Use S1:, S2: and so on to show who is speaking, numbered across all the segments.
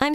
S1: I'm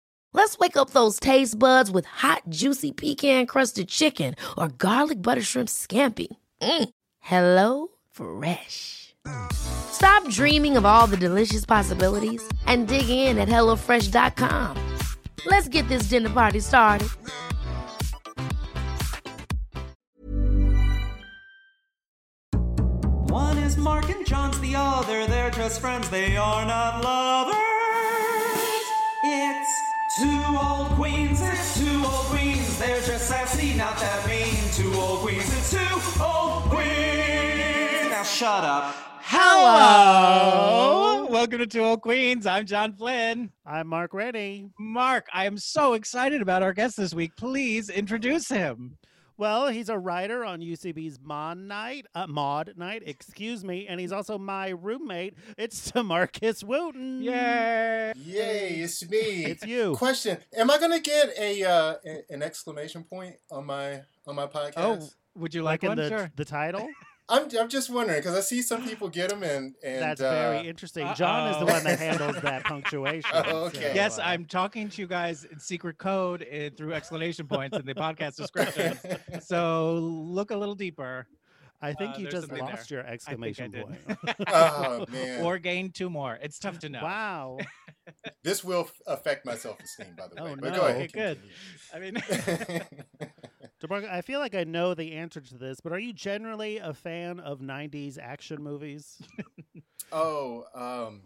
S2: Let's wake up those taste buds with hot, juicy pecan crusted chicken or garlic butter shrimp scampi. Mm. Hello Fresh. Stop dreaming of all the delicious possibilities and dig in at HelloFresh.com. Let's get this dinner party started.
S3: One is Mark and John's the other. They're just friends, they are not lovers. It's two old queens, it's two old queens. They're just sassy, not that mean. Two old queens, it's two old queens. Now shut up.
S4: Hello. Welcome to Two Old Queens. I'm John Flynn.
S5: I'm Mark Reddy.
S4: Mark, I am so excited about our guest this week. Please introduce him.
S5: Well, he's a writer on UCB's Mod Night, uh, Mod Night, excuse me, and he's also my roommate. It's Demarcus Wooten.
S4: Yay.
S6: Yay, it's me.
S5: It's you.
S6: Question: Am I gonna get a uh, a- an exclamation point on my on my podcast?
S4: Oh, would you like, one?
S5: Like in the,
S4: sure.
S5: the title?
S6: I'm I'm just wondering because I see some people get them and and
S5: That's
S6: uh,
S5: very interesting. John is the one that handles that punctuation.
S6: Oh, okay.
S4: Yes,
S5: uh,
S4: I'm talking to you guys in secret code and through explanation points in the podcast description. So look a little deeper
S5: I think
S4: uh,
S5: you
S4: there's
S5: just
S4: something
S5: lost your
S4: I think I
S5: exclamation
S4: did.
S5: point.
S6: Oh, man.
S4: or gain two more. It's tough to know.
S5: Wow.
S6: this will f- affect my self esteem, by the
S5: Oh,
S6: way.
S5: no.
S6: But go ahead.
S4: Okay, good. I mean,
S6: continue.
S5: DeMarcus, I feel like I know the answer to this, but are you generally a fan of 90s action movies?
S6: oh, um,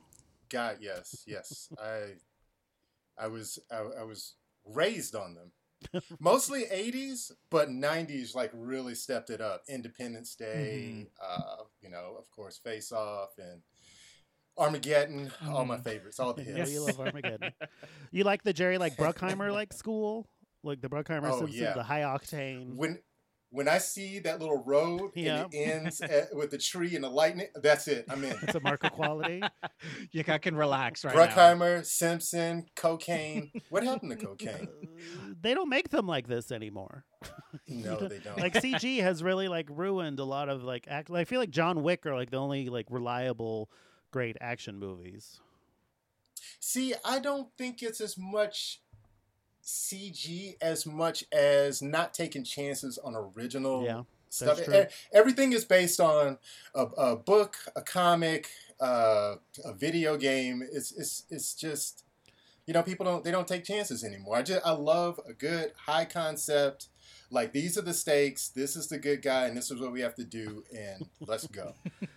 S6: God, yes, yes. I I was I, I was raised on them. Mostly 80s, but 90s like really stepped it up. Independence Day,
S5: Mm-hmm.
S6: uh, you know, of course, Face Off and Armageddon, all my favorites, all the
S5: I know
S6: hits.
S5: Mm-hmm. you love Armageddon. you like the Jerry like Bruckheimer like school? Like the Bruckheimer
S6: Oh,
S5: Simpson,
S6: yeah.
S5: the high octane.
S6: When when I see that little road
S5: Yeah.
S6: and it ends at, with the tree and the lightning, that's it. I'm in.
S5: It's a mark of quality.
S4: you ca- can relax right now.
S6: Bruckheimer, Simpson, cocaine. What happened to cocaine?
S5: they don't make them like this anymore.
S6: No, they don't.
S5: Like CG has really like ruined a lot of like act. I feel like John Wick are like the only like reliable great action movies.
S6: See, I don't think it's as much CG as much as not taking chances on original
S5: Yeah,
S6: stuff.
S5: that's
S6: E-
S5: true.
S6: Everything is based on a, a book, a comic, uh, a video game. It's it's it's just you know people don't they don't take chances anymore. I just I love a good high concept. Like these are the stakes. This is the good guy, and this is what we have to do. And let's go,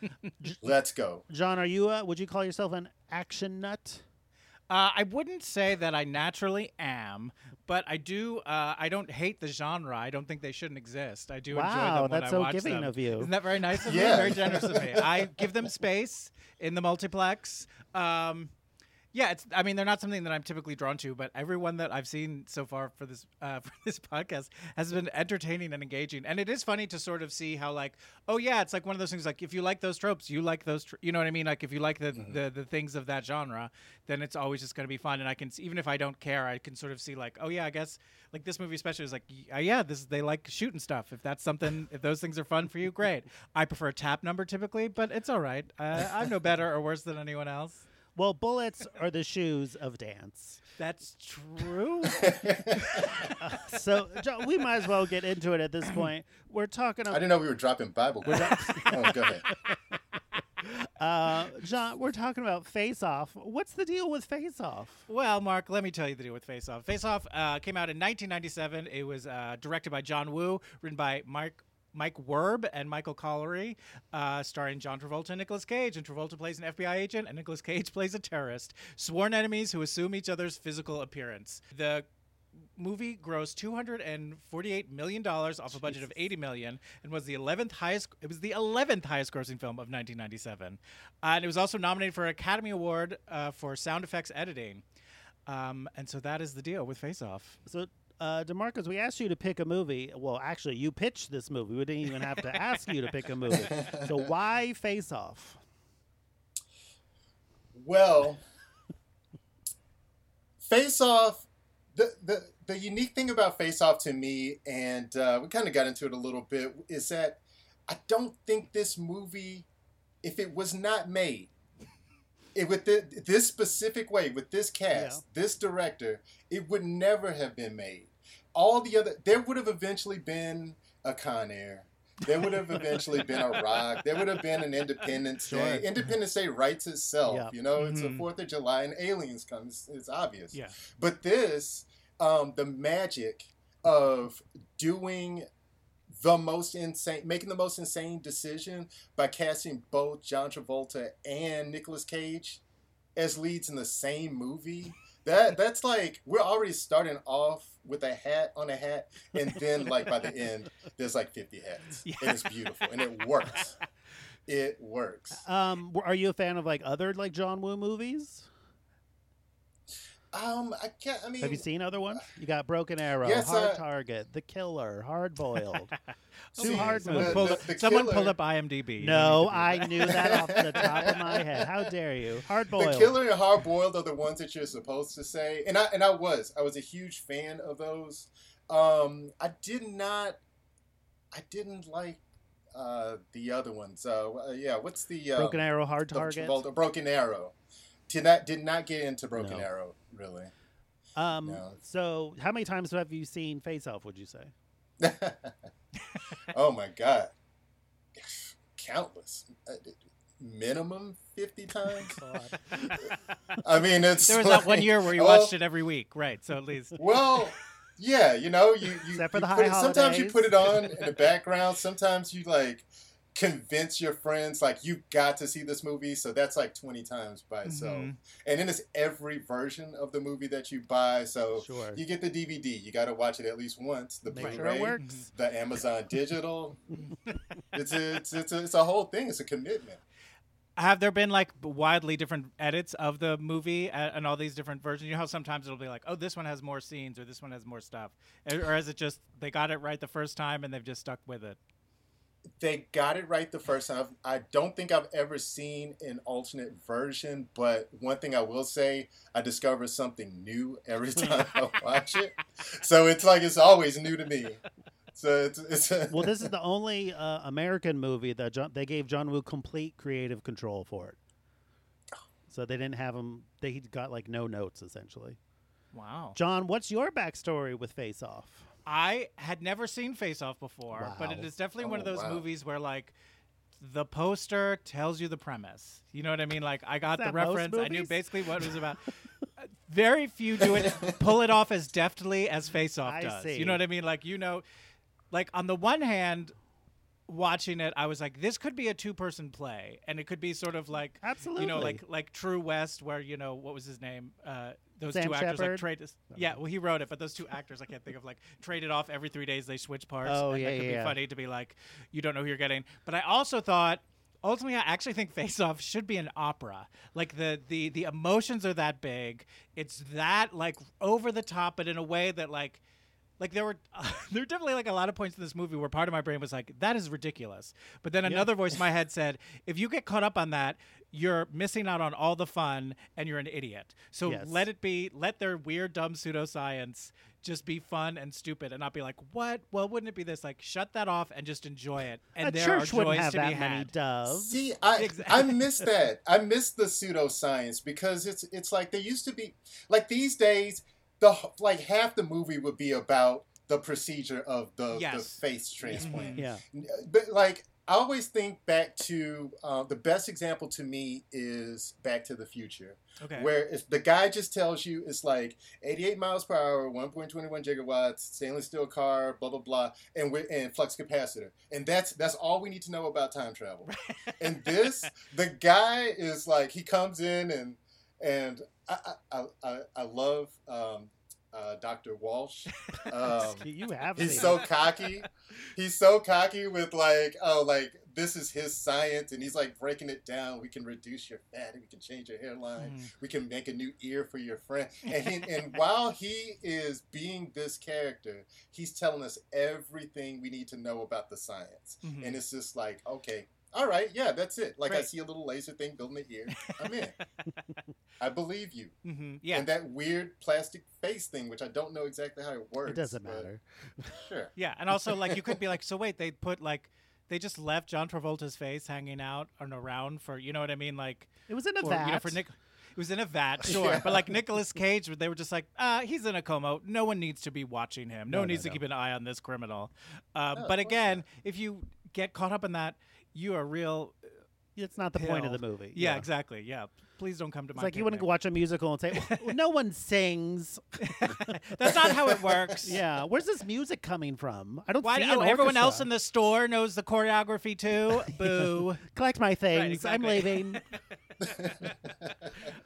S6: let's go.
S5: John, are you? Uh, would you call yourself an action nut?
S4: Uh, I wouldn't say that I naturally am, but I do. Uh, I don't hate the genre. I don't think they shouldn't exist. I do enjoy
S5: Wow,
S4: them when
S5: that's
S4: I
S5: so
S4: watch
S5: giving
S4: them.
S5: of you.
S4: Isn't that very nice of me?
S6: Yeah.
S4: Very generous of me. I give them space in the multiplex. Um, yeah, it's. I mean, they're not something that I'm typically drawn to, but everyone that I've seen so far for this uh, for this podcast has been entertaining and engaging, and it is funny to sort of see how like, oh yeah, it's like one of those things. Like if you like those tropes, you like those. Tr- you know what I mean? Like if you like the, the the things of that genre, then it's always just going to be fun. And I can s- even if I don't care, I can sort of see like, oh yeah, I guess like this movie especially is like, y- uh, yeah, this they like shooting stuff. If that's something, if those things are fun for you, great. I prefer tap number typically, but it's all right. Uh, I'm no better or worse than anyone else.
S5: Well, bullets are the shoes of dance.
S4: That's true.
S5: So John, we might as well get into it at this point. We're talking
S6: I
S5: about
S6: didn't know we were dropping Bible. questions. oh, go ahead.
S5: uh, John. We're talking about Face Off. What's the deal with Face Off?
S4: well, Mark, let me tell you the deal with Face Off. Face Off uh, came out in 1997. It was uh, directed by John Woo, written by Mike. Mike Werb and Michael Collery, uh, starring John Travolta and Nicolas Cage. And Travolta plays an FBI agent, and Nicolas Cage plays a terrorist. Sworn enemies who assume each other's physical appearance. The movie grossed 248 million dollars off a budget of 80 million and was the 11th highest it was the 11th highest grossing film of 1997 Uh, and it was also nominated for an academy award uh, for sound effects editing um, and so that is the deal with face off
S5: So, uh, Demarcus, we asked you to pick a movie. Well, actually, you pitched this movie. We didn't even have to ask you to pick a movie. So, why Face Off?
S6: Well, Face Off. The, the the unique thing about Face Off to me, and uh, we kind of got into it a little bit, is that I don't think this movie, if it was not made, it with the, this specific way, with this cast, this director, it would never have been made. All the other, there would have eventually been a Con Air. There would have eventually been a Rock. There would have been an Independence Day. Independence Day writes itself.
S5: Yeah.
S6: You know, it's the Fourth of July, and aliens come. It's, it's obvious. But this, um, the magic of doing the most insane, making the most insane decision by casting both John Travolta and Nicolas Cage as leads in the same movie. That that's like we're already starting off with a hat on a hat, and then like by the end, there's like 50 hats, and it's beautiful, and it works. It works.
S5: Um, w- are you a fan of like other like John Woo movies?
S6: Um, I can't. I mean,
S5: Have you seen other ones? You got Broken Arrow,
S6: Yes,
S5: Hard
S6: uh,
S5: Target, The Killer, Hard Boiled.
S6: see,
S5: Too hard
S6: the-
S4: someone,
S5: movie.
S4: pulled,
S6: the-
S4: up,
S6: the
S4: someone
S6: killer-
S4: pulled up imdb
S5: no,
S4: I.
S5: I knew that off the top of my head. How dare you? Hard Boiled.
S6: The killer and hard boiled are the ones that you're supposed to say, and I and I was I was a huge fan of those. Um, I did not, I didn't like uh, the other ones. Uh, uh, yeah, what's the uh,
S5: Broken Arrow, Hard
S6: the
S5: Target.
S6: Travolta- Broken Arrow. Did not did not get into Broken
S5: No.
S6: Arrow really.
S5: Um,
S6: No.
S5: So, how many times have you seen Face Off, would you say?
S6: oh my god, countless, Uh, minimum fifty times. I mean, it's
S4: there was that one
S6: like-
S4: year where you
S6: oh,
S4: watched it every week right so at least
S6: Well, yeah, you know, you, you,
S5: Except for
S6: you
S5: the
S6: put
S5: high
S6: it, sometimes you
S5: holidays.
S6: put it on in the background. Sometimes you like convince your friends like you got to see this movie, so that's like twenty times by itself.
S5: Mm-hmm.
S6: And then it's every version of the movie that you buy. So
S5: Sure.
S6: you get the DVD, you got to watch it at least once. The
S5: Make
S6: Blu-ray,
S5: sure it works.
S6: the Amazon Digital. it's a, it's it's a, it's a whole thing. It's a commitment.
S4: Have there been like widely different edits of the movie a- and all these different versions? You know how sometimes it'll be like, oh, this one has more scenes or this one has more stuff, Er, or or is it just they got it right the first time and they've just stuck with it?
S6: they got it right the first time. I don't think I've ever seen an alternate version, but one thing I will say, I discover something new every time I watch it. So it's like it's always new to me. So it's it's a,
S5: Well, this is the only uh, American movie that John, they gave John Woo complete creative control for it. So they didn't have him. They he got like no notes essentially.
S4: Wow.
S5: John, what's your backstory with Face Off?
S4: I had never seen Face Off before, but it
S5: Wow.
S4: is definitely one of
S6: Oh,
S4: those
S6: wow.
S4: movies where like the poster tells you the premise. You know what I mean? Like I got
S5: Is
S4: the
S5: that most
S4: reference. I knew
S5: movies?
S4: basically what it was about. Uh, Very few do it pull it off as deftly as Face Off
S5: I
S4: does.
S5: see.
S4: You know what I mean? Like you know like on the one hand watching it I was like this could be a two person play and it could be sort of like you know
S5: Absolutely.
S4: like like True West where you know what was his name uh those
S5: Sam
S4: two actors like
S5: Shepard?
S4: trade yeah well he wrote it but those two actors I can't think of like traded off every 3 days they switch parts
S5: Oh,
S4: and
S5: yeah,
S4: that could
S5: yeah,
S4: be
S5: yeah.
S4: funny to be like you don't know who you're getting but I also thought ultimately I actually think Face Off should be an opera like the the the emotions are that big it's that like over the top but in a way that like like there were there were definitely like a lot of points in this movie where part of my brain was like that is ridiculous but then another voice in my head said if you get caught up on that you're missing out on all the fun and you're an idiot so
S5: Yes.
S4: let it be let their weird dumb pseudoscience just be fun and stupid and not be like what well wouldn't it be this like shut that off and just enjoy it and
S5: a
S4: there
S5: church
S4: are
S5: wouldn't
S4: joys
S5: have
S4: to
S5: that
S4: be
S5: many
S4: had
S5: doves.
S6: See, I
S4: Exactly.
S6: I miss that. I miss the pseudoscience because it's it's like there used to be like these days the h- like half the movie would be about the procedure of the, the
S4: Yes. Mm-hmm.
S6: face transplant. uh,
S5: Yeah.
S6: But like I always think back to uh, the best example to me is Back to the Future,
S4: okay
S6: where if the guy just tells you it's like 88 miles per hour, 1.21 gigawatts, stainless steel car, blah blah blah, and we and flux capacitor, and that's that's all we need to know about time travel. and this, the guy is like he comes in and and I I, I, I love um, uh, Dr. Walsh. Um,
S5: You have
S6: He's
S5: seen
S6: so
S5: it.
S6: cocky. He's so cocky with like, oh, like this is his science, and he's like breaking it down. We can reduce your fat, and we can change your hairline. We can make a new ear for your friend. And he, and while he is being this character, he's telling us everything we need to know about the science.
S5: Hmm.
S4: Mhm.
S6: And it's just like, okay, all right, yeah, that's it. Like I
S4: Great.
S6: see a little laser thing building the ear. I'm in. I believe you.
S4: hmm yeah
S6: And that weird plastic face thing, which I don't know exactly how it works.
S5: It doesn't
S6: but
S5: matter.
S6: Sure.
S4: Yeah, and also like you could be like, so wait, they put like they just left John Travolta's face hanging out and around for you know what I mean, like
S5: It was in a
S4: or,
S5: vat.
S4: You know, for Nick, it was in a vat, sure, but like Nicolas Cage, they were just like, uh, he's in a coma. No one needs to be watching him. No,
S5: No,
S4: one
S5: no,
S4: needs
S5: no. Oh,
S4: to keep an eye on this criminal. Uh, but again, if you get caught up in that, you are real.
S5: it's not the point of the
S4: pill.
S5: movie.
S4: Yeah, exactly. Yeah, please don't come to my.
S5: It's like you wouldn't
S4: picnic.
S5: watch a musical and say, well, "No one sings."
S4: That's not how it works.
S5: Yeah, where's this music coming from? I don't
S4: Why?
S5: see
S4: Oh,
S5: an
S4: everyone
S5: orchestra.
S4: else in the store knows the choreography too. Boo.
S5: collect my things.
S4: exactly.
S5: I'm leaving.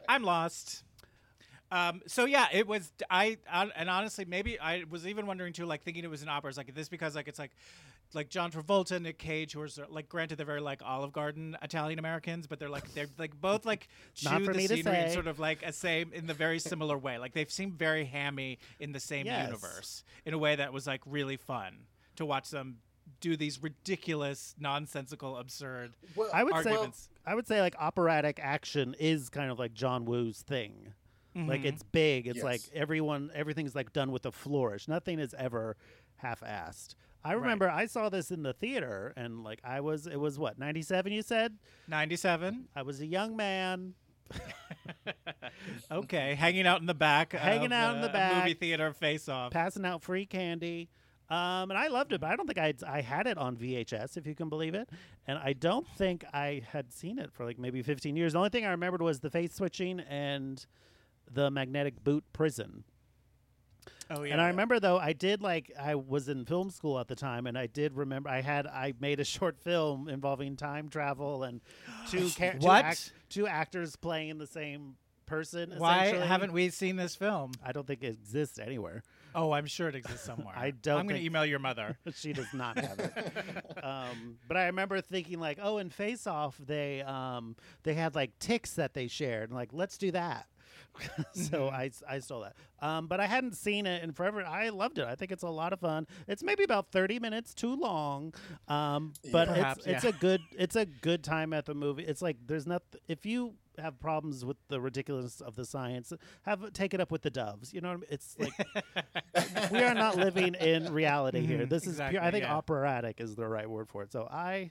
S4: I'm lost. Um, so yeah, it was I, I and honestly, maybe I was even wondering too, like thinking it was an opera. I was like, is this because like it's like like John Travolta, Nick Cage, who are sort- like granted they're very like Olive Garden Italian Americans, but they're like they're like both like
S5: Not
S4: chew
S5: for
S4: the
S5: me to
S4: scenery in
S5: say.
S4: sort of like a same in the very similar way. Like they seem very hammy in the same
S5: Yes.
S4: universe in a way that was like really fun to watch them do these ridiculous, nonsensical, absurd.
S6: Well,
S5: I would say
S4: Arguments.
S5: I would say like operatic action is kind of like John Woo's thing. Like
S4: Mhm.
S5: it's big. It's
S6: Yes.
S5: like everyone everything's like done with a flourish. Nothing is ever half-assed. I remember I saw this in the theater and like I was it was what 97 you said?
S4: ninety-seven.
S5: I was a young man.
S4: Okay, hanging out in the back,
S5: Hanging
S4: of,
S5: out in the
S4: uh,
S5: back.
S4: movie theater face off.
S5: passing out free candy. Um, and I loved it, but I don't think I I had it on VHS, if you can believe it. And I don't think I had seen it for like maybe 15 years. The only thing I remembered was the face switching and the magnetic boot prison.
S4: Oh yeah,
S5: And I remember though, I did like I was in film school at the time, and I did remember I had I made a short film involving time travel and two char- two,
S4: What?
S5: act- two actors playing the same person.
S4: Why
S5: essentially.
S4: haven't we seen this film?
S5: I don't think it exists anywhere.
S4: Oh, I'm sure it exists somewhere.
S5: I don't
S4: I'm going to
S5: think-
S4: email your mother.
S5: she does not have it. um, but I remember thinking like, oh, in Face Off, they um, they had like ticks that they shared, and like let's do that. so I, s- I stole that. Um, but I hadn't seen it in forever. I loved it. I think it's a lot of fun. It's maybe about thirty minutes too long, um, but
S4: Perhaps,
S5: it's,
S4: yeah.
S5: it's a good it's a good time at the movie. It's like there's not if you have problems with the ridiculousness of the science, have take it up with the doves. You know what I mean? It's like we are not living in reality here.
S4: Mhm,
S5: This is pure.
S4: exactly,
S5: I think
S4: yeah. Mm-hmm.
S5: operatic is the right word for it. So I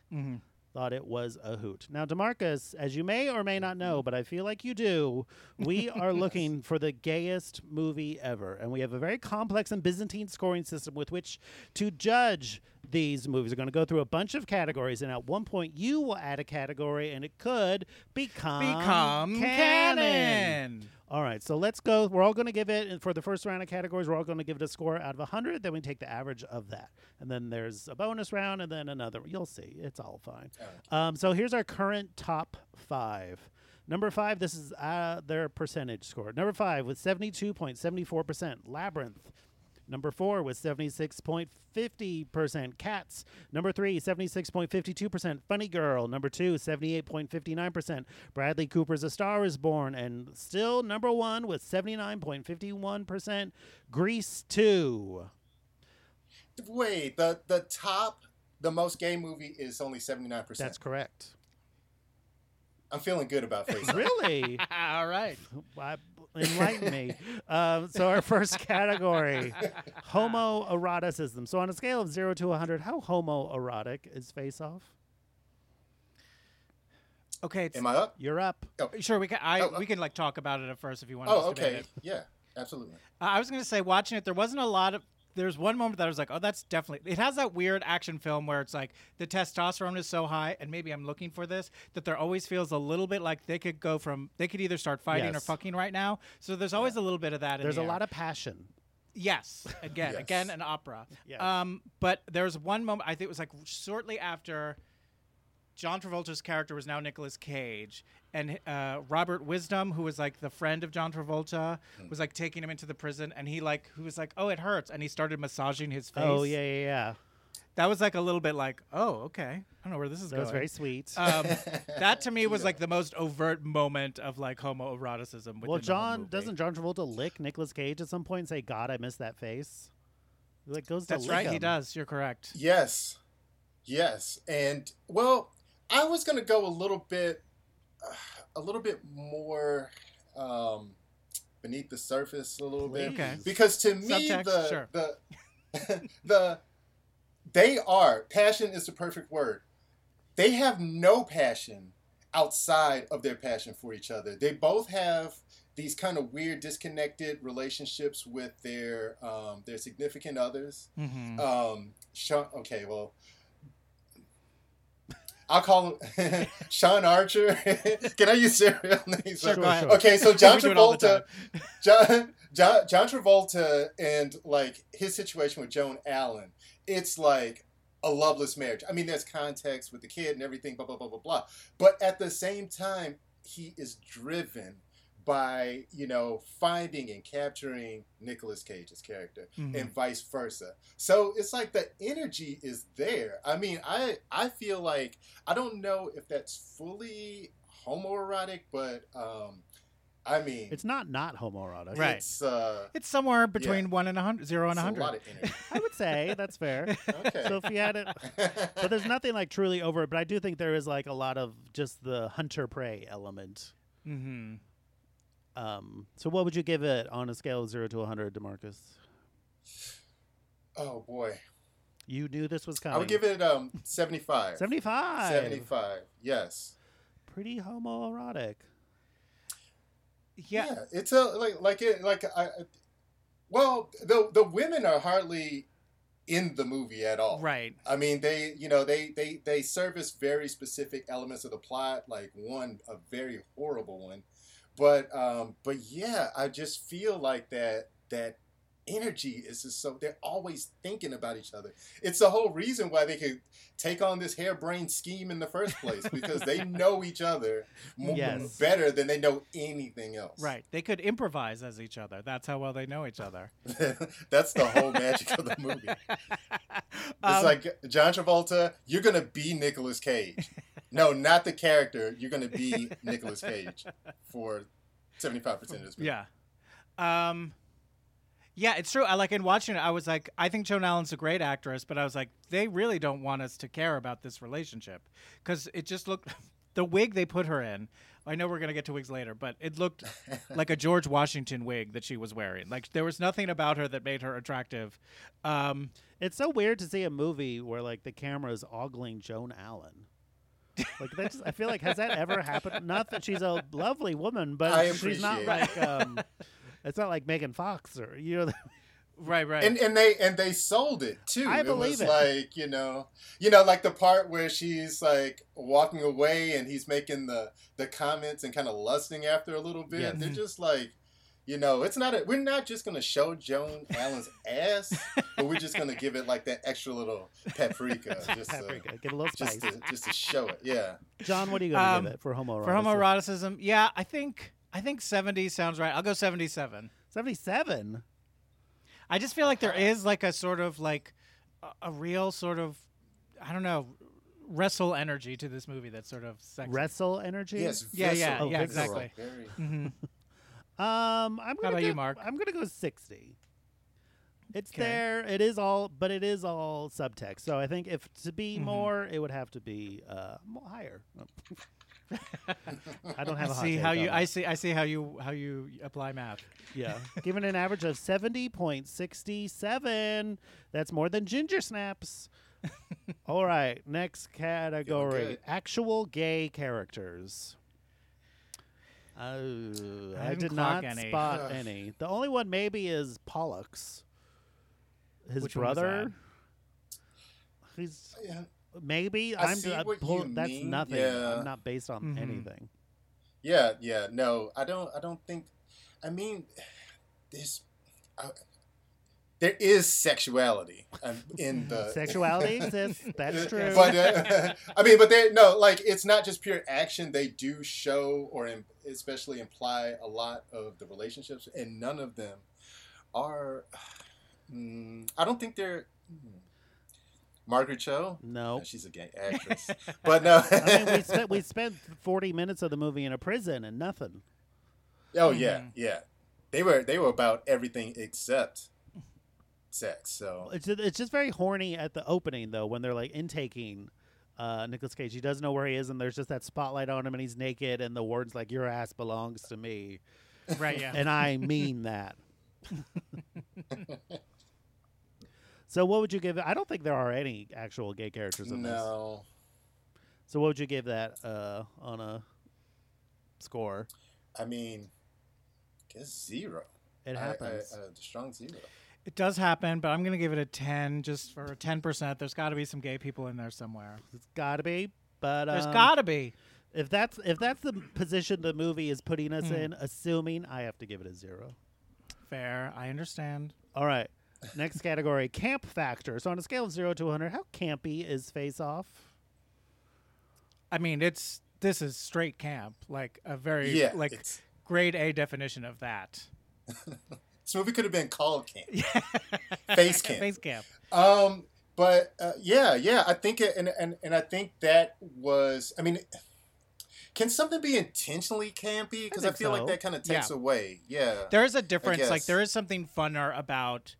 S5: thought it was a hoot. Now, Demarcus, as you may or may not know, but I feel like you do, we are looking for the gayest movie ever, and we have a very complex and Byzantine scoring system with which to judge these movies. We're going to go through a bunch of categories, and at one point, you will add a category, and it could become
S4: Become canon.
S5: all right, so let's go. We're all going to give it and for the first round of categories. We're all going to give it a score out of 100. Then we take the average of that. And then there's a bonus round and then another. You'll see. It's all fine. Um, so here's our current top five. Number five, this is uh, their percentage score. Number five with 72.74%, Labyrinth. Number four was 76.50%. Cats. Number three, 76.52%. Funny Girl. Number two, 78.59%. Bradley Cooper's A Star is Born. And still number one with 79.51%. Grease 2.
S6: Wait, the the top, the most gay movie is only seventy nine percent.
S5: That's correct.
S6: I'm feeling good about face. Off.
S5: Really?
S4: All right.
S5: Why- Enlighten me. Um, so our first category, homoeroticism. So on a scale of zero to 100, how homoerotic is Face Off?
S4: Okay. It's,
S6: Am I up?
S5: You're up.
S4: Sure, we can. I
S6: Oh, uh,
S4: we can like talk about it at first if you want. us
S6: Oh,
S4: to debate
S6: okay.
S4: it.
S6: Yeah, absolutely.
S4: Uh, I was gonna say, watching it, there wasn't a lot of. There's one moment that I was like, "Oh, that's definitely." It has that weird action film where it's like the testosterone is so high, and maybe I'm looking for this that there always feels a little bit like they could go from they could either start fighting or
S5: Yes.
S4: fucking right now. So there's always a little bit of that. in
S5: There's
S4: the
S5: a
S4: air.
S5: lot of passion.
S4: Yes, again,
S6: Yes.
S4: again, an opera.
S5: Yes.
S4: Um, but there was one moment. I think it was like shortly after John Travolta's character was now Nicolas Cage, and uh, Robert Wisdom, who was like the friend of John Travolta, was like taking him into the prison, and he like who was like, "Oh, it hurts," and he started massaging his face.
S5: Oh yeah, yeah, yeah.
S4: that was like a little bit like, "Oh, okay, I don't know where this is
S5: That
S4: going."
S5: was very sweet.
S4: um, that to me was like the most overt moment of like homoeroticism.
S5: well,
S4: within the whole
S5: John
S4: movie.
S5: doesn't John Travolta lick Nicolas Cage at some point and say, "God, I miss that face." He, Like goes to
S4: That's
S5: lick
S4: right. He
S5: him.
S4: does. You're correct.
S6: Yes, yes, and well, I was gonna go a little bit, uh, a little bit more um, beneath the surface a little bit
S4: Okay.
S6: because to me
S4: Subtext,
S6: the
S4: sure.
S6: the the they are passion is the perfect word. They have no passion outside of their passion for each other. They both have these kind of weird disconnected relationships with their um, their significant others.
S4: Mhm.
S6: Um, Sean, okay, well, I'll call him Sean Archer. Can I use serial names?
S4: Sure, go ahead.
S6: Okay, so John
S4: We do it all the
S6: Travolta, John, John, John Travolta, and like his situation with Joan Allen, it's like a loveless marriage. I mean, there's context with the kid and everything, blah blah blah blah blah. But at the same time, he is driven by you know finding and capturing Nicolas Cage's character
S4: Mhm.
S6: and vice versa. So it's like the energy is there. I mean, I I feel like I don't know if that's fully homoerotic, but um, I mean,
S5: It's not not homoerotic.
S4: Right.
S6: It's, uh,
S4: It's somewhere between one and a hundred, zero and
S6: it's
S4: a
S6: a
S4: hundred.
S6: lot of energy.
S5: I would say that's fair.
S6: Okay.
S5: So if you had it, but there's nothing like truly over it. But I do think there is like a lot of just the hunter prey element.
S4: Mm-hmm.
S5: Um, so what would you give it on a scale of zero to 100, Demarcus?
S6: oh boy,
S5: You knew this was coming.
S6: I would give it um seventy five.
S5: 75.
S6: Seventy five. Yes.
S5: Pretty homoerotic.
S4: Yeah.
S6: it's a like like it like I. I- Well, the the women are hardly in the movie at all.
S4: Right.
S6: I mean, they you know they they they service very specific elements of the plot, like one a very horrible one, but um, but yeah, I just feel like that that energy is just so they're always thinking about each other. It's the whole reason why they could take on this harebrained scheme in the first place because they know each other more,
S5: Yes.
S6: better than they know anything else.
S4: Right. They could improvise as each other. That's how well they know each other.
S6: That's the whole magic of the movie. It's
S4: Um,
S6: like John Travolta, you're gonna be Nicolas Cage. No, not the character. You're gonna be Nicolas Cage for seventy five percent of this movie.
S4: Yeah. Um, yeah, it's true. I like in watching it, I was like, I think Joan Allen's a great actress, but I was like, they really don't want us to care about this relationship because it just looked the wig they put her in. I know we're gonna get to wigs later, but it looked like a George Washington wig that she was wearing. Like there was nothing about her that made her attractive. Um,
S5: It's so weird to see a movie where like the camera is ogling Joan Allen. Like that just, I feel like has that ever happened? Not that she's a lovely woman, but
S6: I
S5: she's not
S6: appreciate
S5: like um, it's not like Megan Fox or you know.
S4: right, right.
S6: And and they and they sold it too.
S5: I
S6: it
S5: believe
S6: was
S5: it.
S6: like, you know you know, like the part where she's like walking away and he's making the the comments and kind of lusting after a little bit.
S5: Yes. Mm-hmm.
S6: They're just like you know, it's not. A, we're not just gonna show Joan Allen's ass, but we're just gonna give it like that extra little paprika, just
S5: Paprika,
S6: to,
S5: get a little
S6: just
S5: spice.
S6: to, just to show it. Yeah.
S5: John, what are you gonna
S4: Um,
S5: give it for homoerotic?
S4: For homoeroticism, yeah, I think I think 70 sounds right. I'll go 77.
S5: seventy-seven.
S4: I just feel like there is like a sort of like a, a real sort of I don't know wrestle energy to this movie that's sort of sexy.
S5: Wrestle energy.
S6: Yes.
S4: yeah, yeah,
S5: Oh,
S4: yeah,
S5: visceral.
S4: exactly. Mhm.
S5: Um, I'm gonna
S4: about
S5: go,
S4: you, Mark?
S5: I'm gonna go sixty. It's
S4: 'Kay.
S5: there. It is all, but it is all subtext. So I think if to be
S4: Mm-hmm.
S5: more, it would have to be uh, mo- higher. Oh. I don't
S4: I
S5: have a hot
S4: see
S5: take
S4: how
S5: on
S4: you.
S5: it.
S4: I see. I see how you. How you apply math.
S5: yeah, given an average of seventy point sixty seven. That's more than ginger snaps. all right, next category:
S6: good.
S5: actual gay characters. Oh, I,
S4: didn't
S5: did
S4: clock
S5: not
S4: any.
S5: spot
S6: Ugh.
S5: any. The only one maybe is Pollux, his
S4: Which one was that?
S5: brother. He's
S6: Yeah.
S5: Maybe
S6: I
S5: am
S6: see what you
S5: that's
S6: mean.
S5: nothing.
S6: Yeah.
S5: I'm not based on
S4: Mhm.
S5: anything.
S6: Yeah, yeah, no, I don't. I don't think. I mean, there's, I, there is sexuality um, in the
S5: Sexuality exists. That's true.
S6: But uh, I mean, but they no, like it's not just pure action. They do show or im- especially imply a lot of the relationships, and none of them are. Mm, I don't think they're. mm. Margaret Cho.
S5: no.
S6: No, she's a gay actress, but no.
S5: I mean, we spent we spent 40 minutes of the movie in a prison and nothing.
S6: Oh yeah,
S5: mm.
S6: yeah. They were they were about everything except sex. So
S5: It's just, it's just very horny at the opening though when they're like intaking uh, Nicholas Cage. He doesn't know where he is, and there's just that spotlight on him, and he's naked, and the words like "your ass belongs to me,"
S4: Right. Yeah.
S5: and I mean that. so, what would you give? I don't think there are any actual gay characters in this.
S6: no,
S5: So what would you give that uh, on a score?
S6: I mean, guess zero.
S5: It
S6: I-
S5: happens.
S6: I, uh, strong zero.
S4: It does happen, but I'm gonna give it a ten just for ten percent. There's got to be some gay people in there somewhere.
S5: it's gotta be, but um,
S4: There's got to be.
S5: if that's if that's the position the movie is putting
S4: Hmm.
S5: us in, assuming I have to give it a zero.
S4: Fair. I understand.
S5: All right. Next category: camp factor. So on a scale of zero to 100, how campy is Face Off?
S4: I mean, it's this is straight camp, like a very
S6: Yeah,
S4: like
S6: it's-
S4: grade A definition of that.
S6: This movie could have been called camp, face camp.
S4: Face camp.
S6: Um, but uh, yeah, yeah, I think it, and, and and I think that was. I mean, can something be intentionally campy? Because I,
S5: think
S6: feel
S5: so.
S6: like that kind of takes
S4: Yeah.
S6: away. Yeah,
S4: There is a difference. Like
S6: guess.
S4: there is something funner about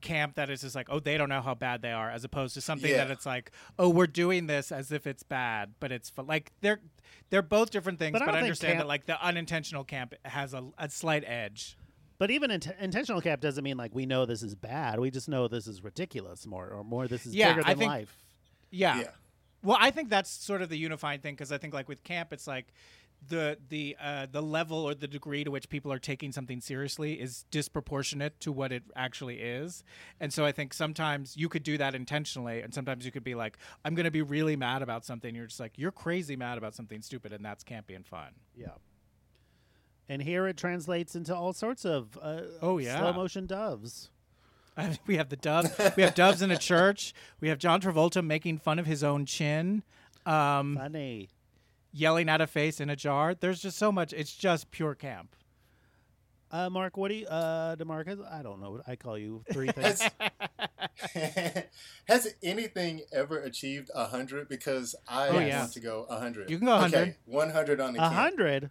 S4: camp that is just like, oh, they don't know how bad they are, as opposed to something that
S6: Yeah.
S4: it's like, oh, we're doing this as if it's bad, but it's fun. like they're they're both different things.
S5: But
S4: But I,
S5: I don't think
S4: understand
S5: camp-
S4: that like the unintentional camp has a, a slight edge.
S5: But even int- intentional camp doesn't mean like we know this is bad. We just know this is ridiculous more or more. This is
S4: Yeah,
S5: bigger than
S4: I think-
S5: life.
S4: Yeah.
S6: Yeah.
S4: Well, I think that's sort of the unifying thing because I think like with camp, it's like the the uh, the level or the degree to which people are taking something seriously is disproportionate to what it actually is, and so I think sometimes you could do that intentionally, and sometimes you could be like, I'm going to be really mad about something. You're just like you're crazy mad about something stupid, and that's campy and fun.
S5: Yeah. And here it translates into all sorts of uh,
S4: Oh, yeah.
S5: slow motion doves.
S4: we have the dove. We have doves in a church. We have John Travolta making fun of his own chin. Um,
S5: Funny.
S4: yelling at a face in a jar. There's just so much. It's just pure camp.
S5: Uh, Mark, what do you, uh, Demarcus? I don't know. I call you three things.
S6: Has, has anything ever achieved a hundred? Because I
S4: Oh, yeah.
S6: want to go a hundred.
S4: You can go 100.
S6: Okay, one hundred on the
S5: A
S6: camp.
S5: hundred.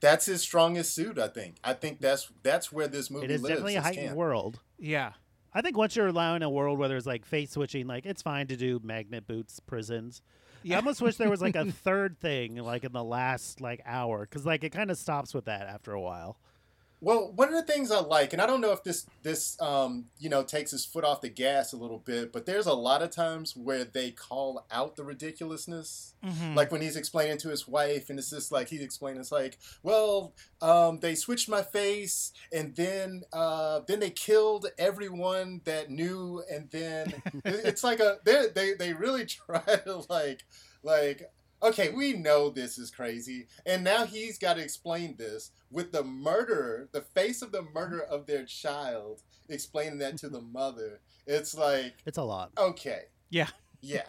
S6: That's his strongest suit, I think. I think that's that's where this movie
S5: It is
S6: lives.
S5: definitely a
S6: is
S5: heightened
S6: camp.
S5: world.
S4: Yeah.
S5: I think once you're allowing a world where there's like face switching, like it's fine to do magnet boots, prisons. I almost wish there was like a third thing, like in the last like hour, because like it kind of stops with that after a while.
S6: Well, one of the things I like, and I don't know if this this um, you know takes his foot off the gas a little bit, but there's a lot of times where they call out the ridiculousness,
S4: Mm-hmm. Hmm.
S6: like when he's explaining to his wife, and it's just like he's explaining, it's like, well, um, they switched my face, and then uh, then they killed everyone that knew, and then it- it's like a they they they really try to like like okay, we know this is crazy. And now he's got to explain this with the murderer, the face of the murderer of their child, explaining that to the mother. It's like,
S5: It's a lot.
S6: okay,
S4: Yeah.
S6: yeah.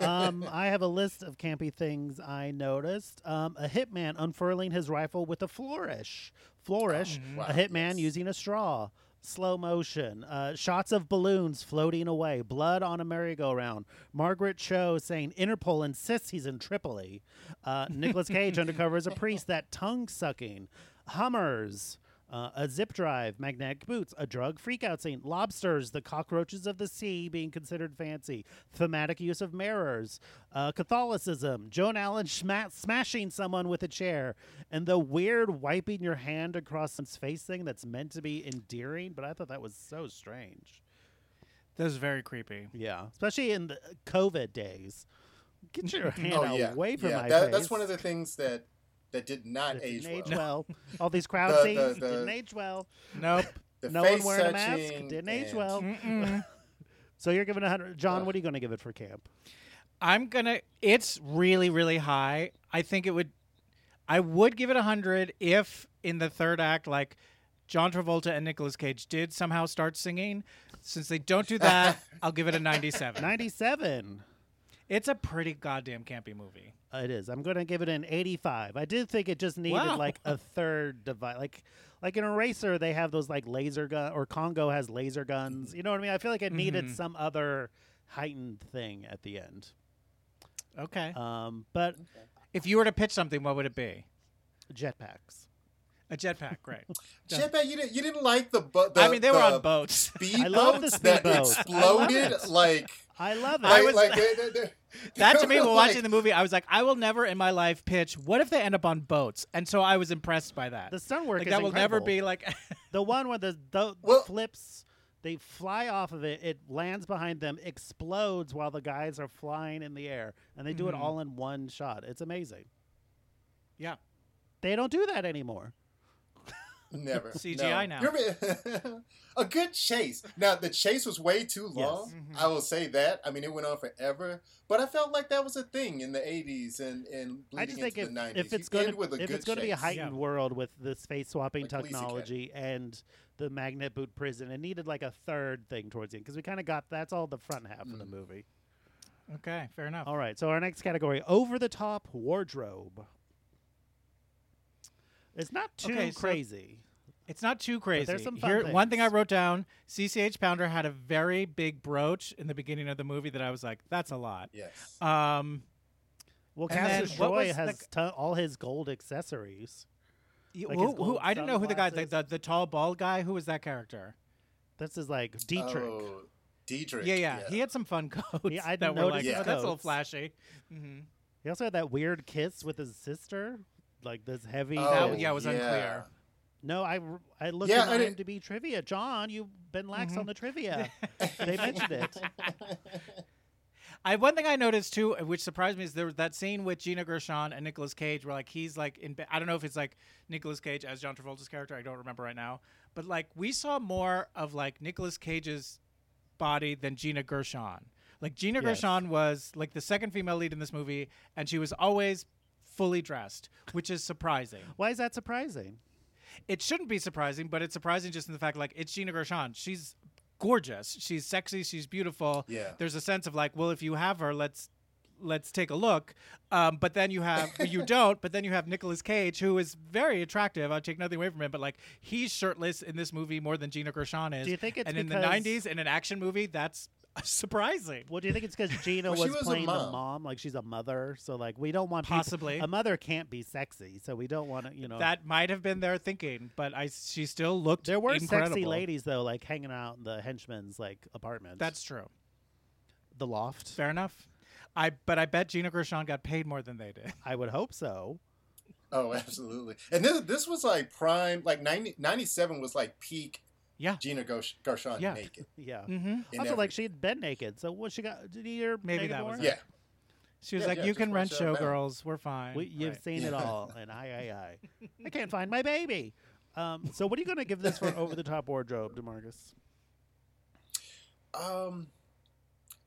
S5: um, I have a list of campy things I noticed. Um, a hitman unfurling his rifle with a flourish. Flourish.
S6: Oh, wow,
S5: a hitman
S6: yes.
S5: using a straw. Slow motion. Uh, shots of balloons floating away. Blood on a merry-go-round. Margaret Cho saying Interpol insists he's in Tripoli. Uh, Nicholas Cage undercover as a priest. That tongue sucking. Hummers. uh, a zip drive, magnetic boots, a drug freakout scene, lobsters, the cockroaches of the sea being considered fancy, thematic use of mirrors, uh, Catholicism, Joan Allen schma- smashing someone with a chair, and the weird wiping your hand across someone's face thing that's meant to be endearing. But I thought that was so strange.
S4: That was very creepy.
S5: Yeah, especially in the COVID days. Get your hand
S6: oh yeah,
S5: away from
S6: yeah.
S5: my
S6: that,
S5: face.
S6: That's one of the things that that did not
S5: It
S6: age
S5: didn't age
S6: well.
S5: well. All these crowd
S6: The-
S5: scenes
S6: the-
S5: it didn't
S6: the-
S5: age well.
S4: Nope.
S6: The
S5: no one
S6: face
S5: wearing a mask
S6: touching
S5: it didn't age
S6: and-
S5: well. so you're giving a hundred. John, what are you going to give it for camp?
S4: I'm gonna. It's really, really high. I think it would. I would give it a hundred if in the third act, like John Travolta and Nicolas Cage did somehow start singing. Since they don't do that, I'll give it a ninety-seven.
S5: Ninety-seven.
S4: It's a pretty goddamn campy movie.
S5: Uh, It is. I'm going to give it an 85. I did think it just needed
S4: Wow.
S5: like a third device, like like an eraser. They have those like laser gun, or Congo has laser guns. You know what I mean? I feel like it needed some other heightened thing at the end.
S4: Okay.
S5: Um, but
S4: if you were to pitch something, what would it be?
S5: jetpacks.
S4: A jetpack, right?
S6: Jetpack, you didn't, you didn't like the, bu- the
S4: I mean, they were on
S6: the
S4: boats.
S6: speedboats
S5: I love the
S6: that
S5: speedboats.
S6: exploded. Like
S5: I love it.
S6: I was like, they- they- they-
S4: That to
S6: they
S4: me,
S6: were
S4: while
S6: like-
S4: watching the movie, I was like, I will never in my life pitch. What if they end up on boats? And so I was impressed by that.
S5: The stunt work
S4: like
S5: is
S4: that will never
S5: incredible.
S4: be like.
S5: The one where the, the
S6: Well-
S5: flips, they fly off of it, it lands behind them, explodes while the guys are flying in the air, and they do it all in one shot. It's amazing.
S4: yeah.
S5: They don't do that anymore.
S6: Never
S4: CGI
S6: no.
S4: now.
S6: You remember- a good chase. Now the chase was way too long.
S5: Mm-hmm.
S6: I will say that. I mean, it went on forever. But I felt like that was a thing in the '80s and and
S5: I
S6: bleeding
S5: just think
S6: into
S5: if,
S6: the '90s.
S5: if it's
S6: You
S5: going
S6: end with
S5: to
S6: a
S5: if
S6: good
S5: it's going to be a
S6: chase.
S5: heightened world with the space swapping
S6: Like Police Academy.
S5: technology and the magnet boot prison, it needed like a third thing towards the end because we kind of got that's all the front half of the
S6: Mm.
S5: movie.
S4: Okay. Fair enough.
S5: All right, so our next category: over the top wardrobe. It's not too
S4: Okay, so-
S5: crazy.
S4: It's not too crazy.
S5: there's some fun
S4: One thing I
S5: things.
S4: wrote down: CCH Pounder had a very big brooch in the beginning of the movie that I was like, "That's a lot."
S6: Yes.
S4: Um,
S5: Well,
S4: And then
S5: Cassius
S4: what
S5: Joy
S4: was the
S5: has to- all his gold accessories.
S4: y-
S5: Like
S4: who,
S5: his
S4: who-
S5: gold
S4: I don't know who the guy, the, the,
S5: sunglasses.
S4: the tall bald guy, who was that character?
S5: This is like Dietrich.
S6: Oh, Dietrich.
S4: Yeah, yeah, he had some fun codes
S5: Yeah, I
S4: that
S5: didn't
S4: were like,
S5: notice
S6: his
S4: "Oh, that's a little
S5: codes.
S4: flashy. Mm-hmm.
S5: He also had that weird kiss with his sister, like this heavy.
S4: That,
S6: Oh,
S4: yeah, it was
S6: yeah.
S4: unclear.
S5: No, I r- I looked
S6: Yeah,
S5: at
S6: I
S5: the
S6: didn't-
S5: IMDb trivia. John, you've been lax
S4: Mm-hmm.
S5: on the trivia. they mentioned it.
S4: I one thing I noticed too, uh, which surprised me, is there was that scene with Gina Gershon and Nicolas Cage, where like he's like in. ba- I don't know if it's like Nicolas Cage as John Travolta's character. I don't remember right now, but like we saw more of like Nicolas Cage's body than Gina Gershon. Like Gina
S5: Yes.
S4: Gershon was like the second female lead in this movie, and she was always fully dressed, which is surprising.
S5: Why is that surprising?
S4: It shouldn't be surprising, but it's surprising just in the fact like it's Gina Gershon. She's gorgeous. She's sexy. She's beautiful.
S6: Yeah.
S4: There's a sense of like, well, if you have her, let's let's take a look. Um, but then you have well, you don't. But then you have Nicolas Cage, who is very attractive. I take nothing away from him, but like he's shirtless in this movie more than Gina Gershon is.
S5: Do you think it's
S4: and in the
S5: because-
S4: '90s in an action movie that's surprising?
S5: Well, do you think it's because Gina
S6: Well, she
S5: was,
S6: was a
S5: playing the
S6: mom.
S5: mom, like she's a mother, so like we don't want people-
S4: Possibly.
S5: a mother can't be sexy, so we don't want to, you know.
S4: That might have been their thinking, but I she still looked
S5: there were sexy
S4: incredible.
S5: ladies though, like hanging out in the henchman's like apartment.
S4: That's true.
S5: the loft.
S4: Fair enough. I but I bet Gina Gershon got paid more than they did.
S5: I would hope so.
S6: Oh, absolutely. And this this was like prime, like 90, 97 was like peak
S4: Yeah.
S6: Gina Gersh- Gershon
S4: Yeah.
S6: naked.
S5: Yeah.
S4: Mm-hmm.
S6: in
S5: Also, like
S6: everything.
S5: she had been naked, so what she got? Did you hear?
S4: Maybe
S5: naked
S4: that was
S5: Born?
S4: it.
S6: yeah,
S4: She was
S6: Yeah,
S4: like,
S6: yeah,
S4: "You
S6: just
S4: can
S6: watch
S4: rent
S6: that
S4: show
S6: now."
S4: girls. We're fine."
S5: We, you've
S4: Right.
S5: seen it all, and I, I, I, I can't find my baby. Um, so, what are you going to give this for over the top wardrobe, Demarcus?
S6: Um,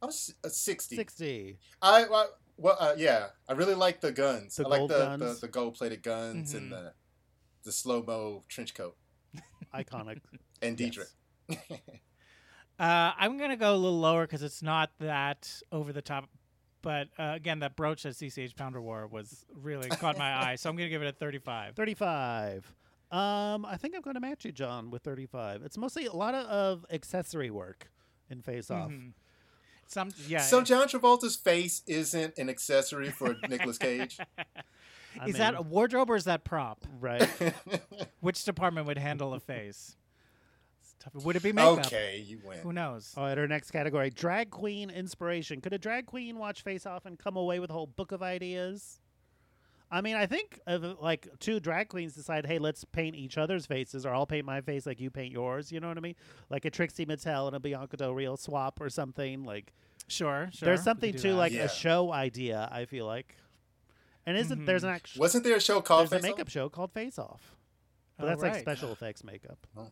S6: I was uh, 60.
S5: Sixty.
S6: I, I well, uh, yeah, I really like the guns.
S5: The
S6: I like
S5: gold
S6: the,
S5: guns? Mm-hmm.
S6: the the gold plated guns and the the slow mo trench coat
S5: Iconic.
S6: and Deidre.
S4: Uh, I'm gonna go a little lower because it's not that over the top. But uh, again, that brooch that CCH Pounder wore was really caught my eye, so I'm gonna give it a 35.
S5: Thirty-five. Um, I think I'm going to match you, John, with thirty-five. It's mostly a lot of, of accessory work in Face Off.
S4: Mm-hmm. Some, yeah.
S6: So John Travolta's face isn't an accessory for Nicolas Cage.
S5: I
S4: is that
S5: mean-
S4: a wardrobe or is that prop?
S5: Right.
S4: Which department would handle a face? It's tough. Would it be makeup?
S6: okay, you
S4: Who
S6: win.
S4: knows?
S5: All right, Oh, our next category drag queen inspiration. Could a drag queen watch Face Off and come away with a whole book of ideas? I mean, I think of uh, like two drag queens decide, hey, let's paint each other's faces, or I'll paint my face like you paint yours. You know what I mean? Like a Trixie Mattel and a Bianca Del Rio swap or something. Like
S4: Sure, sure.
S5: there's
S4: we
S5: something
S4: could do
S5: to
S4: that.
S5: like
S6: Yeah.
S5: a show idea. I feel like, and isn't there's an actual
S6: Wasn't there a show Mm-hmm. called
S5: there's a
S6: Face Off?
S5: makeup show called Face Off, but
S4: Oh,
S5: that's like
S4: right.
S5: special effects makeup,
S4: Oh.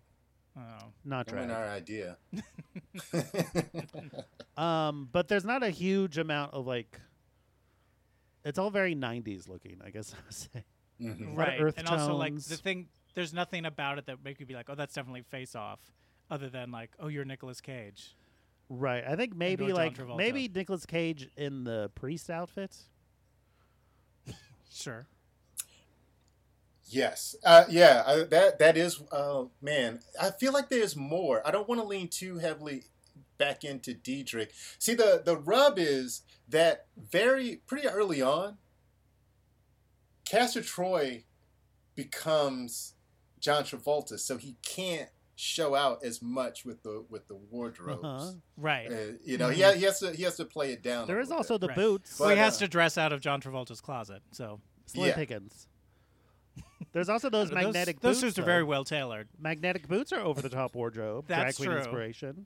S5: not
S6: That wasn't
S5: drag.
S6: our idea.
S5: Um, but there's not a huge amount of like. It's all very '90s looking, I guess I would say.
S6: Mhm.
S5: lot of
S4: right
S5: earth
S4: and also like the
S5: tones.
S4: thing there's nothing about it that make you be like oh that's definitely face off other than like oh you're Nicolas cage
S5: Right. I think maybe
S4: John
S5: like
S4: Travolta.
S5: maybe Nicolas Cage in the priest outfit.
S4: sure
S6: Yes. Uh, yeah. I, that that is. Uh, man, I feel like there's more. I don't want to lean too heavily back into Diedrich. See, the the rub is that very pretty early on, Castor Troy becomes John Travolta, so he can't show out as much with the with the wardrobes.
S5: Uh-huh. Mm-hmm.
S4: right
S6: Uh, you know, he, ha- he has to he has to play it down. a
S5: There is
S6: little
S5: also the
S6: bit.
S4: Right.
S5: boots.
S4: well he
S6: But,
S4: has
S6: uh,
S4: to dress out of john travolta's closet so
S5: Slim
S6: yeah.
S5: Pickens. There's also those
S4: Those-
S5: magnetic
S4: those,
S5: boots.
S4: suits are
S5: though.
S4: very well tailored
S5: magnetic boots are over the top wardrobe. drag
S4: That's
S5: queen
S4: true.
S5: inspiration.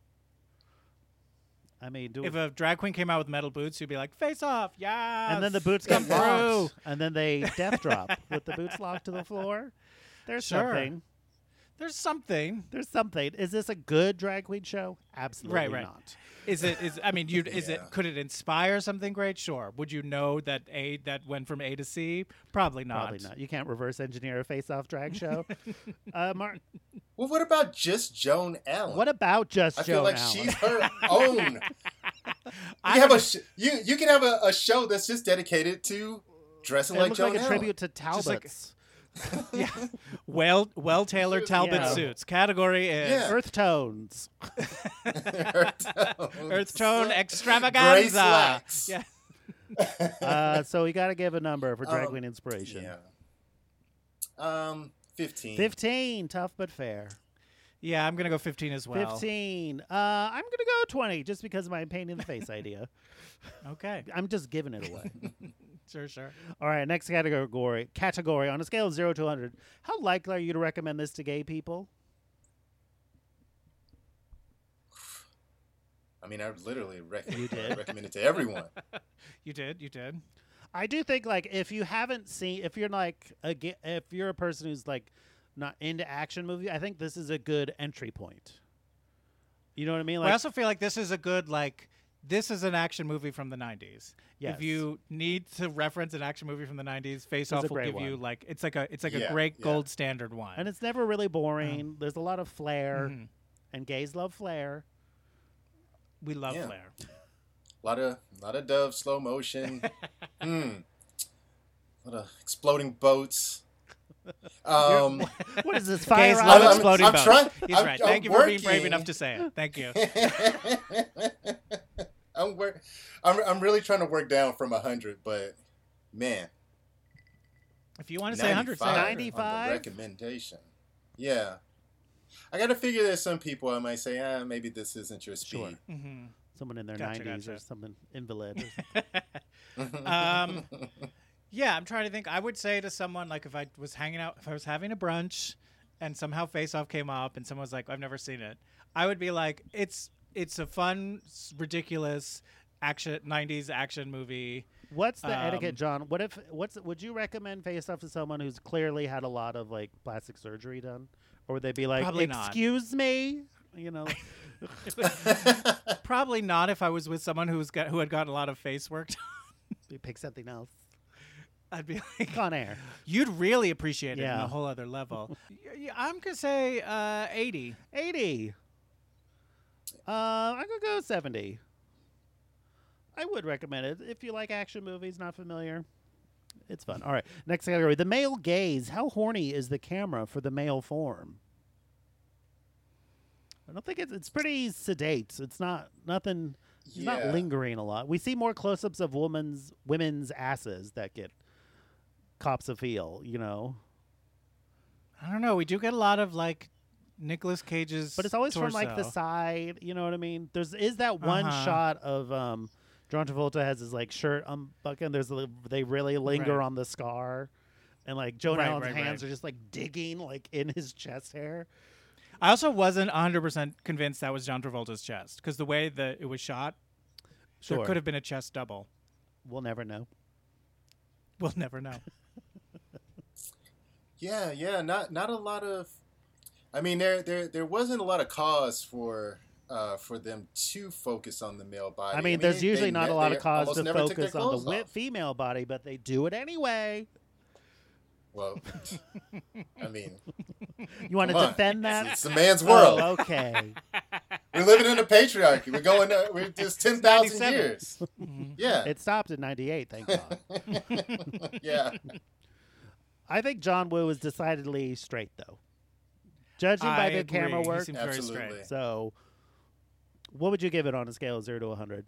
S5: I mean, do
S4: if a drag queen came out with metal boots you'd be like face off yeah
S5: and then the boots
S4: come
S5: get
S4: through
S5: locked, and then they death drop with the boots locked to the floor. There's
S4: Sure.
S5: something.
S4: there's something
S5: There's something. Is this a good drag queen show? Absolutely
S4: right.
S5: not.
S4: is it is i mean you is it
S6: Yeah.
S4: could it inspire something great sure would you know that a that went from a to c probably not
S5: Probably not. You can't reverse engineer a face-off drag show. uh, Mark,
S6: Well, what about just Joan Allen?
S5: what about just
S6: I
S5: Joan
S6: feel like
S5: Allen?
S6: she's her own.
S4: I
S6: you have a sh- you you can have a, a show that's just dedicated to dressing
S5: it
S6: like
S5: looks
S6: Joan
S5: like a
S6: Allen.
S5: tribute to
S4: Just like-
S5: Talbots.
S4: yeah. Well, well tailored Talbot
S5: Yeah.
S4: suits. Category is
S6: Yeah.
S5: Earth tones.
S4: Earth Tone
S6: Gray
S4: Extravaganza.
S6: slacks.
S4: Yeah.
S5: uh, so we got to give a number for drag
S6: Um,
S5: queen inspiration.
S6: Yeah. Um, fifteen.
S5: Fifteen, tough but fair.
S4: Yeah, I'm gonna go 15 as well.
S5: Fifteen. Uh, I'm gonna go twenty, just because of my pain in the face idea.
S4: Okay.
S5: I'm just giving it away.
S4: Sure, sure.
S5: All right, next category. Category on a scale of zero to hundred, how likely are you to recommend this to gay people?
S6: I mean, I literally rec-
S5: You did.
S6: recommend it to everyone.
S4: You did. You did.
S5: I do think like if you haven't seen if you're like a ga- if you're a person who's like not into action movie, I think this is a good entry point. You know what I mean?
S4: I
S5: Like
S4: also feel like this is a good like. This is an action movie from the 90s.
S5: Yes.
S4: If you need to reference an action movie from the 90s, Face
S5: a
S4: Off will
S5: great
S4: give you
S5: one.
S4: like it's like a it's like
S6: Yeah,
S4: a great
S6: yeah.
S4: gold standard one.
S5: and it's never really boring.
S4: Oh.
S5: There's a lot of flair
S4: Mm-hmm.
S5: and gays love flair.
S4: we love
S6: Yeah.
S4: Flair.
S6: A lot of lot of dove, slow motion. Mm. A lot of exploding boats. Um,
S5: What is this
S4: Gays
S5: fire?
S4: love
S6: I'm-
S5: island?
S4: exploding
S6: I'm
S4: boats.
S6: trying-
S4: He's
S6: I'm-
S4: right.
S6: I'm
S4: Thank you for being brave
S6: working.
S4: enough to say it. Thank you.
S6: I'm work. I'm, I'm really trying to work down from hundred, but man,
S4: If you want to say 100, say 100.
S5: 95.
S6: on the recommendation. Yeah, I got to figure there's some people I might say, ah, maybe this isn't your speed.
S5: Sure. Someone in their
S4: Gotcha,
S5: 90s or
S4: gotcha.
S5: something invalid. or something.
S4: Um, yeah, I'm trying to think. I would say to someone like if I was hanging out, if I was having a brunch, and somehow Face Off came up, and someone was like, "I've never seen it," I would be like, "It's it's a fun, s- ridiculous action '90s action movie."
S5: What's the
S4: Um,
S5: etiquette, John? What if what's would you recommend face off to someone who's clearly had a lot of like plastic surgery done? Or would they be like,
S4: Probably not.
S5: "Excuse me?" You know, like-
S4: Probably not if I was with someone who was got, who had gotten a lot of face work. done.
S5: pick something else.
S4: I'd be like,
S5: Con Air.
S4: "You'd really appreciate it on
S5: Yeah.
S4: a whole other level." Y- y- I'm gonna say uh, 80.
S5: 80. Uh, I'm going to go 70. I would recommend it if you like action movies, not familiar. It's fun. All right. Next category the male gaze. How horny is the camera for the male form? I don't think it's, it's pretty sedate. It's not nothing. It's
S6: Yeah.
S5: not lingering a lot. We see more close-ups of women's women's asses that get cops a feel, you know.
S4: I don't know. We do get a lot of like Nicolas Cage's,
S5: But it's always from like the
S4: torso.
S5: side, you know what I mean? There's is that one
S4: Uh-huh.
S5: shot of um John Travolta has his like shirt unbuckled. There's a, li- they really linger
S4: Right.
S5: on the scar, and like Joan
S4: Right,
S5: Allen's
S4: right,
S5: hands
S4: right.
S5: are just like digging like in his chest hair.
S4: I also wasn't 100 percent convinced that was John Travolta's chest because the way that it was shot, there could have been a chest double.
S5: We'll never know.
S4: We'll never know.
S6: Yeah, yeah, not not a lot of. I mean, there there there wasn't a lot of cause for uh, for them to focus on the male body.
S5: I mean, there's
S6: they-
S5: usually
S6: they
S5: not
S6: ne-
S5: a lot
S6: they
S5: of cause
S6: almost
S5: to
S6: never took their
S5: focus on the
S6: clothes
S5: wi-
S6: off.
S5: female body, but they do it anyway.
S6: Well, I mean,
S5: You want to
S6: Come on.
S5: defend
S6: it's,
S5: that?
S6: it's a man's world.
S5: Oh, okay.
S6: We're living in a patriarchy. We're going. Uh, we're just ten thousand
S4: 97.
S6: years. Yeah,
S5: It stopped in '98. Thank God.
S6: yeah.
S5: I think John Woo is decidedly straight, though, judging
S4: I
S5: by the
S4: agree.
S5: camera
S4: He
S5: work.
S4: seems very straight.
S6: Absolutely.
S5: So, what would you give it on a scale of zero to 100?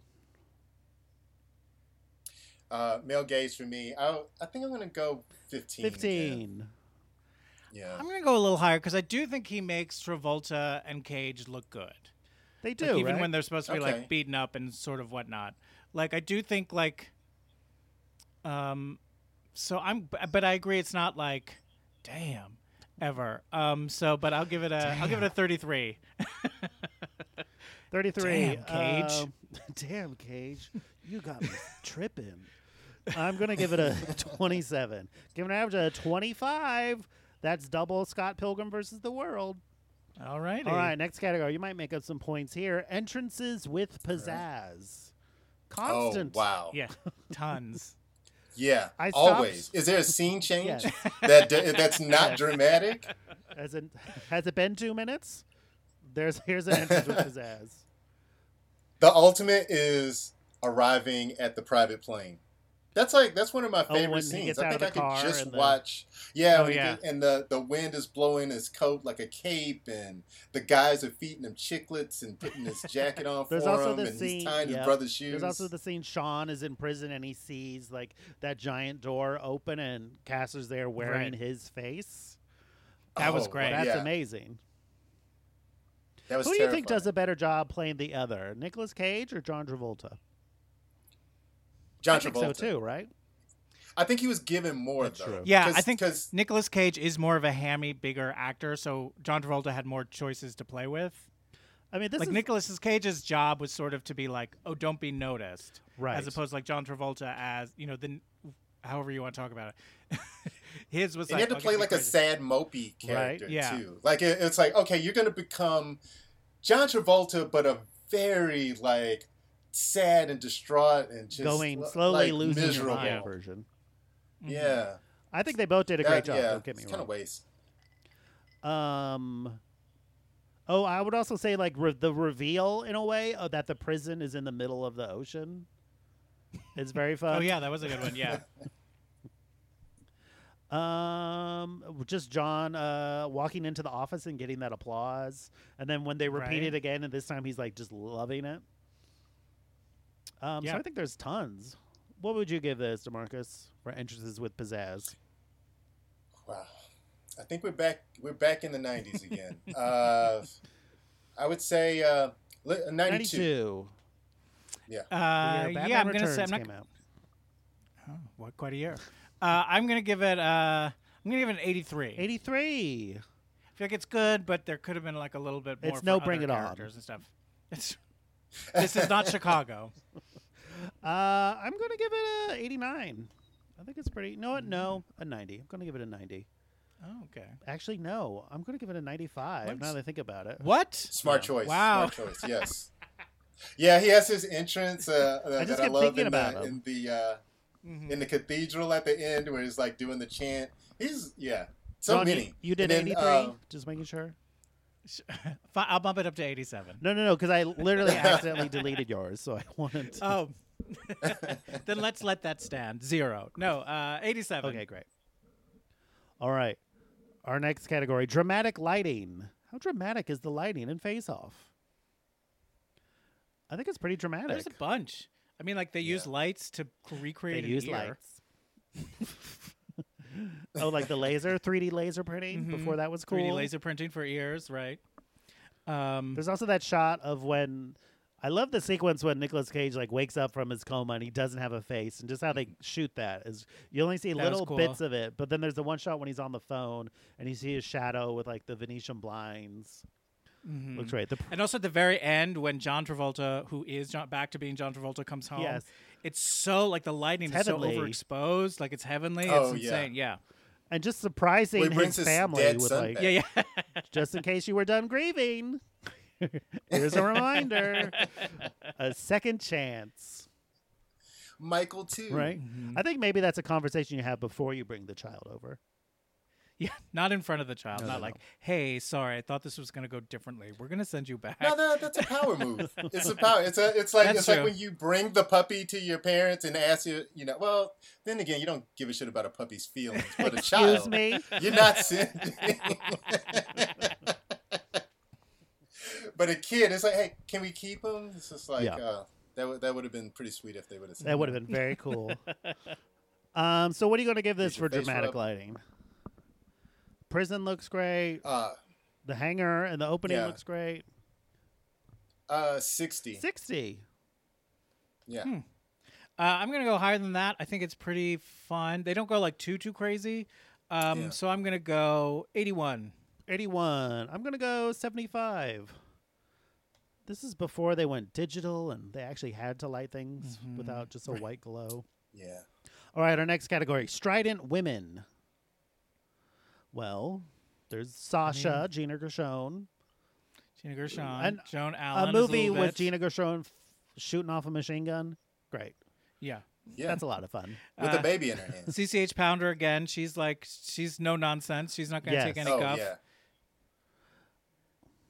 S6: Uh, male gaze for me. I I think I'm gonna go fifteen. man.
S5: 15.
S6: Yeah.
S4: I'm gonna go a little higher because I do think he makes Travolta and Cage look good,
S5: They do,
S4: like, even
S5: right?
S4: when they're supposed to be
S6: Okay.
S4: like beaten up and sort of whatnot. Like I do think like, um, so I'm, but I agree it's not like, damn, ever. Um, so but I'll give it a, will give it a 33.
S5: 33.
S4: Damn, Cage.
S5: Um, damn, Cage. You got me tripping. I'm going to give it a 27. Give an average of 25. That's double Scott Pilgrim versus the world.
S4: All right.
S5: All right, next category. You might make up some points here. Entrances with pizzazz.
S6: Oh
S5: Constant.
S6: wow.
S4: Yeah, tons.
S6: Yeah.
S5: I stopped-
S6: Always. Is there a scene change
S5: Yes.
S6: that that's not dramatic?
S5: Has it, has it been two minutes? There's Here's an entrance with pizzazz.
S6: The ultimate is arriving at the private plane. That's like that's one of my
S5: Oh, when
S6: favorite
S5: he
S6: scenes.
S5: gets
S6: I
S5: out of
S6: think
S5: the
S6: I could
S5: car
S6: just
S5: and the-
S6: watch. Yeah,
S4: Oh,
S6: when he
S4: yeah.
S6: get- and the the wind is blowing his coat like a cape, and the guys are feeding him chiclets and putting his jacket on
S5: There's
S6: for
S5: also
S6: him,
S5: the
S6: and
S5: scene.
S6: he's tying
S5: yep.
S6: his brother's shoes.
S5: There's also the scene. Sean is in prison and he sees like that giant door open and Caster's there wearing
S4: Right.
S5: his face.
S4: That was
S6: Oh,
S4: great.
S5: That's
S6: yeah.
S5: amazing.
S6: That was
S5: Who do you think
S6: terrifying.
S5: does a better job playing the other, Nicolas Cage or John Travolta?
S6: John
S5: I think
S6: Travolta.
S5: so too, right?
S6: I think he was given more
S5: That's
S6: though.
S5: true.
S4: Yeah, I
S6: 'Cause-
S4: think
S6: 'cause-
S4: Nicolas Cage is more of a hammy, bigger actor, so John Travolta had more choices to play with.
S5: I mean, this
S4: like
S5: is
S4: Nicolas Cage's job was sort of to be like, oh, don't be noticed,
S5: Right.
S4: As opposed to like John Travolta as you know the, however you want to talk about it. His was like
S6: and you
S4: "I'll
S6: had
S4: get
S6: to play
S4: you
S6: like a
S4: crazy."
S6: sad mopey character
S4: Yeah.
S6: too. Like it, it's like okay, you're gonna become John Travolta, but a very like sad and distraught and just
S5: going
S6: li-
S5: slowly
S6: like,
S5: losing
S6: miserable.
S5: your mind version.
S6: Yeah,
S5: I think they both did a great
S6: That-
S5: job.
S6: yeah,
S5: don't get me
S6: it's kind
S5: wrong.
S6: of waste.
S5: Um. Oh, I would also say like re- the reveal in a way uh, that the prison is in the middle of the ocean. It's very fun.
S4: Oh yeah, that was a good one. Yeah,
S5: Um, just John uh, walking into the office and getting that applause, and then when they repeat
S4: Right.
S5: it again, and this time he's like just loving it. Um,
S4: Yeah.
S5: so I think there's tons. What would you give this, Demarcus, for entrances with pizzazz?
S6: Wow, I think we're back. We're back in the '90s again. uh, I would say uh, li- 92.
S5: Ninety-two.
S6: Yeah,
S4: uh,
S5: The year
S4: yeah.
S5: Batman
S4: I'm gonna say I'm
S5: Returns
S4: not
S5: came out.
S4: oh, what quite a year. Uh, I'm gonna give it. Uh, I'm gonna give it an 83.
S5: Eighty-three.
S4: I feel like it's good, but there could have been like a little bit more.
S5: It's
S4: for
S5: no
S4: other
S5: Bring It On.
S4: characters and stuff. It's, this is not Chicago.
S5: Uh, I'm gonna give it a eighty-nine. I think it's pretty. You know what? No, a ninety. I'm gonna give it a ninety.
S4: Oh, okay.
S5: Actually, no. I'm gonna give it a ninety-five. Now that I think about it.
S4: What?
S6: smart choice.
S4: Wow.
S6: smart choice. Yes. Yeah, he has his entrance uh, that I,
S5: just kept
S6: love
S5: thinking
S6: in,
S5: about
S6: the,
S5: him. Mm-hmm.
S6: in the uh, in the cathedral at the end where he's like doing the chant. He's yeah, so
S5: Ron, you-
S6: many.
S5: You did
S6: And then,
S5: eighty-three.
S6: um,
S5: just making sure.
S4: Fi- I'll bump it up to 87.
S5: No, no, no, because I literally accidentally deleted yours, so I wanted. To.
S4: Oh. then let's let that stand. Zero. No, uh, 87.
S5: okay, great. All right, our next category: dramatic lighting. How dramatic is the lighting in Face Off? I think it's pretty dramatic.
S4: There's a bunch. I mean, like, they use lights to c-
S5: they
S4: recreate an
S5: use
S4: ear.
S5: lights. Oh, like the laser, 3D laser printing
S4: Mm-hmm.
S5: before that was cool.
S4: 3D laser printing for ears, right? Um,
S5: There's also that shot of when I love the sequence when Nicolas Cage like wakes up from his coma and he doesn't have a face and just how they shoot that is you only see
S4: was
S5: little
S4: cool.
S5: bits of it, but then there's the one shot when he's on the phone and you see his shadow with like the Venetian blinds. Looks right. The pr-
S4: Mm-hmm. and also at the very end when John Travolta, who is John, back to being John Travolta, comes home.
S5: Yes.
S4: It's so like the lightning
S5: It's
S4: is so
S5: heavenly.
S4: overexposed, like it's heavenly.
S6: Oh,
S4: it's
S6: yeah.
S4: insane. Yeah.
S5: and just surprising
S6: Well, he brings
S5: his
S6: his
S5: family
S6: dead
S5: with
S6: son
S5: like
S6: back.
S4: Yeah, yeah.
S5: just in case you were done grieving. Here's a reminder. a second chance.
S6: Michael too.
S5: Right?
S4: Mm-hmm.
S5: I think maybe that's a conversation you have before you bring the child over.
S4: yeah. Not in front of the child.
S5: No,
S4: not
S5: no,
S4: like, hey, sorry, I thought this was gonna go differently. We're gonna send you back.
S6: No, that, that's a power move. It's a power. It's a. It's like
S4: That's
S6: it's
S4: true.
S6: like when you bring the puppy to your parents and ask you, you know. Well, then again, you don't give a shit about a puppy's feelings, but a
S5: Excuse
S6: child.
S5: me.
S6: You're not sending. but a kid, it's like, hey, can we keep him? It's just like
S5: Yeah.
S6: uh, that. Would that would have been pretty sweet if they would have said
S5: That would have been very cool. um, so what are you going to give this
S6: Here's your
S5: for
S6: face
S5: dramatic
S6: rub.
S5: lighting? Prison looks great.
S6: Uh,
S5: The hangar and the opening
S6: yeah.
S5: looks great.
S6: uh, sixty.
S5: 60.
S6: Yeah.
S5: Hmm.
S4: Uh, I'm gonna go higher than that. I think it's pretty fun. They don't go like too too crazy. Um,
S6: Yeah.
S4: So I'm gonna go 81.
S5: 81. I'm going to go 75. This is before they went digital and they actually had to light things without just a white glow.
S6: Yeah.
S5: All right, our next category strident women. Well, there's Sasha, Gina Gershon.
S4: Gina Gershon,
S5: An-
S4: Joan Allen.
S5: A
S4: is little
S5: movie with
S4: bitch.
S5: Gina Gershon f- shooting off a machine gun. Great.
S4: Yeah.
S6: Yeah.
S5: That's a lot Uh, of fun.
S6: With a baby in her hands.
S4: CCH Pounder again. She's like, she's no nonsense. She's not gonna take
S5: Yes.
S4: any
S6: Oh
S4: guff.
S6: yeah.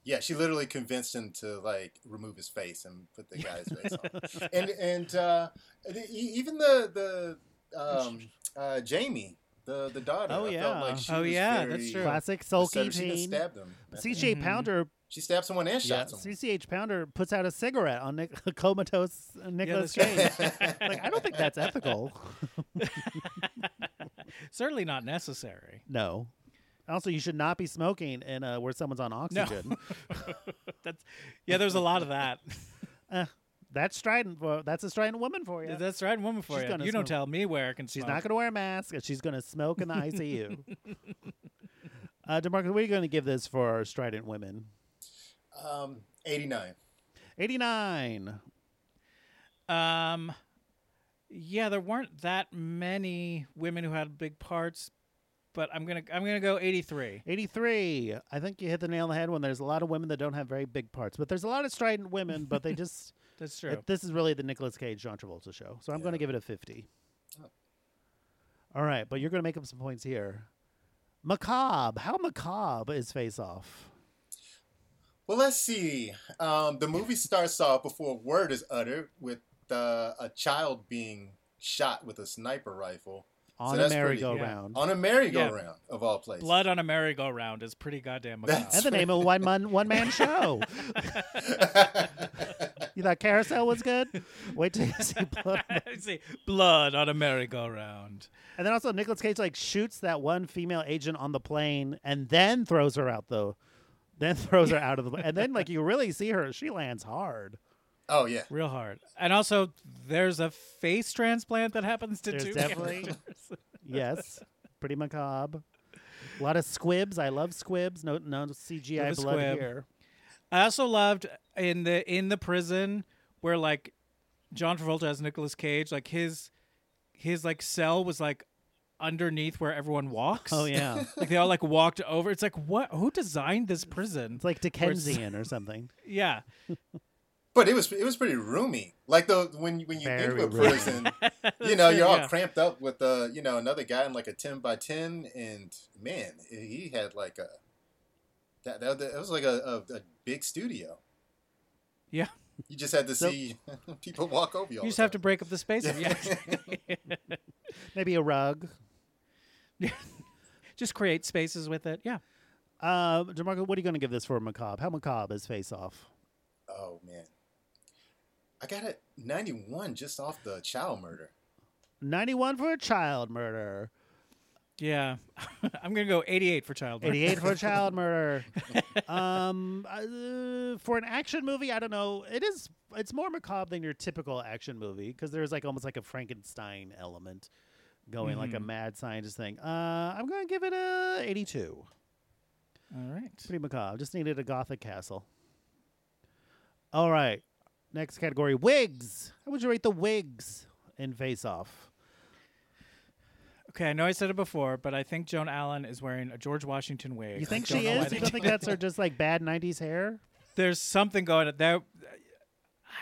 S6: Yeah, she literally convinced him to like remove his face and put the guy's face on. And and uh, the, e- even the the um, uh, Jamie, the the daughter.
S5: Oh,
S6: I
S5: yeah.
S6: felt like she
S4: Oh,
S6: was
S4: yeah,
S6: very
S4: that's true.
S5: Classic sulky
S6: assertive. She just
S5: teen.
S6: stabbed him. I think.
S4: Mm-hmm.
S5: CCH Pounder,
S6: She stabbed someone and
S5: yeah,
S6: shot someone.
S5: CCH Pounder puts out a cigarette on Nic- comatose Nicholas Cage.
S4: that's
S5: like, I don't think that's ethical.
S4: Certainly not necessary.
S5: no. Also, you should not be smoking in uh, where someone's on oxygen.
S4: That's yeah. There's a lot of that.
S5: That's strident. For, that's a strident woman for you.
S4: That's right, woman for
S5: She's
S4: you.
S5: gonna
S4: You don't
S5: smoke.
S4: tell me where I can.
S5: She's
S4: smoke.
S5: not going to wear a mask. and She's going to smoke in the ICU. uh, Demarcus, what are you going to give this for our strident women?
S6: Um, Eighty nine.
S5: 89.
S4: Um, yeah, there weren't that many women who had big parts, but I'm gonna I'm gonna go 83.
S5: 83. I think you hit the nail on the head when there's a lot of women that don't have very big parts, but there's a lot of strident women, but they just.
S4: That's true.
S5: it- this is really the Nicolas Cage John Travolta show. So I'm going to give it a 50. All right, but you're going to make up some points here. Macabre. How macabre is Face Off?
S6: Well, let's see. Um, the movie starts off before a word is uttered with uh, a child being shot with a sniper rifle
S5: On a
S6: that's pretty-
S5: merry-go-round.
S6: On a merry-go-round of all places.
S4: Blood on a merry-go-round is pretty goddamn
S5: And
S4: macabre.
S5: the name of a one man one man show. you thought Carousel was good? Wait till you see Blood. on the-
S4: I see blood on a merry-go-round.
S5: And then also Nicolas Cage like shoots that one female agent on the plane and then throws her out though. Then throws her out of the and then like you really see her she lands hard.
S6: Oh yeah.
S4: Real hard. And also, there's a face transplant that happens to
S5: There's
S4: two
S5: definitely-
S4: characters.
S5: Yes. Pretty macabre. A lot of squibs. I love squibs. No no CGI
S4: Love a
S5: blood
S4: squib.
S5: here.
S4: I also loved in the in the prison where like John Travolta as Nicolas Cage, like his his like cell was like underneath where everyone walks.
S5: Oh yeah.
S4: like they all like walked over. It's like what? Who designed this prison?
S5: It's like Dickensian or something.
S4: yeah,
S6: But it was it was pretty roomy. Like the when when you
S5: Very
S6: into a
S5: roomy.
S6: prison, you know you're all
S4: Yeah.
S6: cramped up with uh you know another guy in like a ten by ten, and man, he had like a that that, that was like a, a, a big studio.
S4: yeah.
S6: You just had to
S5: So-
S6: see people walk over you. All
S4: You just
S6: the
S4: have to
S6: time.
S4: break up the space. Yeah.
S5: Maybe a rug.
S4: just create spaces with it. Yeah.
S5: Uh, DeMarco, what are you going to give this for macabre? How macabre is Face Off?
S6: Oh man, I got a ninety one just off the child murder.
S5: 91 for a child murder.
S4: Yeah, I'm gonna go 88 for child. murder.
S5: 88 for child murder. um, uh, for an action movie, I don't know. It is. It's more macabre than your typical action movie because there's like almost like a Frankenstein element going, like a mad scientist thing. Uh, I'm going to give it a 82.
S4: All right.
S5: Pretty macabre. Just needed a gothic castle. All right. Next category: wigs. How would you rate the wigs in Face Off?
S4: Okay, I know I said it before, but I think Joan Allen is wearing a George Washington wig. I
S5: You think
S4: don't
S5: she
S4: know why
S5: is?
S4: they
S5: You don't
S4: did
S5: think
S4: that.
S5: that's her just like bad '90s hair?
S4: There's something going on there.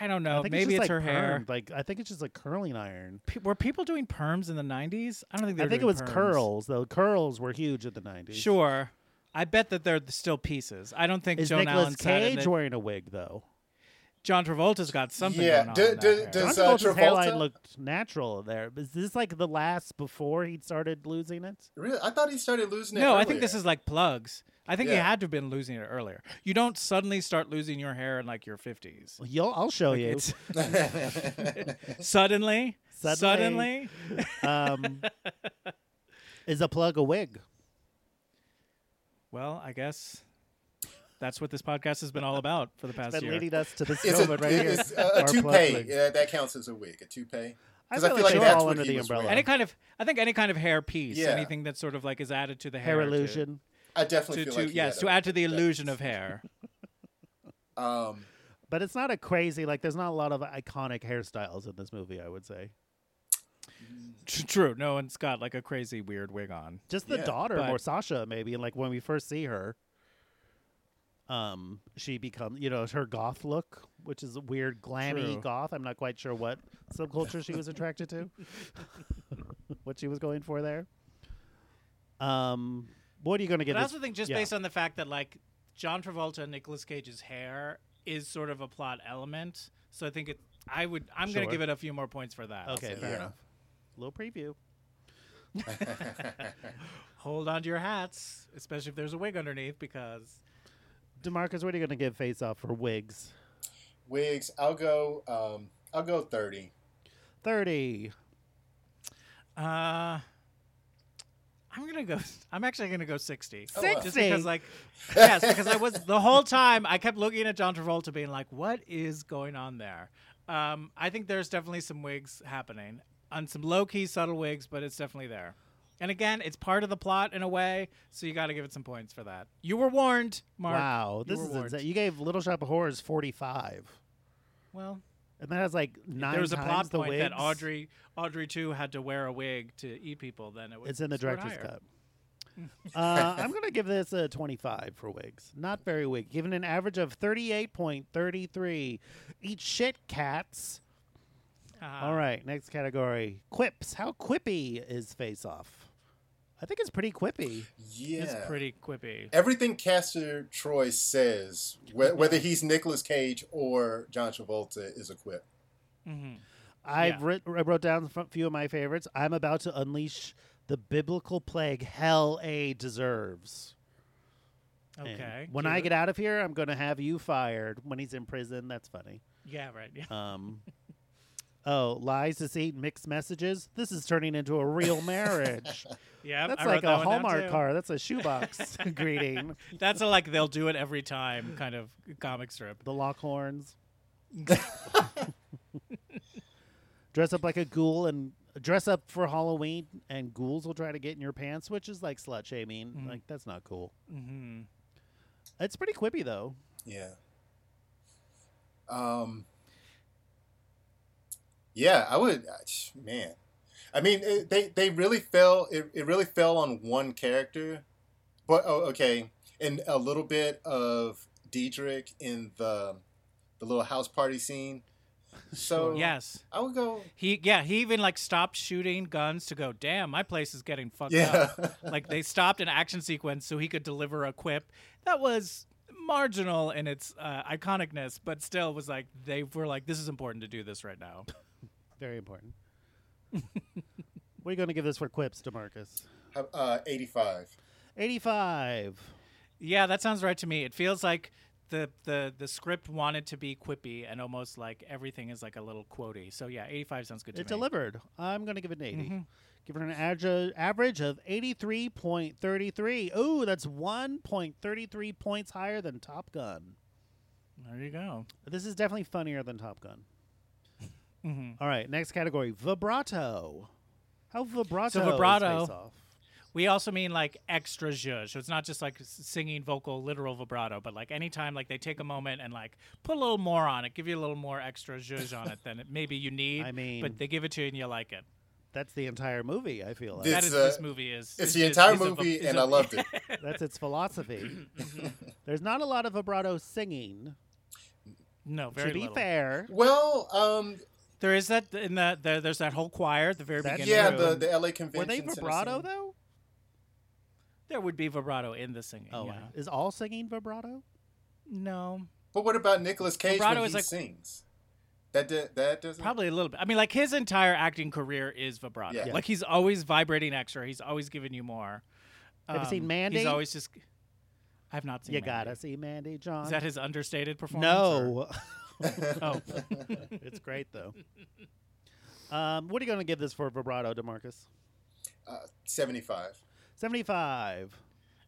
S4: I don't know.
S5: I think
S4: Oh, Maybe
S5: it's,
S4: it's,
S5: just,
S4: her
S5: like,
S4: hair.
S5: permed, Like I think it's just a curling iron.
S4: Pe- were people doing perms in the 90s? I don't think they
S5: I
S4: were
S5: think it
S4: doing
S5: was
S4: perms.
S5: curls though. Curls were huge in the nineties.
S4: Sure. I bet that they're still pieces. I don't think
S5: Is
S4: Joan
S5: Nicolas
S4: Allen sat in it.
S5: Cage wearing a wig though?
S4: John Travolta's got something
S6: Yeah,
S4: going on.
S6: do-
S4: in that
S6: do-
S4: hair.
S6: does- Is,
S5: John
S6: uh,
S5: Travolta's hairline
S6: Travolta-
S5: looked natural there. Is this like the last before he started losing it?
S6: Really, I thought he started losing it.
S4: no, I think
S6: earlier.
S4: this is like plugs. I think he
S6: Yeah.
S4: had to have been losing it earlier. You don't suddenly start losing your hair in like your 50s.
S5: Well, You'll, I'll show you.
S4: It's suddenly, suddenly.
S5: Suddenly. Um, is a plug a wig?
S4: Well, I guess that's what this podcast has been all about for the past
S5: Been
S4: year.
S5: leading us to this
S6: It's a,
S5: moment right here.
S6: it's uh, a,
S5: Our
S6: a
S5: plug
S6: toupee.
S5: wig.
S6: Yeah, that counts as a wig. A toupee.
S5: I
S6: 'Cause
S5: feel like,
S6: like
S5: they're
S6: that's
S5: all
S6: what
S5: under
S6: he
S5: the
S6: was
S5: umbrella.
S6: wearing.
S4: any kind of, I think any kind of hair piece,
S6: Yeah.
S4: anything that sort of like is added to the hair,
S5: hair
S4: to-
S5: illusion.
S6: I
S4: To,
S6: definitely
S4: to,
S6: feel like he
S4: yes,
S6: had
S4: to
S6: a-
S4: add to the
S6: that-
S4: illusion of hair.
S6: Um,
S5: But it's not a crazy like. There's not a lot of iconic hairstyles in this movie. I would say
S4: Tr- True. No one's got like a crazy weird wig on.
S5: just the
S6: Yeah,
S5: daughter
S4: but-
S5: or Sasha maybe. And like when we first see her, um, she becomes you know her goth look, which is a weird glammy
S4: True.
S5: goth. I'm not quite sure what subculture she was attracted to, what she was going for there. Um, what are you going to get?
S4: But I
S5: this-
S4: also think just
S5: yeah.
S4: based on the fact that like John Travolta and Nicolas Cage's hair is sort of a plot element, so I think it. I would. I'm going to
S5: Sure.
S4: give it a few more points for that.
S5: Okay, fair
S6: yeah.
S5: enough. Little preview.
S4: Hold on to your hats, especially if there's a wig underneath, because
S5: Demarcus, what are you going to give Face Off for wigs?
S6: Wigs. I'll go. Um, I'll go thirty.
S5: Thirty.
S4: uh, I'm gonna go. I'm actually gonna go sixty.
S6: wow.
S4: Just
S5: 60?
S4: because, like, yes, because I was the whole time I kept looking at John Travolta, being like, "What is going on there?" Um, I think there's definitely some wigs happening on some low key subtle wigs, but it's definitely there. And again, it's part of the plot in a way, so you got to give it some points for that. You were warned, Mark.
S5: wow,
S4: You
S5: this
S4: were
S5: is
S4: warned.
S5: insane. You gave Little Shop of Horrors forty-five.
S4: Well,
S5: And that has like nine.
S4: there was a
S5: times
S4: plot
S5: the
S4: point that
S5: wigs.
S4: Audrey, Audrey too, had to wear a wig to eat people. Then it was
S5: It's in the
S4: scored
S5: director's
S4: higher.
S5: cut. uh, I'm gonna give this a 25 for wigs. Not very wig. Given an average of 38.33. Eat shit, cats.
S4: Uh-huh.
S5: All right, next category: quips. How quippy is Face Off? I think it's pretty quippy.
S6: Yeah.
S4: It's pretty quippy.
S6: Everything Caster Troy says, wh- whether he's Nicolas Cage or John Travolta, is a quip.
S5: I've
S4: Mm-hmm. Yeah.
S5: writ- I wrote down a few of my favorites. I'm about to unleash the biblical plague hell A deserves. And
S4: Okay.
S5: when I get out of here, I'm going to have you fired. When he's in prison, that's funny.
S4: Yeah, right. Yeah.
S5: Um, oh, lies, deceit, mixed messages. This is turning into a real marriage.
S4: yeah
S5: That's
S4: I wrote
S5: like a
S4: that one down,
S5: Hallmark
S4: too.
S5: car. That's a shoebox greeting.
S4: That's a like they'll do it every time kind of comic strip.
S5: The Lockhorns. dress up like a ghoul and dress up for Halloween, and ghouls will try to get in your pants, which is like slut shaming. Like that's not cool.
S4: Mm-hmm.
S5: It's pretty quippy though.
S6: Yeah. Um. Yeah, I would. I- sh- Man, I mean, it, they they really fell. It, it really fell on one character, but oh, okay, and a little bit of Diedrich in the the little house party scene. So
S4: Yes.
S6: I would go.
S4: He yeah, he even like stopped shooting guns to go, "Damn, my place is getting fucked
S6: Yeah.
S4: up." like they stopped an action sequence so he could deliver a quip that was marginal in its uh, iconicness, but still was like they were like this is important to do this right now.
S5: Very important. what are you going to give this for quips, Demarcus?
S6: Uh, Eighty-five.
S5: 85.
S4: Yeah, that sounds right to me. It feels like the the the script wanted to be quippy and almost like everything is like a little quotey. So yeah, 85 sounds good to Mm-hmm.
S5: It
S4: me.
S5: delivered. I'm going to give it an 80. Give her an adge- average of 83.33. Ooh, that's 1.33 points higher than Top Gun.
S4: There you go.
S5: This is definitely funnier than Top Gun.
S4: Mm-hmm.
S5: All right, next category vibrato. How vibrato? is
S4: vibrato-
S5: Face Off?
S4: We also mean like extra zhuzh. So it's not just like s- singing vocal, literal vibrato, but like anytime like they take a moment and like put a little more on it, give you a little more extra zhuzh on it than it maybe you need.
S5: I mean-
S4: but they give it to you and you like it.
S5: That's the entire movie. I feel like
S6: This-
S4: That
S6: It's
S4: is
S6: a-
S4: this movie is.
S6: It's
S4: is-
S6: the
S4: is-
S6: entire
S4: is a vi-
S6: movie,
S4: is
S6: and
S4: a-
S6: I loved it.
S5: that's its philosophy. There's not a lot of vibrato singing.
S4: No, very
S5: to be
S4: little.
S5: fair,
S6: Well, um,
S4: There is that in the, the there's that whole choir at the very
S5: That's
S4: beginning.
S6: yeah,
S4: who-
S6: the, the LA
S5: were
S6: convention.
S5: they vibrato though?
S4: there would be vibrato in the singing.
S5: Oh,
S4: yeah.
S5: is all singing vibrato?
S4: no,
S6: But what about Nicolas Cage
S4: Vibrato
S6: when
S4: is
S6: he
S4: like-
S6: sings? That di- that doesn't
S4: probably a little bit. I mean, like his entire acting career is vibrato.
S6: Yeah.
S4: Like he's always vibrating extra. He's always giving you more. Um,
S5: Have you seen Mandy?
S4: He's always just. I've not seen.
S5: You
S4: Mandy.
S5: gotta see Mandy John.
S4: Is that his understated performance? or-
S5: no,
S4: Oh,
S5: it's great though. Um, what are you gonna give this for vibrato, Demarcus?
S6: uh, seventy five.
S5: Seventy-five.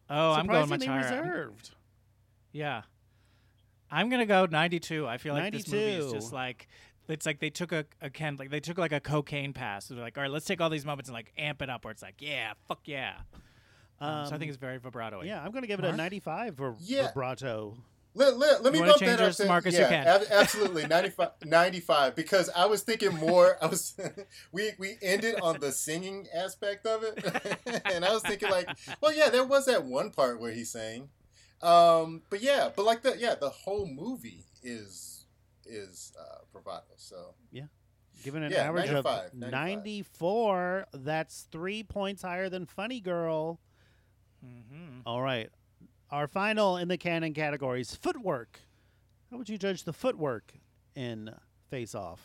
S4: oh, I'm going much
S5: Surprisingly
S4: higher. I'm-
S5: reserved.
S4: Yeah. I'm gonna go 92. I feel like this movie is
S5: 92.
S4: just like it's like they took a, a Ken like they took like a cocaine pass. They're like, all right, let's take all these moments and like amp it up where it's like, yeah, fuck yeah. Um, so I think it's very vibrato.
S5: Yeah, I'm gonna give it a 95 for
S6: Yeah.
S5: vibrato.
S6: Let, let, let me
S4: You wanna
S6: bump
S4: change
S6: that
S4: yours,
S6: up to
S4: Marcus? You
S6: yeah,
S4: can.
S6: ab- absolutely 95, 95 because I was thinking more. I was we we ended on the singing aspect of it, and I was thinking like, well, yeah, there was that one part where he sang, um, but yeah, but like the yeah, the whole movie is is uh, bravado. So
S5: Given an
S6: Yeah,
S5: average of
S6: 95, 95.
S5: 94, that's three points higher than Funny Girl.
S4: Mm-hmm.
S5: All right. Our final in the canon categories footwork. How would you judge the footwork in Face Off?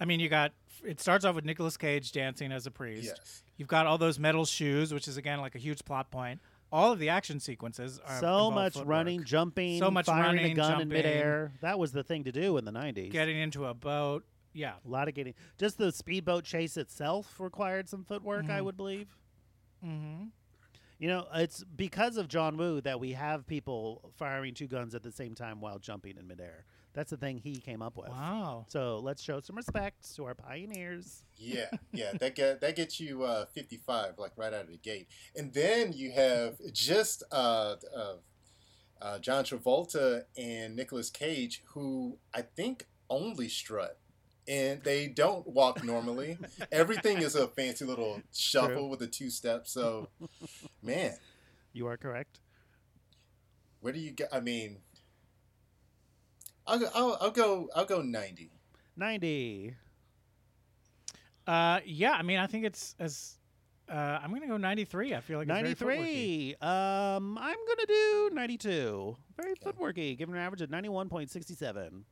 S4: I mean, you got it starts off with Nicolas Cage dancing as a priest.
S6: yes,
S4: You've got all those metal shoes, which is again like a huge plot point. All of the action sequences are
S5: So
S4: Uh, involve
S5: much
S4: footwork.
S5: running, jumping,
S4: So much
S5: firing a
S4: running,
S5: gun in
S4: jumping.
S5: midair. That was the thing to do in the 90s.
S4: getting into a boat. Yeah,
S5: a lot of getting. Just the speedboat chase itself required some footwork, I would believe.
S4: mm-hmm.
S5: You know, it's because of John Woo that we have people firing two guns at the same time while jumping in midair. That's the thing he came up with.
S4: Wow.
S5: So let's show some respect to our pioneers.
S6: yeah, yeah. That get that gets you uh, fifty five like right out of the gate, and then you have just uh, uh, uh, John Travolta and Nicolas Cage, who I think only strut. And they don't walk normally. Everything is a fancy little shuffle
S5: True.
S6: with a two step. So, man,
S5: You are correct.
S6: where do you get? I mean, I'll go. I'll, I'll go. I'll go ninety.
S5: 90.
S4: Uh, yeah, I mean, I think it's as uh, I'm gonna go 93. I feel like it's very footworky.
S5: 93. Um, I'm going to do 92. Very footworky, given an average of 91.67.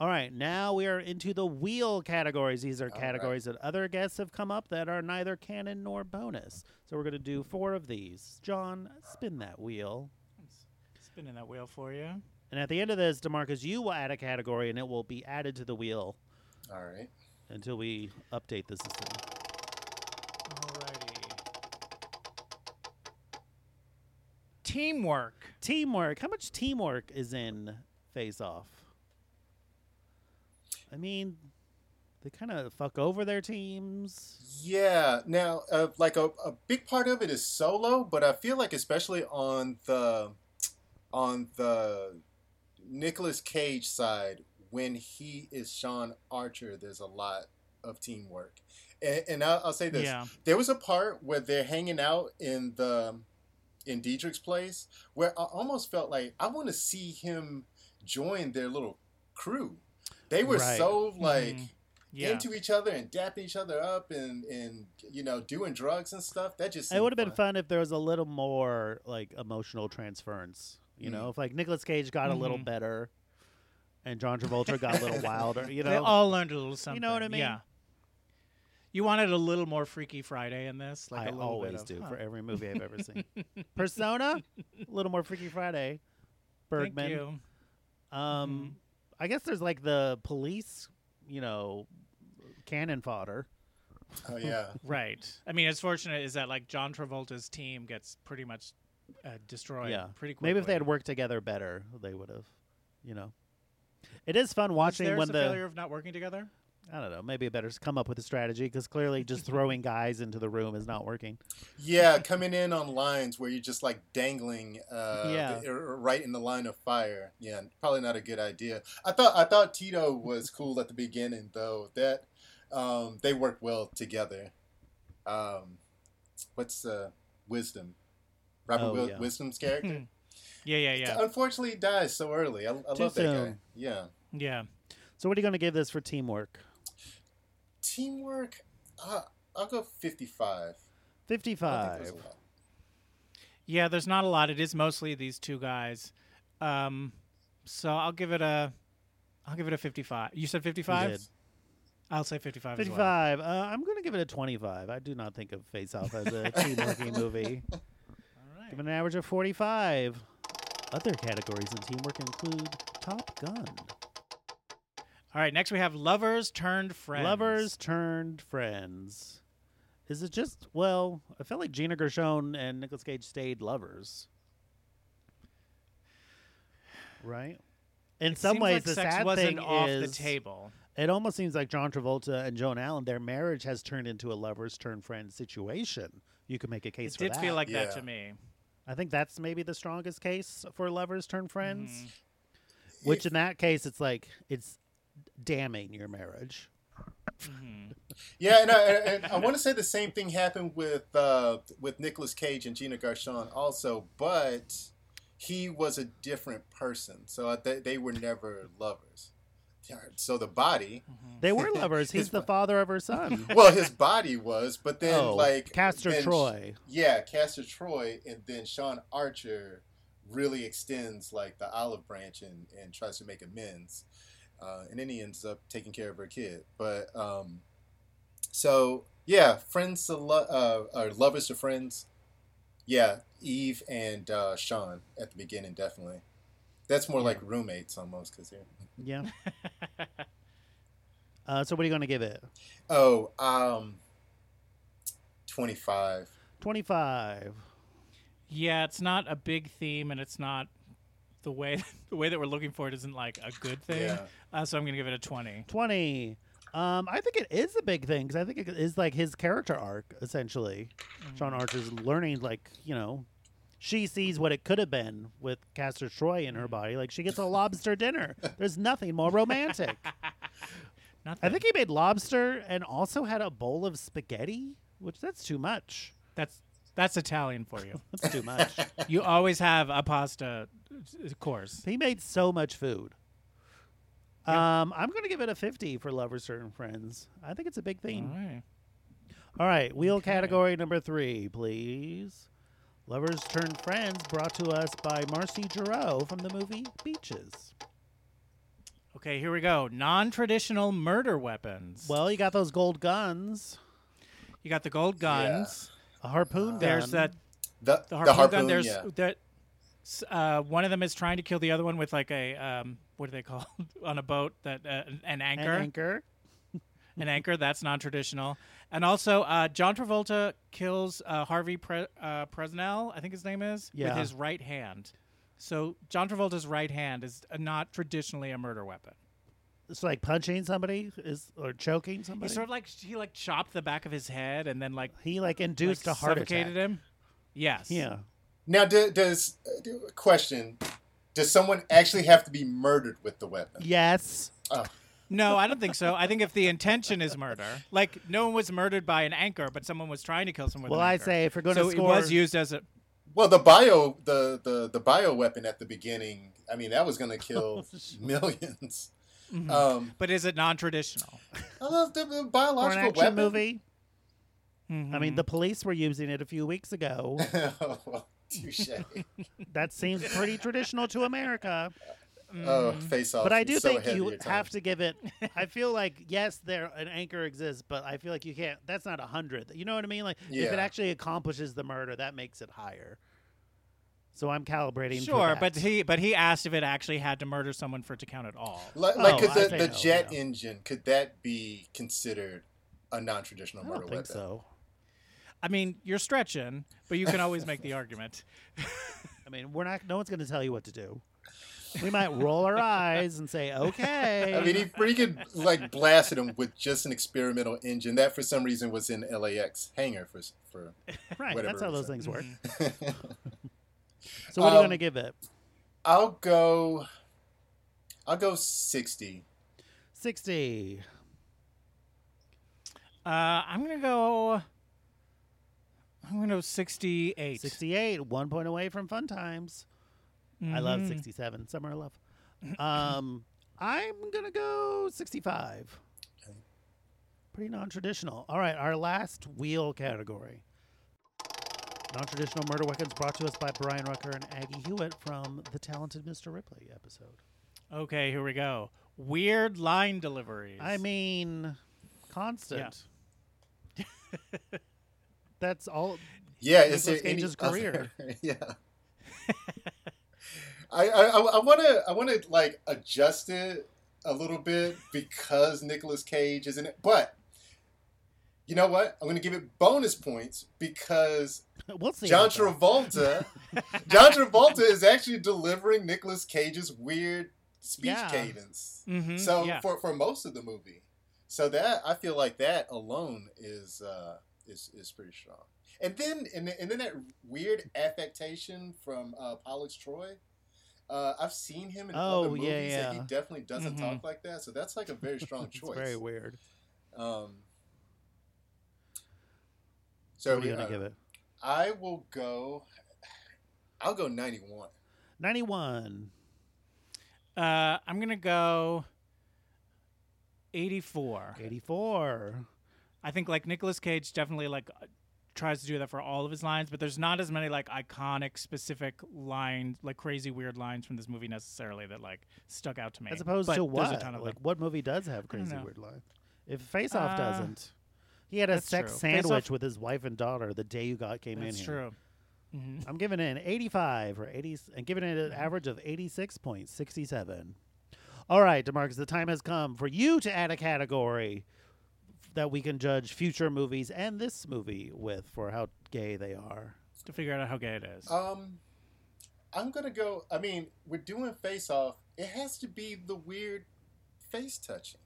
S5: All right, now we are into the wheel categories. These are
S6: right.
S5: categories that other guests have come up that are neither canon nor bonus. So we're going to do four of these. John, spin that wheel.
S4: Spinning that wheel for you.
S5: And at the end of this, Demarcus, you will add a category and it will be added to the wheel
S6: All right.
S5: until we update the system.
S4: Alrighty. Teamwork.
S5: Teamwork. How much teamwork is in Face Off? I mean, they kind of fuck over their teams.
S6: Yeah. Now, uh, like a, a big part of it is solo, but I feel like especially on the on the Nicolas Cage side, when he is Sean Archer, there's a lot of teamwork. And, and I'll, I'll say this:
S4: Yeah.
S6: there was a part where they're hanging out in the in Diedrich's place, where I almost felt like I want to see him join their little crew. They were
S5: Right.
S6: so like
S4: Mhm. Yeah.
S6: into each other and dapping each other up and and you know doing drugs and stuff. That just
S5: it
S6: seemed
S5: would have been fun if there was a little more like emotional transference.
S4: Mm-hmm.
S5: You know, if like Nicolas Cage got a little
S4: Mhm.
S5: better, and John Travolta got a little wilder. You
S4: they
S5: know,
S4: all learned a little something.
S5: You know what I mean?
S4: Yeah. You wanted a little more Freaky Friday in this, like
S5: I
S4: a little
S5: always
S4: bit
S5: do
S4: of,
S5: for every movie I've ever seen. Persona, a little more Freaky Friday,
S4: Thank
S5: Birdman.
S4: you.
S5: Um, I guess there's like the police, you know, cannon fodder,
S6: Oh yeah.
S4: Right. I mean, as fortunate is that like John Travolta's team gets pretty much uh, destroyed
S5: yeah.
S4: pretty quickly.
S5: Maybe if they had worked together better, they would have. You know, it is fun watching
S4: is
S5: when
S4: a
S5: the
S4: failure of not working together.
S5: I don't know. Maybe it better s- come up with a strategy because clearly just throwing guys into the room is not working.
S6: Yeah, coming in on lines where you're just like dangling, uh,
S5: Yeah.
S6: the- or- or right in the line of fire. Yeah, probably not a good idea. I thought I thought Tito was cool at the beginning though. That um, they work well together. Um, what's uh, Wisdom? Robert
S5: Oh,
S6: Wil-
S5: yeah.
S6: Wisdom's character.
S4: Yeah, yeah, yeah,
S6: Unfortunately, he dies so early. I, I
S5: Too
S6: love that guy.
S5: soon.
S6: Yeah.
S4: yeah.
S5: So what are you going to give this for teamwork?
S6: Teamwork. Uh, I'll go fifty-five. I think
S5: Fifty-five.
S6: it was a lot.
S4: Yeah, there's not a lot. It is mostly these two guys. Um, so I'll give it a, I'll give it a 55. You said 55.
S5: did.
S4: I'll say 55. as well.
S5: Fifty-five. Uh, I'm going to give it a twenty-five. I do not think of Face Off as a teamworky movie. Give it an average of forty-five. Other categories in teamwork include Top Gun.
S4: All right. Next we have lovers turned friends.
S5: Lovers turned friends. Is it just well? I felt like Gina Gershon and Nicolas Cage stayed lovers, right? In
S4: It
S5: some
S4: seems
S5: ways,
S4: like
S5: the
S4: sex
S5: sad
S4: wasn't
S5: thing
S4: off
S5: is
S4: the table.
S5: it almost seems like John Travolta and Joan Allen, their marriage has turned into a lovers turned friend situation. You could make a case
S4: It
S5: for
S4: did
S5: that.
S4: feel like that
S6: Yeah.
S4: to me.
S5: I think that's maybe the strongest case for lovers turned friends.
S4: Mm-hmm.
S5: Which in that case, it's like it's damning your marriage.
S6: Yeah, and I, and I want to say the same thing happened with uh, with Nicolas Cage and Gina Gershon also, but he was a different person, so I th- they were never lovers. So the body,
S4: Mm.
S5: They were lovers. He's the father of her son.
S6: well, his body was, but then
S5: Oh,
S6: like
S5: Castor
S6: then-
S5: Troy.
S6: yeah, Castor Troy, and then Sean Archer really extends like the olive branch and, and tries to make amends, uh, and then he ends up taking care of her kid. But um, so yeah, friends to lo- uh, or lovers to friends, yeah, Eve and uh, Sean at the beginning definitely. That's more like roommates almost because they're
S5: Yeah. uh, so what are you going to give it?
S6: oh um, twenty five.
S5: 25.
S4: Yeah, it's not a big theme, and it's not the way the way that we're looking for it isn't like a good thing.
S6: Yeah.
S4: Uh, so I'm gonna give it a 20.
S5: 20. Um, I think it is a big thing because I think it is like his character arc, essentially. Sean Archer's learning, like, you know, she sees what it could have been with Castor Troy in her body. Like, she gets a lobster dinner. There's nothing more romantic.
S4: Not
S5: I think he made lobster and also had a bowl of spaghetti, which that's too much.
S4: that's that's Italian for you.
S5: That's too much.
S4: you always have a pasta uh, course.
S5: He made so much food. Um, I'm going to give it a 50 for Lovers Certain Friends. I think it's a big
S4: All
S5: theme.
S4: right.
S5: All right, wheel category number three, please. Lovers Turn Friends brought to us by Marcy Giroux from the movie Beaches.
S4: Okay, here we go. Non-traditional murder weapons.
S5: Well, you got those gold guns,
S4: you got the gold guns.
S5: a harpoon gun.
S4: Uh, There's that
S6: The,
S4: the harpoon, gun. There's
S6: yeah.
S4: that. s- Uh, one of them is trying to kill the other one with like a um, what are they called on a boat that uh, an
S5: An mm-hmm.
S4: anchor.
S5: anchor.
S4: an anchor. That's non-traditional. And also, uh, John Travolta kills uh, Harvey Pre- uh, Presnell, I think his name is,
S5: Yeah.
S4: with his right hand. So John Travolta's right hand is uh, not traditionally a murder weapon.
S5: It's like punching somebody is or choking
S4: He
S5: somebody.
S4: sort of like he like chopped the back of his head and then like
S5: He, like, induced
S4: like,
S5: a heart
S4: suffocated
S5: attack.
S4: him. Yes.
S5: Yeah.
S6: Now, do, does uh, do, question? Does someone actually have to be murdered with the weapon?
S5: Yes.
S4: No, I don't think so. I think if the intention is murder, like no one was murdered by an anchor, but someone was trying to kill someone.
S5: Well,
S4: with an
S5: I
S4: anchor.
S5: say if we're gonna
S4: so it was
S5: score-
S4: used as a
S6: Well, the bio, the the the bio weapon at the beginning. I mean, that was going to kill
S5: Oh,
S6: millions.
S5: Mm-hmm.
S6: Um,
S4: but is it non-traditional?
S6: I love the, the
S5: Or an
S6: biological
S5: action
S6: weapon.
S5: movie. I
S4: Mm-hmm.
S5: mean, the police were using it a few weeks ago.
S6: oh, touche.
S5: Mm-hmm. that seems pretty traditional to America.
S6: Oh, face off.
S5: But I do
S6: so
S5: think
S6: ahead of
S5: you
S6: your time.
S5: have to give it. I feel like yes, there an anchor exists, but I feel like you can't. That's not a hundred. You know what I mean? Like if
S6: Yeah.
S5: it actually accomplishes the murder, that makes it higher. So I'm calibrating. for
S4: Sure,
S5: that.
S4: but he but he asked if it actually had to murder someone for it to count at all.
S6: Like, like
S5: Oh,
S6: could
S5: I
S6: the,
S5: say
S6: the
S5: no,
S6: jet
S5: yeah.
S6: engine could that be considered a non-traditional
S5: I
S6: murder
S5: don't think
S6: weapon.
S5: so.
S4: I mean, you're stretching, but you can always make the argument.
S5: I mean, we're not. No one's going to tell you what to do. We might roll our eyes and say, "Okay."
S6: I mean, he freaking like blasted him with just an experimental engine that, for some reason, was in LAX hangar for for.
S5: right. That's
S6: whatever
S5: how
S6: it
S5: those
S6: was.
S5: things work. so, what are you going to
S6: Um,
S5: give it?
S6: I'll go. I'll go sixty.
S5: Sixty.
S4: Uh, I'm gonna go. I'm gonna go 68.
S5: 68, one point away from fun times.
S4: Mm-hmm.
S5: I love 67, summer love. Um, I'm going to go 65. Pretty non traditional. All right, our last wheel category. Non traditional murder weapons brought to us by Brian Rucker and Aggie Hewitt from the Talented Mr. Ripley episode.
S4: Okay, here we go. Weird line deliveries.
S5: I mean, constant. That's all.
S6: Yeah, is there
S5: Nicolas
S6: any
S5: Cage's
S6: other- yeah. I I I want to I want to like adjust it a little bit because Nicolas Cage is in it, but you know what? I'm going to give it bonus points because
S5: We'll see.
S6: John
S5: about that.
S6: Travolta. John Travolta is actually delivering Nicolas Cage's weird speech
S5: Yeah. Mm-hmm,
S6: cadence.
S4: Mhm,
S6: so
S4: yeah.
S6: for, for most of the movie, so that I feel like that alone is uh, is is pretty strong. And then and, then- and then that weird affectation from uh, Pollux Troy. Uh, I've seen him in
S5: Oh,
S6: other movies,
S5: yeah,
S6: and he
S5: yeah. Mm-hmm.
S6: definitely doesn't
S4: Mhm.
S6: talk like that. So that's like a very strong
S5: It's
S6: choice.
S5: very weird.
S6: Um, so
S5: What are
S6: we-
S5: you going
S6: uh,
S5: to give it?
S6: I will go. I'll go ninety-one.
S5: 91.
S4: Uh, I'm gonna go 84.
S5: 84.
S4: I think like Nicolas Cage definitely like uh, tries to do that for all of his lines, but there's not as many like iconic specific lines, like crazy weird lines from this movie necessarily that like stuck out to me.
S5: As opposed
S4: But
S5: to
S4: there's
S5: what?
S4: A ton of
S5: like
S4: them.
S5: what movie does have
S4: don't
S5: crazy
S4: know.
S5: weird lines? If Face Off
S4: Uh,
S5: doesn't, he had a
S4: that's
S5: sex
S4: true. Face Off-
S5: sandwich with his wife and daughter the day you got came in.
S4: That's
S5: here.
S4: true. Mhm.
S5: I'm giving it an 85 or 80, and giving it an average of 86.67. All right, Demarcus, the time has come for you to add a category that we can judge future movies and this movie with for how gay they are.
S4: To figure out how gay it is.
S6: Um, I'm gonna go. I mean, we're doing face off. It has to be the weird face touching.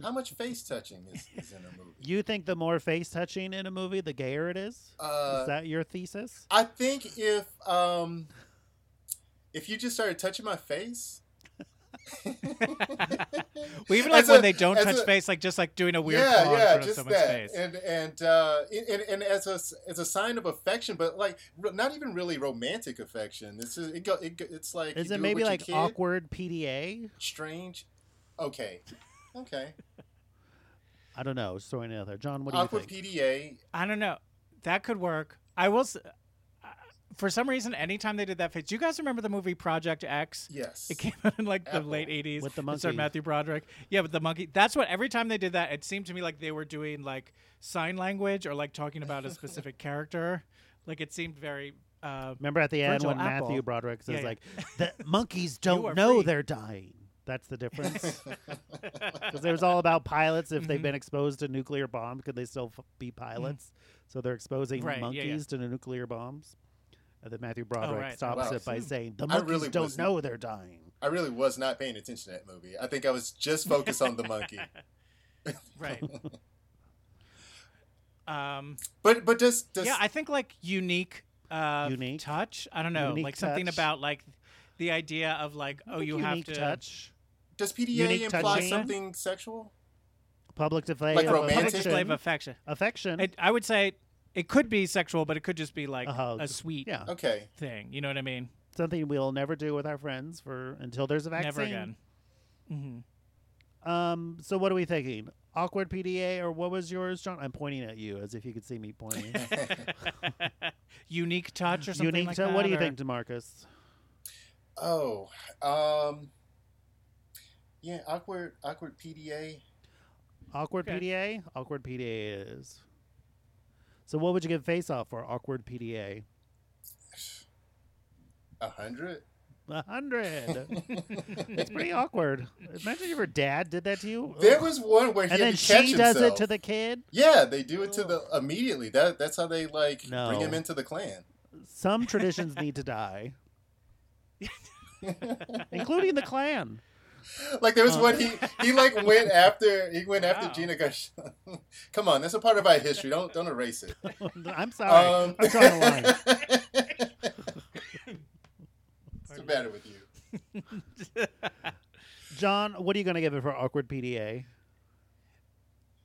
S6: How much face touching is, is in a movie?
S5: You think the more face touching in a movie, the gayer it is?
S6: Uh,
S5: is that your thesis?
S6: I think if um, if you just started touching my face,
S4: well, even like
S6: as
S4: when
S6: a-
S4: they don't
S6: as
S4: touch
S6: a-
S4: face, like just like doing a weird
S6: yeah,
S4: claw in
S6: yeah,
S4: front of
S6: just
S4: someone's
S6: that,
S4: face.
S6: and and uh, and- and and as a as a sign of affection, but like r- not even really romantic affection. It's just, it go, it, go- it's like you
S5: Is
S6: do
S5: it maybe
S6: with your
S5: like
S6: kid.
S5: awkward PDA?
S6: strange. Okay, okay.
S5: I don't know. Just throwing it out there. John, what do
S6: Awkward
S5: you think?
S6: PDA.
S4: I don't know. That could work. I will. s- uh, For some reason, anytime they did that face, do you guys remember the movie Project X?
S6: Yes.
S4: It came out in like the
S6: Apple.
S4: late '80s
S5: With the
S4: It starred
S5: monkey.
S4: Matthew Broderick. Yeah, with the monkey. That's what every time they did that, it seemed to me like they were doing like sign language or like talking about a specific character. Like it seemed very. Uh,
S5: Remember at the end
S4: Virgil
S5: when
S4: Apple.
S5: Matthew Broderick says
S4: Yeah, yeah.
S5: like, "The monkeys
S4: are
S5: don't know
S4: free."
S5: they're dying." That's the difference. Because it was all about pilots. If
S4: Mm-hmm.
S5: they've been exposed to nuclear bomb, could they still f- be pilots? So they're exposing
S4: Mm. Right, yeah, yeah.
S5: monkeys to the nuclear bombs. And then Matthew Broderick
S4: right. hmm.
S5: stops
S6: Wow.
S5: it by saying, "The
S6: I
S5: monkeys
S6: really
S5: don't
S6: wasn't-
S5: know they're dying."
S6: I really was not paying attention to that movie. I think I was just focused on the monkey.
S4: right. um.
S6: But but does does
S4: yeah, I think like unique, uh,
S5: Unique?
S4: touch. I don't know,
S5: Unique
S4: like something
S5: touch?
S4: about like the idea of like,
S5: I
S4: oh,
S5: think
S4: you have
S5: unique
S4: to.
S5: touch
S6: does PDA
S5: unique
S6: imply
S5: touching?
S6: something sexual?
S5: public display
S6: Like
S5: of
S6: romantic?
S4: Public display of
S5: affection.
S4: affection.
S5: affection.
S4: It, I would say it could be sexual, but it could just be like
S5: A
S4: a,
S5: hug.
S4: sweet
S5: Uh-huh. yeah.
S6: Okay.
S4: thing. You know what I mean?
S5: something we'll never do with our friends for until there's a vaccine. Mm-hmm.
S4: Never again.
S5: Um, so what are we thinking? Awkward PDA or what was yours, John? I'm pointing at you as if you could see me pointing.
S4: Unique touch or something
S5: Unique.
S4: like
S5: to,
S4: that.
S5: what do you
S4: or-
S5: think, Demarcus?
S6: Oh. Um Yeah, awkward awkward PDA.
S5: Awkward
S4: Okay.
S5: PDA. Awkward PDA it is. So what would you give Face Off for awkward PDA?
S6: A hundred?
S5: a hundred. it's pretty awkward. Imagine if your dad did that to you.
S6: There
S5: Ugh.
S6: was one where
S5: and
S6: he had
S5: then
S6: to catch
S5: she does it to
S6: himself.
S5: the kid.
S6: Yeah, they do it to the immediately. That that's how they like bring him
S5: No.
S6: into the clan.
S5: Some traditions need to die, including the clan.
S6: Like there was
S5: Oh,
S6: one he he like went after he went after
S4: Wow.
S6: Gina Gershon. Come on, that's a part of our history. Don't don't erase it.
S5: I'm sorry.
S6: Um,
S5: I'm drawing a line.
S6: What's the matter with you?
S5: John, what are you going to give it for awkward PDA?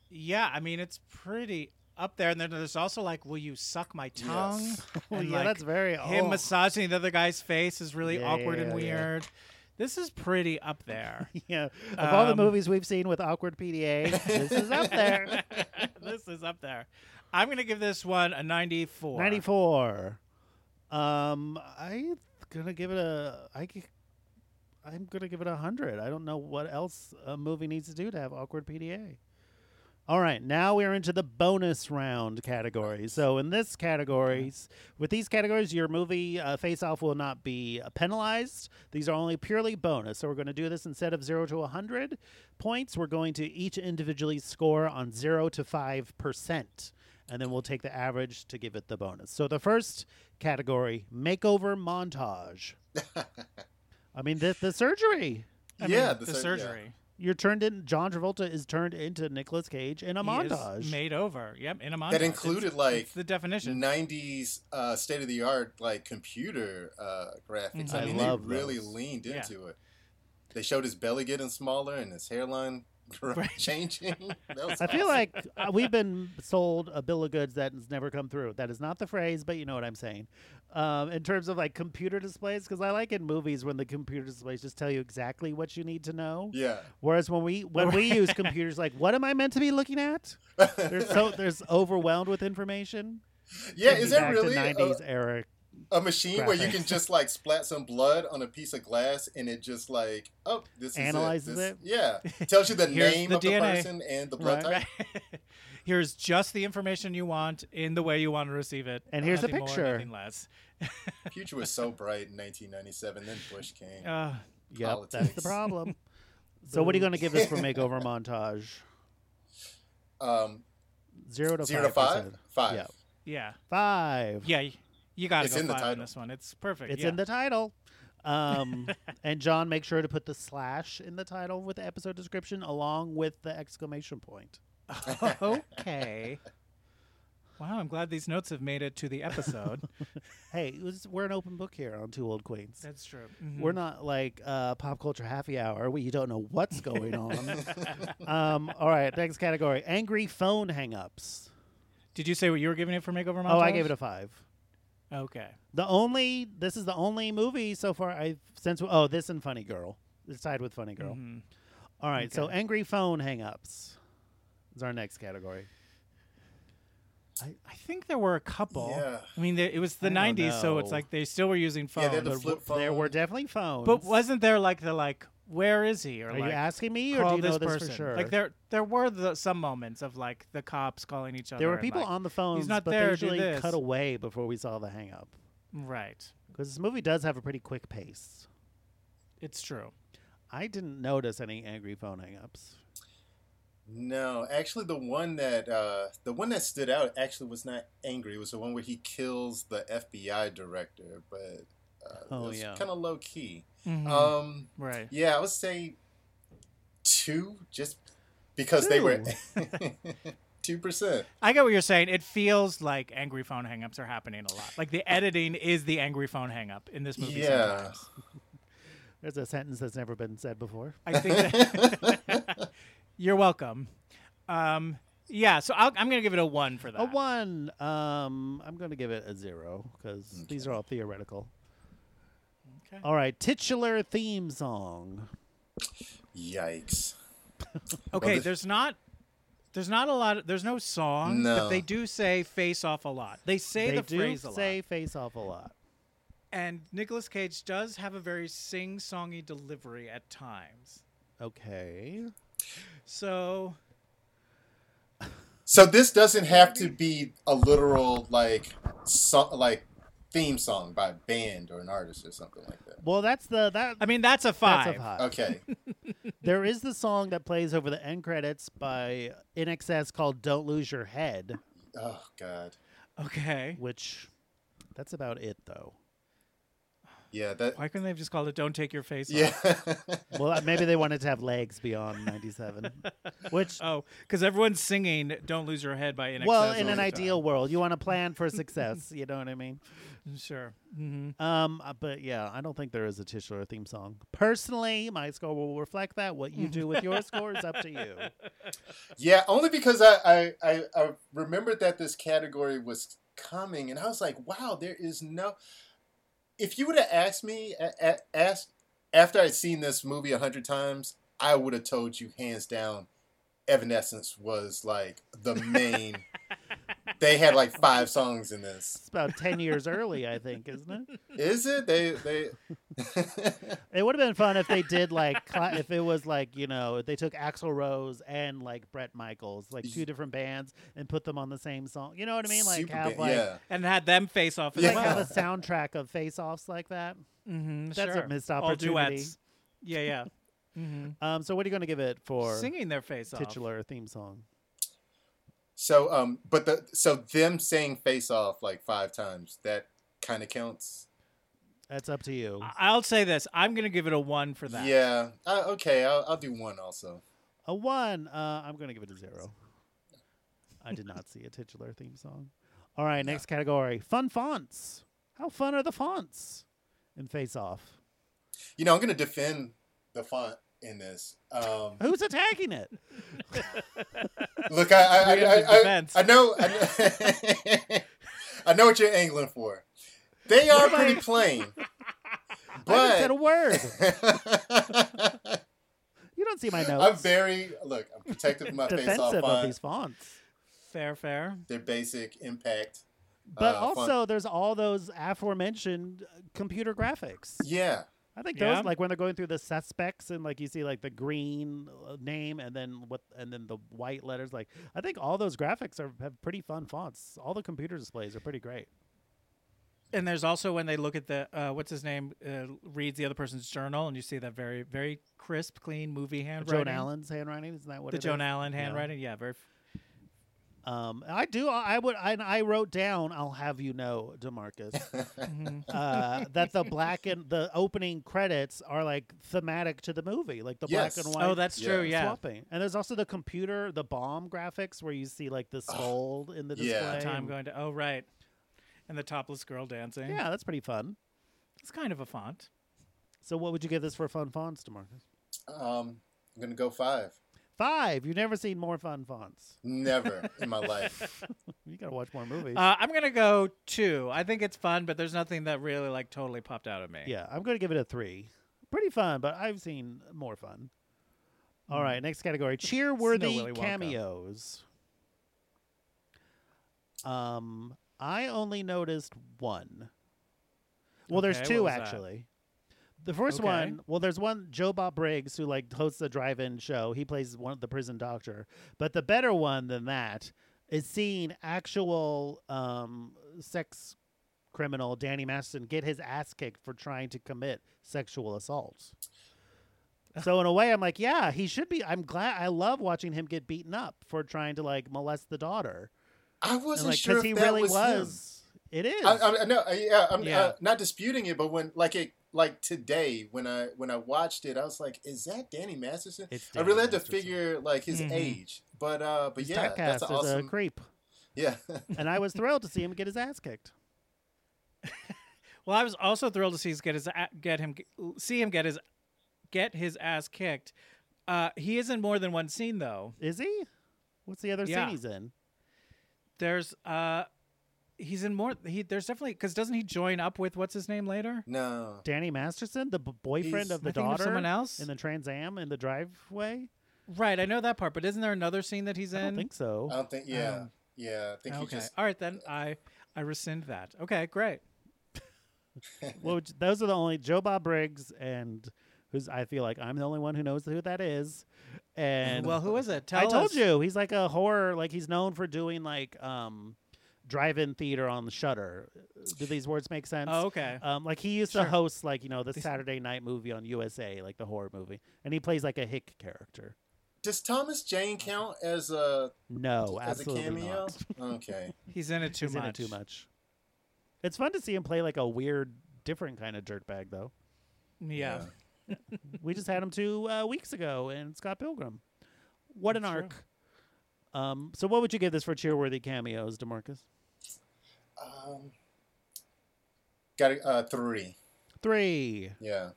S4: Yeah, I mean it's pretty up there, and then there's also like, will you suck my tongue?
S6: Yes.
S5: Well,
S4: And,
S5: yeah,
S4: like,
S5: that's very
S4: him
S5: oh.
S4: massaging the other guy's face is really
S5: Yeah,
S4: awkward
S5: yeah,
S4: and
S5: yeah.
S4: weird. This is pretty up there.
S5: Yeah, of all the
S4: Um,
S5: movies we've seen with awkward PDA, this is up there.
S4: this is up there. I'm gonna give this one a 94.
S5: 94. Um, I'm gonna give it a. I, gi- I'm gonna give it a hundred. I don't know what else a movie needs to do to have awkward PDA. All right, now we are into the bonus round category. So in this categories, with these categories, your movie uh, face-off will not be uh, penalized. These are only purely bonus. So we're going to do this instead of zero to 100 points. We're going to each individually score on zero to five percent, and then we'll take the average to give it the bonus. So the first category: makeover montage. I mean, the the surgery.
S4: I mean,
S6: yeah,
S4: the,
S6: sur- yeah.
S4: surgery.
S5: You're turned in. John Travolta is turned into Nicolas Cage in a
S4: He is
S5: montage.
S4: made over. Yep, in a montage.
S6: That
S4: It's-
S6: included
S4: it's
S6: like
S4: the definition.
S6: 90s uh, state of the art like computer uh,
S5: Mm.
S6: graphics.
S4: Mhm.
S6: I
S4: I
S6: mean,
S5: love
S6: they really
S5: those.
S6: leaned
S4: Yeah.
S6: into it. They showed his belly getting smaller and his hairline gr-
S4: Right.
S6: changing. That was
S5: I feel
S6: awesome.
S5: like uh, we've been sold a bill of goods that has never come through. That is not the phrase, but you know what I'm saying. Um, in terms of like computer displays, because I like in movies when the computer displays just tell you exactly what you need to know.
S6: yeah.
S5: Whereas when we when we use computers, like what am I meant to be looking at? There's so there's overwhelmed with information.
S6: Yeah,
S5: Take
S6: is
S5: me
S6: there
S5: back
S6: really Uh,
S5: to
S6: a,
S5: 90s era?
S6: a machine where you can
S5: graphics.
S6: just like splat some blood on a piece of glass and it just like oh this
S5: Analyzes
S6: is it.
S5: it?
S6: This- Yeah, tells you the
S4: Here's
S6: name
S4: the
S6: of
S4: DNA.
S6: the person and the blood
S5: Right.
S6: type.
S4: Here's just the information you want in the way you want to receive it.
S5: And here's a
S4: nothing more,
S5: picture.
S4: nothing less.
S6: Future was so bright in 1997. Then Bush came.
S4: Uh,
S5: Yep,
S6: oh,
S5: that's the
S6: Politics.
S5: problem. so what are you going to give this for makeover montage?
S6: um,
S5: Zero to
S6: zero to
S5: five.
S6: five. Five.
S5: Yeah.
S4: yeah,
S5: Five.
S4: yeah. y- You got to
S6: It's
S4: go
S6: in the
S4: five on
S6: title.
S4: this one. It's perfect.
S5: It's
S4: yeah.
S5: in the title. Um, and John, make sure to put the slash in the title with the episode description along with the exclamation point.
S4: okay. Wow, I'm glad these notes have made it to the episode.
S5: Hey, it was, we're an open book here on Two Old Queens.
S4: That's mm-hmm. true.
S6: Mm-hmm.
S5: We're not like uh, pop culture happy hour where you don't know what's going on. um, all right, next category angry phone hangups.
S4: Did you say what you were giving it for makeover?
S5: Oh, I
S4: Montage?
S5: gave it a five.
S4: Okay.
S5: The only, this is the only movie so far I've since, oh, this and Funny Girl. It's tied with Funny Girl.
S4: Mm-hmm.
S5: All right, so angry phone hangups is our next category.
S4: I think there were a couple.
S6: Yeah.
S4: I mean, there, it was the
S5: I don't
S4: '90s, so it's
S5: know.
S4: like they still were using
S6: Yeah,
S4: phones.
S6: they had the flip phone.
S5: There were definitely phones.
S4: but wasn't there like the like, where is he? Or
S5: Are
S4: like,
S5: you asking me, or
S4: call
S5: do you
S4: this
S5: know this
S4: person?
S5: for sure?
S4: Like there, there were the, some moments of like the cops calling each other.
S5: there were
S4: and,
S5: people
S4: like,
S5: on the phones,
S4: He's not
S5: but
S4: there.
S5: they
S4: do
S5: usually
S4: this.
S5: cut away before we saw the hang up.
S4: Right.
S5: Because this movie does have a pretty quick pace.
S4: It's true.
S5: I didn't notice any angry phone hangups.
S6: No, actually, the one that uh, the one that stood out actually was not angry. It was the one where he kills the FBI director, but uh,
S5: Oh,
S6: it was
S5: yeah. Mm-hmm.
S6: kind of low key.
S4: Mhm.
S6: Um,
S4: right.
S6: yeah, I would say two, just because they were two percent.
S4: I get what you're saying. It feels like angry phone hangups are happening a lot. Like the editing is the angry phone hangup in this movie.
S6: Yeah.
S4: sometimes.
S5: There's a sentence that's never been said before.
S4: I think that you're welcome. Um, yeah, so I'll, I'm gonna give it a one for that.
S5: A one. Um, I'm going to give it a zero because these are all theoretical.
S4: Okay.
S5: All right, titular theme song.
S6: Yikes!
S4: Okay,
S6: this-
S4: there's not. There's not a lot. there's no song, but
S6: No.
S4: they do say "face off" a lot. They say
S5: they
S4: the
S5: do
S4: phrase a
S5: say
S4: lot,
S5: face off a lot.
S4: and Nicolas Cage does have a very sing-songy delivery at times.
S5: Okay.
S4: So
S6: So this doesn't have to be a literal like so, like theme song by a band or an artist or something like that.
S5: Well, that's the that.
S4: I mean, that's a five.
S5: that's a five.
S6: Okay.
S5: There is the song that plays over the end credits by NXS called "Don't Lose Your Head,"
S6: oh God.
S4: Okay.
S5: which that's about it though.
S6: Yeah. That.
S4: Why couldn't they have just called it "Don't Take Your Face
S6: Yeah.
S4: Off"?
S5: Well, uh, maybe they wanted to have legs beyond '97, which
S4: Oh, because everyone's singing "Don't Lose Your Head" by NXS.
S5: well,
S4: all
S5: in an
S4: the
S5: ideal world, you want to plan for success. you know what I mean?
S4: time. sure. hmm
S5: Um, uh, but yeah, I don't think there is a titular theme song. Personally, my score will reflect that. What you do with your score is up to you.
S6: Yeah. Only because I, I I I remembered that this category was coming, and I was like, wow, there is no. If you would have asked me, a- a- asked after I'd seen this movie a hundred times, I would have told you hands down, Evanescence was like the main. they had like five songs in this.
S5: It's about ten years early, I think, isn't it?
S6: Is it? They they
S5: It would have been fun if they did like cla if it was like you know if they took Axl Rose and like Brett Michaels, like two different bands, and put them on the same song. You know what I mean? Like
S6: Super
S5: have
S6: Band-
S5: like.
S6: yeah.
S4: And had them face off as
S6: Yeah.
S5: Like have
S4: well.
S5: a soundtrack of face-offs like that.
S4: hmm
S5: That's a
S4: sure.
S5: missed
S4: All
S5: opportunity.
S4: duets. Yeah, yeah. hmm
S5: Um, so what are you going to give it for
S4: Singing their face off.
S5: titular theme song?
S6: So um but the so them saying face off like five times, that kinda counts.
S5: That's up to you.
S4: I- I'll say this. I'm going to give it a one for that.
S6: Yeah. Uh, okay, I'll, I'll do one also.
S5: A one. Uh, I'm going to give it a zero. I did not see a titular theme song. All right, next category: fun fonts. How fun are the fonts in Face Off?
S6: You know, I'm gonna defend the font in this. Um
S5: Who's attacking it?
S6: look I I
S4: Freedom
S6: I,
S4: of
S6: I, I,
S4: defense.
S6: I know I know, I know what you're angling for. They are pretty
S5: I
S6: plain.
S5: haven't said a
S6: But
S5: word. you don't see my notes.
S6: I'm very look, I'm protective of my face off
S5: defensive of
S6: font.
S5: these fonts.
S4: Fair, fair.
S6: Their basic impact.
S5: But
S6: uh, font.
S5: also, there's all those aforementioned uh, computer graphics.
S6: Yeah.
S5: I think
S4: Yeah.
S5: those, like when they're going through the suspects and like you see like the green uh, name and then what and then the white letters. Like I think all those graphics are have pretty fun fonts. All the computer displays are pretty great.
S4: And there's also when they look at the uh, what's his name uh, reads the other person's journal, and you see that very, very crisp, clean movie handwriting.
S5: Joan Allen's handwriting isn't that what
S4: The
S5: it
S4: Joan
S5: is?
S4: Allen
S5: Yeah.
S4: handwriting. Yeah, very.
S5: Um, I do. I would. I, I wrote down. I'll have you know, Demarcus,
S6: Mm-hmm.
S5: uh, that the black and the opening credits are like thematic to the movie, like the
S6: Yes.
S5: black and white.
S4: Oh, that's
S6: Yeah.
S4: true. Yeah.
S5: Swapping. And there's also the computer, the bomb graphics where you see like the skull in the display.
S6: Yeah. The
S4: Time
S5: and-
S4: going to. Oh, right. And the topless girl dancing.
S5: Yeah, that's pretty fun.
S4: It's kind of a font.
S5: So, what would you give this for fun fonts, Demarcus?
S6: Um, I'm gonna go five.
S5: Five. You've never seen more fun fonts.
S6: Never in my life.
S5: You gotta watch more movies.
S4: Uh, I'm gonna go two. I think it's fun, but there's nothing that really like totally popped out at me.
S5: yeah, I'm gonna give it a three. Pretty fun, but I've seen more fun. All right, next category:
S4: Mm. Willy
S5: cheerworthy
S4: Wonka.
S5: cameos. Um, I only noticed one. Well, there's
S4: Okay,
S5: two
S4: what was that?
S5: actually. The first
S4: Okay.
S5: one, well, there's one Joe Bob Briggs who like hosts the drive-in show. He plays one of the prison doctor. But the better one than that is seeing actual um, sex criminal Danny Masterson get his ass kicked for trying to commit sexual assault. So in a way, I'm like, yeah, he should be. I'm glad. I love watching him get beaten up for trying to like molest the daughter.
S6: I
S5: And,
S6: wasn't
S5: like,
S6: sure if
S5: he
S6: that
S5: really
S6: was,
S5: It is.
S6: him. I, I, I know. I, yeah, I'm
S4: Yeah.
S6: Uh, not disputing it, but when like it like today when I when I watched it, I was like, "Is that Danny Masterson?"
S5: It's
S6: I really
S5: Danny
S6: had to
S5: Masterson. Mm-hmm.
S6: figure like his
S4: Mhm.
S6: age, but uh, but
S5: He's
S6: yeah, that's
S5: typecast
S6: an
S5: as a
S6: awesome.
S5: creep,
S6: yeah,
S5: and I was thrilled to see him get his ass kicked.
S4: Well, I was also thrilled to see his get his a- get him see him get his get his ass kicked. Uh, he is in more than one scene though.
S5: Is he? What's the other
S4: Yeah.
S5: scene he's in?
S4: There's uh, he's in more. He there's definitely because doesn't he join up with what's his name later?
S6: no,
S5: Danny Masterson, the b- boyfriend
S6: He's-
S5: of the
S4: I thinking of
S5: daughter,
S4: someone else?
S5: in the Trans Am in the driveway.
S4: Right, I know that part, but isn't there another scene that he's
S5: I
S4: in?
S5: don't think so.
S6: I don't think. Yeah,
S4: Um,
S6: yeah, I think he
S4: okay.
S6: just.
S4: All right then. I I rescind that. Okay, great.
S5: well, j- those are the only Joe Bob Briggs and who's I feel like I'm the only one who knows who that is. And
S4: well, who is it? Tell
S5: I told
S4: us.
S5: you he's like a horror, like he's known for doing like um drive-in theater on the Shutter. Do these words make sense?
S4: Oh, okay.
S5: Um, like he used to host like you know the Saturday night movie on USA, like the horror movie, and he plays like a hick character.
S6: Does Thomas Jane count as a
S5: No,
S6: as a
S5: Oh, absolutely
S6: cameo?
S5: not.
S6: Okay.
S4: He's in it too
S5: He's in
S4: much.
S5: it too much. It's fun to see him play like a weird, different kind of dirtbag though.
S4: Yeah.
S5: we just had him two uh, weeks ago in Scott Pilgrim. What an arc! Um, so, what would you give this for cheerworthy cameos, Demarcus?
S6: Um, got a uh, three.
S5: Three,
S6: Yeah.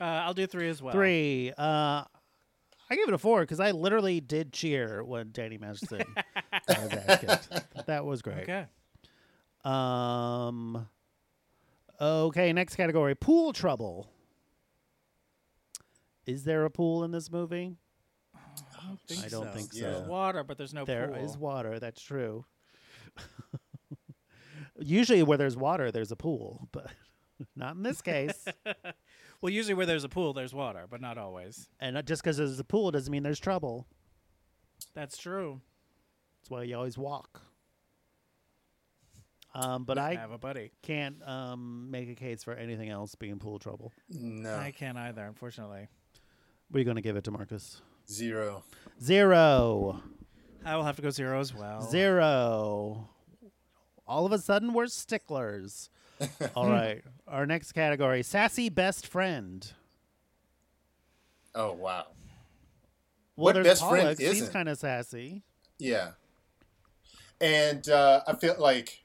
S4: Uh, I'll do three as
S5: Oh.
S4: well.
S5: three. Uh, I gave it a four because I literally did cheer when Danny Masterson was that kid. That was great.
S4: Okay.
S5: Um. Okay, next category: pool trouble. Is there a pool in this movie? I don't think so.
S6: Yeah.
S4: There's water, but there's no
S5: There is
S4: pool.
S5: water. That's true. Usually, where there's water, there's a pool, but not in this case.
S4: well, usually where there's a pool, there's water, but not always.
S5: and uh, just because there's a pool doesn't mean there's trouble.
S4: That's true.
S5: That's why you always walk. Um, but
S4: I
S5: I
S4: have a buddy.
S5: can't um, make a case for anything else being pool trouble.
S6: No.
S4: I can't either, unfortunately.
S5: We're going to give it to Marcus.
S6: Zero.
S5: Zero.
S4: I will have to go zero as
S6: Oh
S4: well.
S5: Zero. All of a sudden, we're sticklers. All right. Our next category sassy best friend.
S6: Oh wow.
S5: Well,
S6: What
S5: there's
S6: best friend
S5: Pollux. He's
S6: isn't?
S5: kind of sassy.
S6: Yeah. And uh, I feel like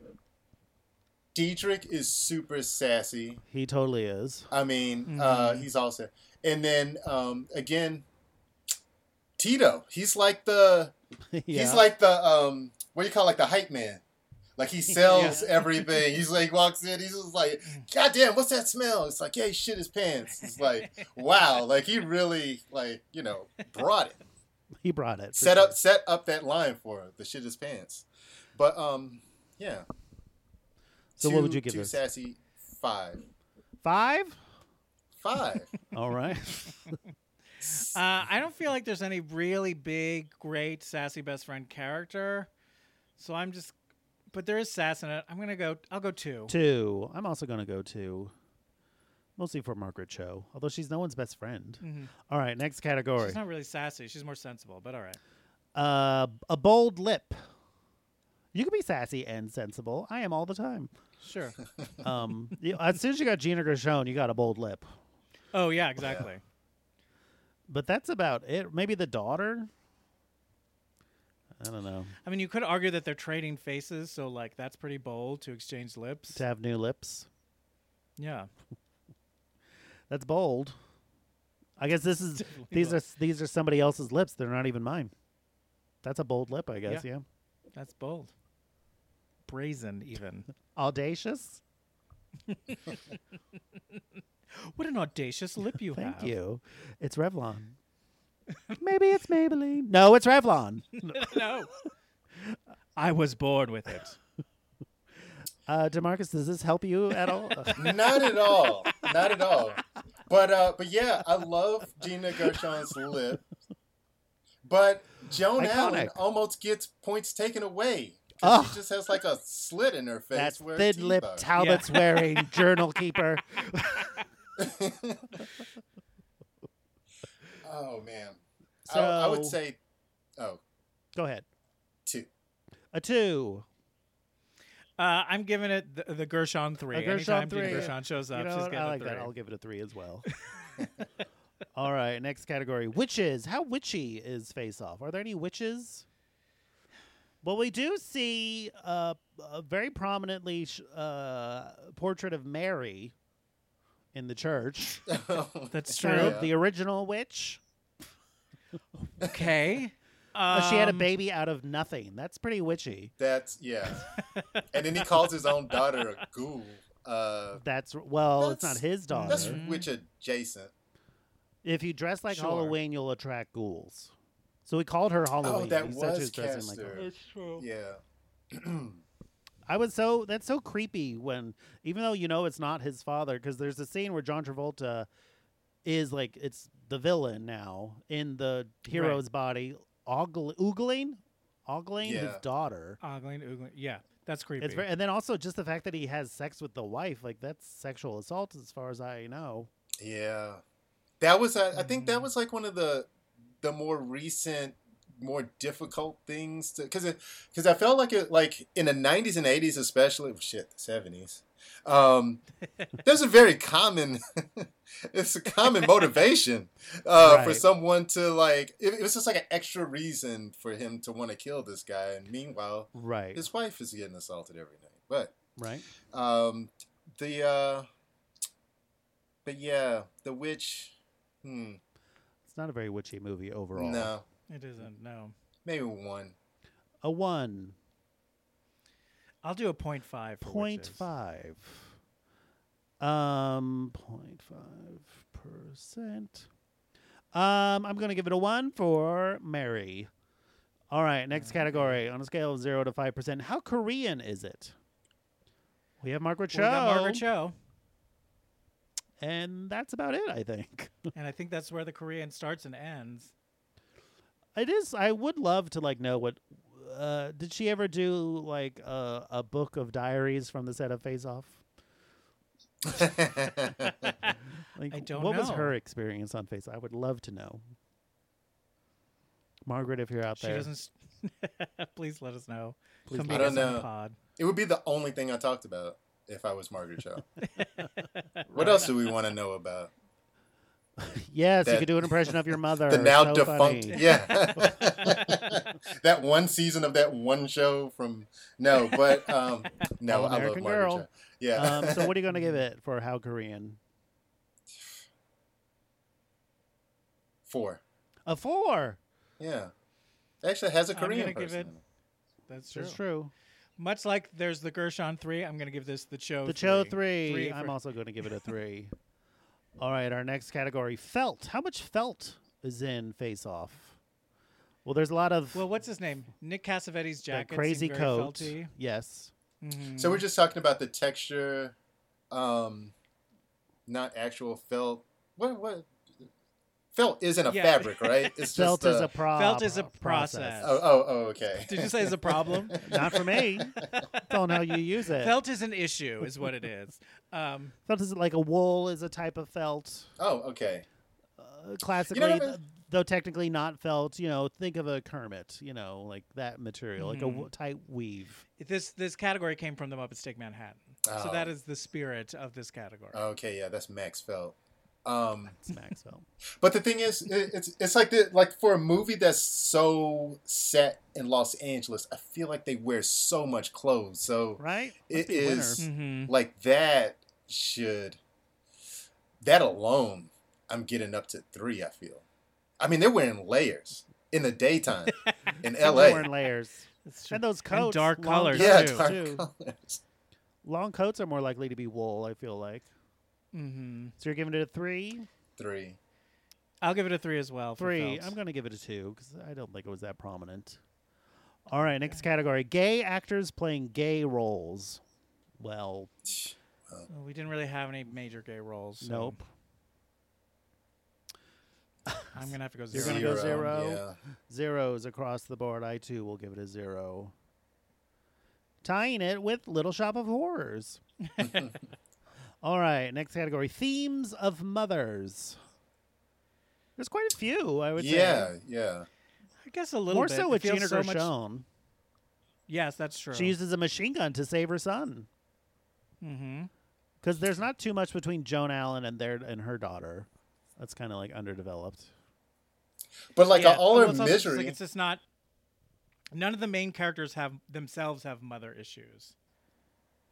S6: Dietrich is super sassy.
S5: He totally is.
S6: I mean, uh, he's also. And then um, again, Tito. He's like the
S5: Yeah.
S6: he's like the um, what do you call it, like the hype man. Like he sells everything. He's like walks in. He's just like, God damn, what's that smell? It's like, yeah, he shit his pants. It's like, wow, like he really like you know brought it.
S5: he brought it. for
S6: set
S5: sure.
S6: up set up that line for her, the shit his pants. But um, yeah.
S5: So what would you give
S6: two
S5: this?
S6: sassy five
S5: Five.
S6: five?
S5: All right.
S4: Uh, I don't feel like there's any really big, great, sassy best friend character. So I'm just, but there is sass in it. I'm going to go, I'll go two.
S5: two. I'm also gonna go two. Mostly for Margaret Cho, although she's no one's best friend. All right, next category.
S4: Mm-hmm. She's not really sassy. She's more sensible, but all right.
S5: Uh, a bold lip. You can be sassy and sensible. I am all the time.
S4: Sure.
S5: Um, you- as soon as you got Gina Gershon, you got a bold lip.
S4: oh, yeah, exactly.
S5: But that's about it. Maybe the daughter. I don't know.
S4: I mean, you could argue that they're trading faces. So, like, that's pretty bold to exchange lips.
S5: To have new lips.
S4: Yeah.
S5: That's bold. I guess this is these are these are somebody else's lips. They're not even mine. That's a bold lip, I guess. Yeah.
S4: Yeah. That's bold. Brazen, even.
S5: Audacious.
S4: What an audacious lip you have.
S5: Thank you. It's Revlon. Maybe it's Maybelline. No, it's Revlon.
S4: no. I was bored with it.
S5: Uh, Demarcus, does this help you at all?
S6: Not at all. Not at all. But uh, but yeah, I love Gina Gershon's lip. But Joan Allen
S5: Iconic.
S6: almost gets points taken away. 'cause
S5: Ugh.
S6: She just has like a slit in her face.
S5: That
S6: where
S5: thin lip
S6: Tebow-
S5: Talbot's wearing journal keeper.
S6: Oh man. I, I would
S5: So-
S6: say, oh,
S5: Go ahead.
S6: two.
S5: A two.
S4: Uh, I'm giving it the, the Gershon three.
S5: A Gershon
S4: Anytime Gina
S5: three.
S4: Gershon shows up,
S5: you know
S4: she's
S5: what?
S4: getting
S5: I like
S4: a three.
S5: that. I'll give it a three as well. All right, next category: witches. How witchy is Face Off? Are there any witches? Well, we do see uh, a very prominently sh- uh, portrait of Mary in the church.
S4: That's
S5: Kind
S4: true.
S5: of The original witch.
S4: Okay.
S5: Uh, she had a
S4: Um,
S5: baby out of nothing. That's pretty witchy.
S6: That's yeah. and then he calls his own daughter a ghoul. Uh,
S5: That's well, it's not
S6: That's-
S5: his daughter.
S6: that's witch adjacent.
S5: If you dress like
S4: Sure.
S5: Halloween, you'll attract ghouls. So he called her Halloween.
S6: Oh, that
S5: He said she
S6: was
S5: dressing like
S6: Caster.
S5: Halloween.
S6: yeah.
S5: I was so that's so creepy when even though you know it's not his father because there's a scene where John Travolta is like it's the villain now in the hero's body ogl- oogling ogling his
S6: Yeah.
S5: daughter.
S4: Ogling, oogling. Yeah, that's creepy.
S5: It's very, and then also just the fact that he has sex with the wife, like that's sexual assault, as far as I know.
S6: Yeah, that was. I, I think
S5: Mm-hmm.
S6: that was like one of the the more recent, more difficult things to because because I felt like it like in the '90s and '80s, especially oh, shit the '70s. Um, there's a very common. it's a common motivation uh, for
S5: Right.
S6: someone to like. It, it was just like an extra reason for him to want to kill this guy, and meanwhile,
S5: Right.
S6: his wife is getting assaulted every night. But
S5: Right.
S6: um, the uh, but yeah, the witch. Hmm.
S5: It's not a very witchy movie overall.
S6: No,
S4: It isn't. No,
S6: maybe one.
S5: A one
S4: I'll do a point five. For
S5: point
S4: witches.
S5: five. Um, point five percent. Um, I'm gonna give it a one for Mary. All right, next category on a scale of zero to five percent. How Korean is it? We have Margaret
S4: Well, we got
S5: Cho,
S4: Margaret Cho,
S5: and that's about it, I think.
S4: and I think that's where the Korean starts and ends.
S5: It is. I would love to like know what. Uh, did she ever do like a a book of diaries from the set of Face Off? Like,
S4: I don't
S5: What was
S4: know.
S5: her experience on Face? Off? I would love to know. Margaret, if you're out
S4: She
S5: there,
S4: doesn't. s- Please let us know.
S5: Please
S4: Come
S5: let
S4: be
S6: us
S4: us on
S6: know.
S4: pod.
S6: it would be the only thing I talked about if I was Margaret Cho. What else do we want to know about
S5: yes, you
S6: that-
S5: could do an impression of your mother.
S6: the now
S5: So
S6: defunct?
S5: funny.
S6: Yeah, that one season of that one show from no, but um, no,
S5: All
S6: I love
S5: American
S6: Margaret
S5: Girl.
S6: Cho. Yeah,
S5: um, so, what are you going to give it for How Korean?
S6: four.
S5: A four.
S6: Yeah, actually it has a
S4: I'm
S6: Korean
S4: gonna give
S6: person.
S4: it-
S6: in it.
S4: That's true.
S5: That's true.
S4: Much like there's the Gershon three, I'm gonna give this the Cho.
S5: The Cho
S4: Oh, three.
S5: three. I'm
S4: for-
S5: also going to give it a three. All right, our next category: felt. How much felt is in Face Off? Well, there's a lot of
S4: Well, what's his name? Nick Cassavetes'
S5: the
S4: jacket. seemed
S5: crazy
S4: very
S5: coat.
S4: felty.
S5: Yes,
S6: So we're just talking about the texture, um, not actual felt. What what? Felt isn't a
S4: Yeah.
S6: fabric, right? It's
S5: felt
S6: just
S5: is a pro-
S4: Felt is a
S5: process.
S4: process.
S6: Oh, oh, oh, okay.
S4: Did you say it's a problem?
S5: Not for me. It's on how you use it.
S4: Felt is an issue, is what it is. Um,
S5: Felt is like a wool is a type of felt.
S6: Oh, okay.
S5: Uh, classically,
S6: what I
S5: th- though technically not felt. You know, think of a kermit. You know, like that material, like a
S4: Mm-hmm.
S5: w- tight weave.
S4: this this category came from the Muppets Take Manhattan, so
S6: Oh.
S4: that is the spirit of this category.
S6: Okay, yeah, that's Max Felt. Um,
S5: It's Maxwell.
S6: but the thing is, it, it's it's like the like for a movie that's so set in Los Angeles, I feel like they wear so much clothes. So
S5: right? Must
S6: it
S5: be winter.
S6: is
S4: Mm-hmm.
S5: Mm-hmm.
S6: like that should that alone i'm getting up to three i feel i mean they're wearing layers in the daytime in
S5: People
S6: la
S5: wearing layers. And those coats,
S4: And dark
S5: long
S4: colors,
S6: yeah
S4: too.
S6: dark
S5: too.
S6: colors
S5: Long coats are more likely to be wool. I feel like.
S4: hmm
S5: So you're giving it a three.
S6: three
S4: I'll give it a three as well. for
S5: Three.
S4: felt.
S5: I'm going to give it a two because I don't think it was that prominent. All right, next category: gay actors playing gay roles. Well,
S4: Well, we didn't really have any major gay roles. so
S5: nope.
S4: I'm gonna have to go 0
S5: You're gonna go zero?
S6: yeah
S5: Zeros across the board. I too will give it a zero. Tying it with Little Shop of Horrors. All right, next category: themes of mothers. There's quite a few, I would
S6: yeah
S5: say.
S6: yeah
S4: I guess a little
S5: More
S4: bit.
S5: so
S4: It
S5: with
S4: feels
S5: Gina
S4: so much-
S5: Gershon.
S4: Yes, that's true.
S5: She uses a machine gun to save her son.
S4: hmm
S5: Because there's not too much between Joan Allen and their and her daughter. That's kind of like underdeveloped.
S6: but like
S4: Yeah,
S6: all
S4: well,
S6: our
S4: it's also just,
S6: misery
S4: like, it's just not. None of the main characters have themselves have mother issues.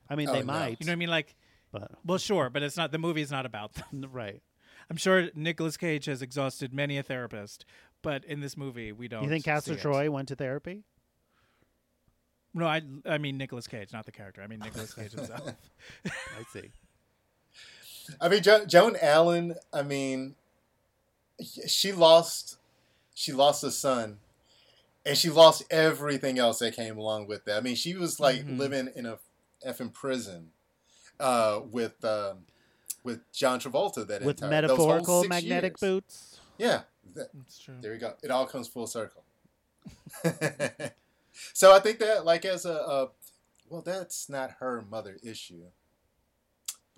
S5: I mean,
S6: Oh,
S5: they
S6: no.
S5: might,
S4: You know what I mean? Like,
S5: but
S4: well, sure, but it's not. The movie's not about them.
S5: n- right.
S4: I'm sure Nicolas Cage has exhausted many a therapist, but in this movie, we don't.
S5: you think
S4: see
S5: Castor
S4: it.
S5: Troy went to therapy?
S4: No, I, I mean Nicolas Cage, not the character. I mean Nicolas Cage himself.
S5: I see.
S6: i mean jo- joan allen i mean she lost she lost a son and she lost everything else that came along with that i mean she was like
S5: Mm-hmm.
S6: living in a effing prison uh, with um, with john travolta that
S5: With
S6: entire, those whole
S5: metaphorical
S6: six
S5: magnetic Mm.
S6: years.
S5: boots.
S6: yeah Th-
S4: That's true.
S6: there you go it all comes full circle So I think that like as a, a well, that's not her mother issue,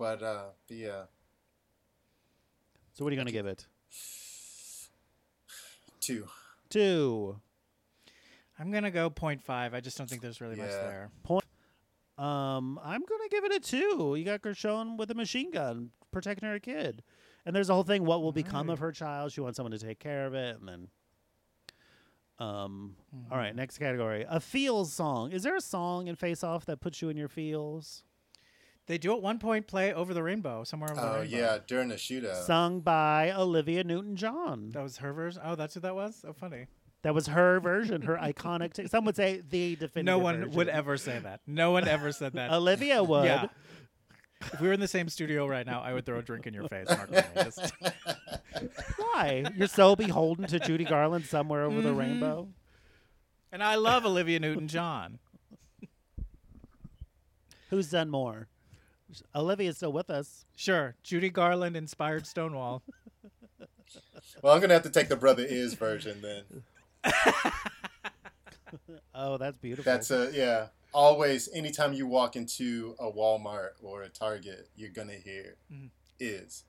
S6: but uh, the uh,
S5: So what are you gonna give it?
S6: two.
S5: Two.
S4: I'm gonna go 0.5. I just don't think there's really much
S6: Yeah.
S4: there.
S5: Um, I'm gonna give it a two. You got Gershon with a machine gun protecting her kid, and there's a whole thing: what will become of her child? She wants someone to take care of it, and then. Um. all
S4: Mm-hmm.
S5: right. Next category: a feels song. Is there a song in Face Off that puts you in your feels?
S4: They do at one point play "Over the Rainbow" somewhere over the
S6: Oh
S4: rainbow.
S6: yeah, during the shootout.
S5: Sung by Olivia Newton-John.
S4: that was her version. Oh, that's who that was. Oh, funny.
S5: That was her version, her iconic. T- some would say the definitive.
S4: no one
S5: version.
S4: would ever say that. No one ever said that.
S5: Olivia would.
S4: Yeah. If we were in the same studio right now, I would throw a drink in your face. Mark Maron. Just-
S5: Why? You're so beholden to Judy Garland somewhere over the rainbow.
S4: and I love Olivia Newton-John.
S5: Who's done more? Olivia's still with us.
S4: Sure, Judy Garland inspired Stonewall.
S6: Well, I'm gonna have to take the brother is version then.
S5: Oh, that's beautiful.
S6: That's a yeah. Always, anytime you walk into a Walmart or a Target, you're gonna hear is.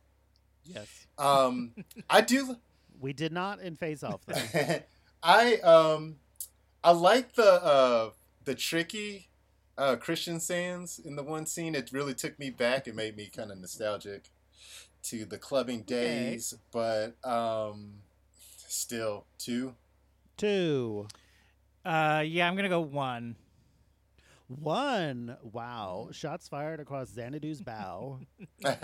S5: yes.
S6: Um, I do.
S5: We did not in Face Off though.
S6: I um, I like the uh the tricky uh Christian Sands in the one scene. It really took me back. It made me kind of nostalgic to the clubbing days, but um, still two.
S5: Two,
S4: Uh, yeah, I'm gonna go one.
S5: one. Wow. Shots fired across Xanadu's bow. Um,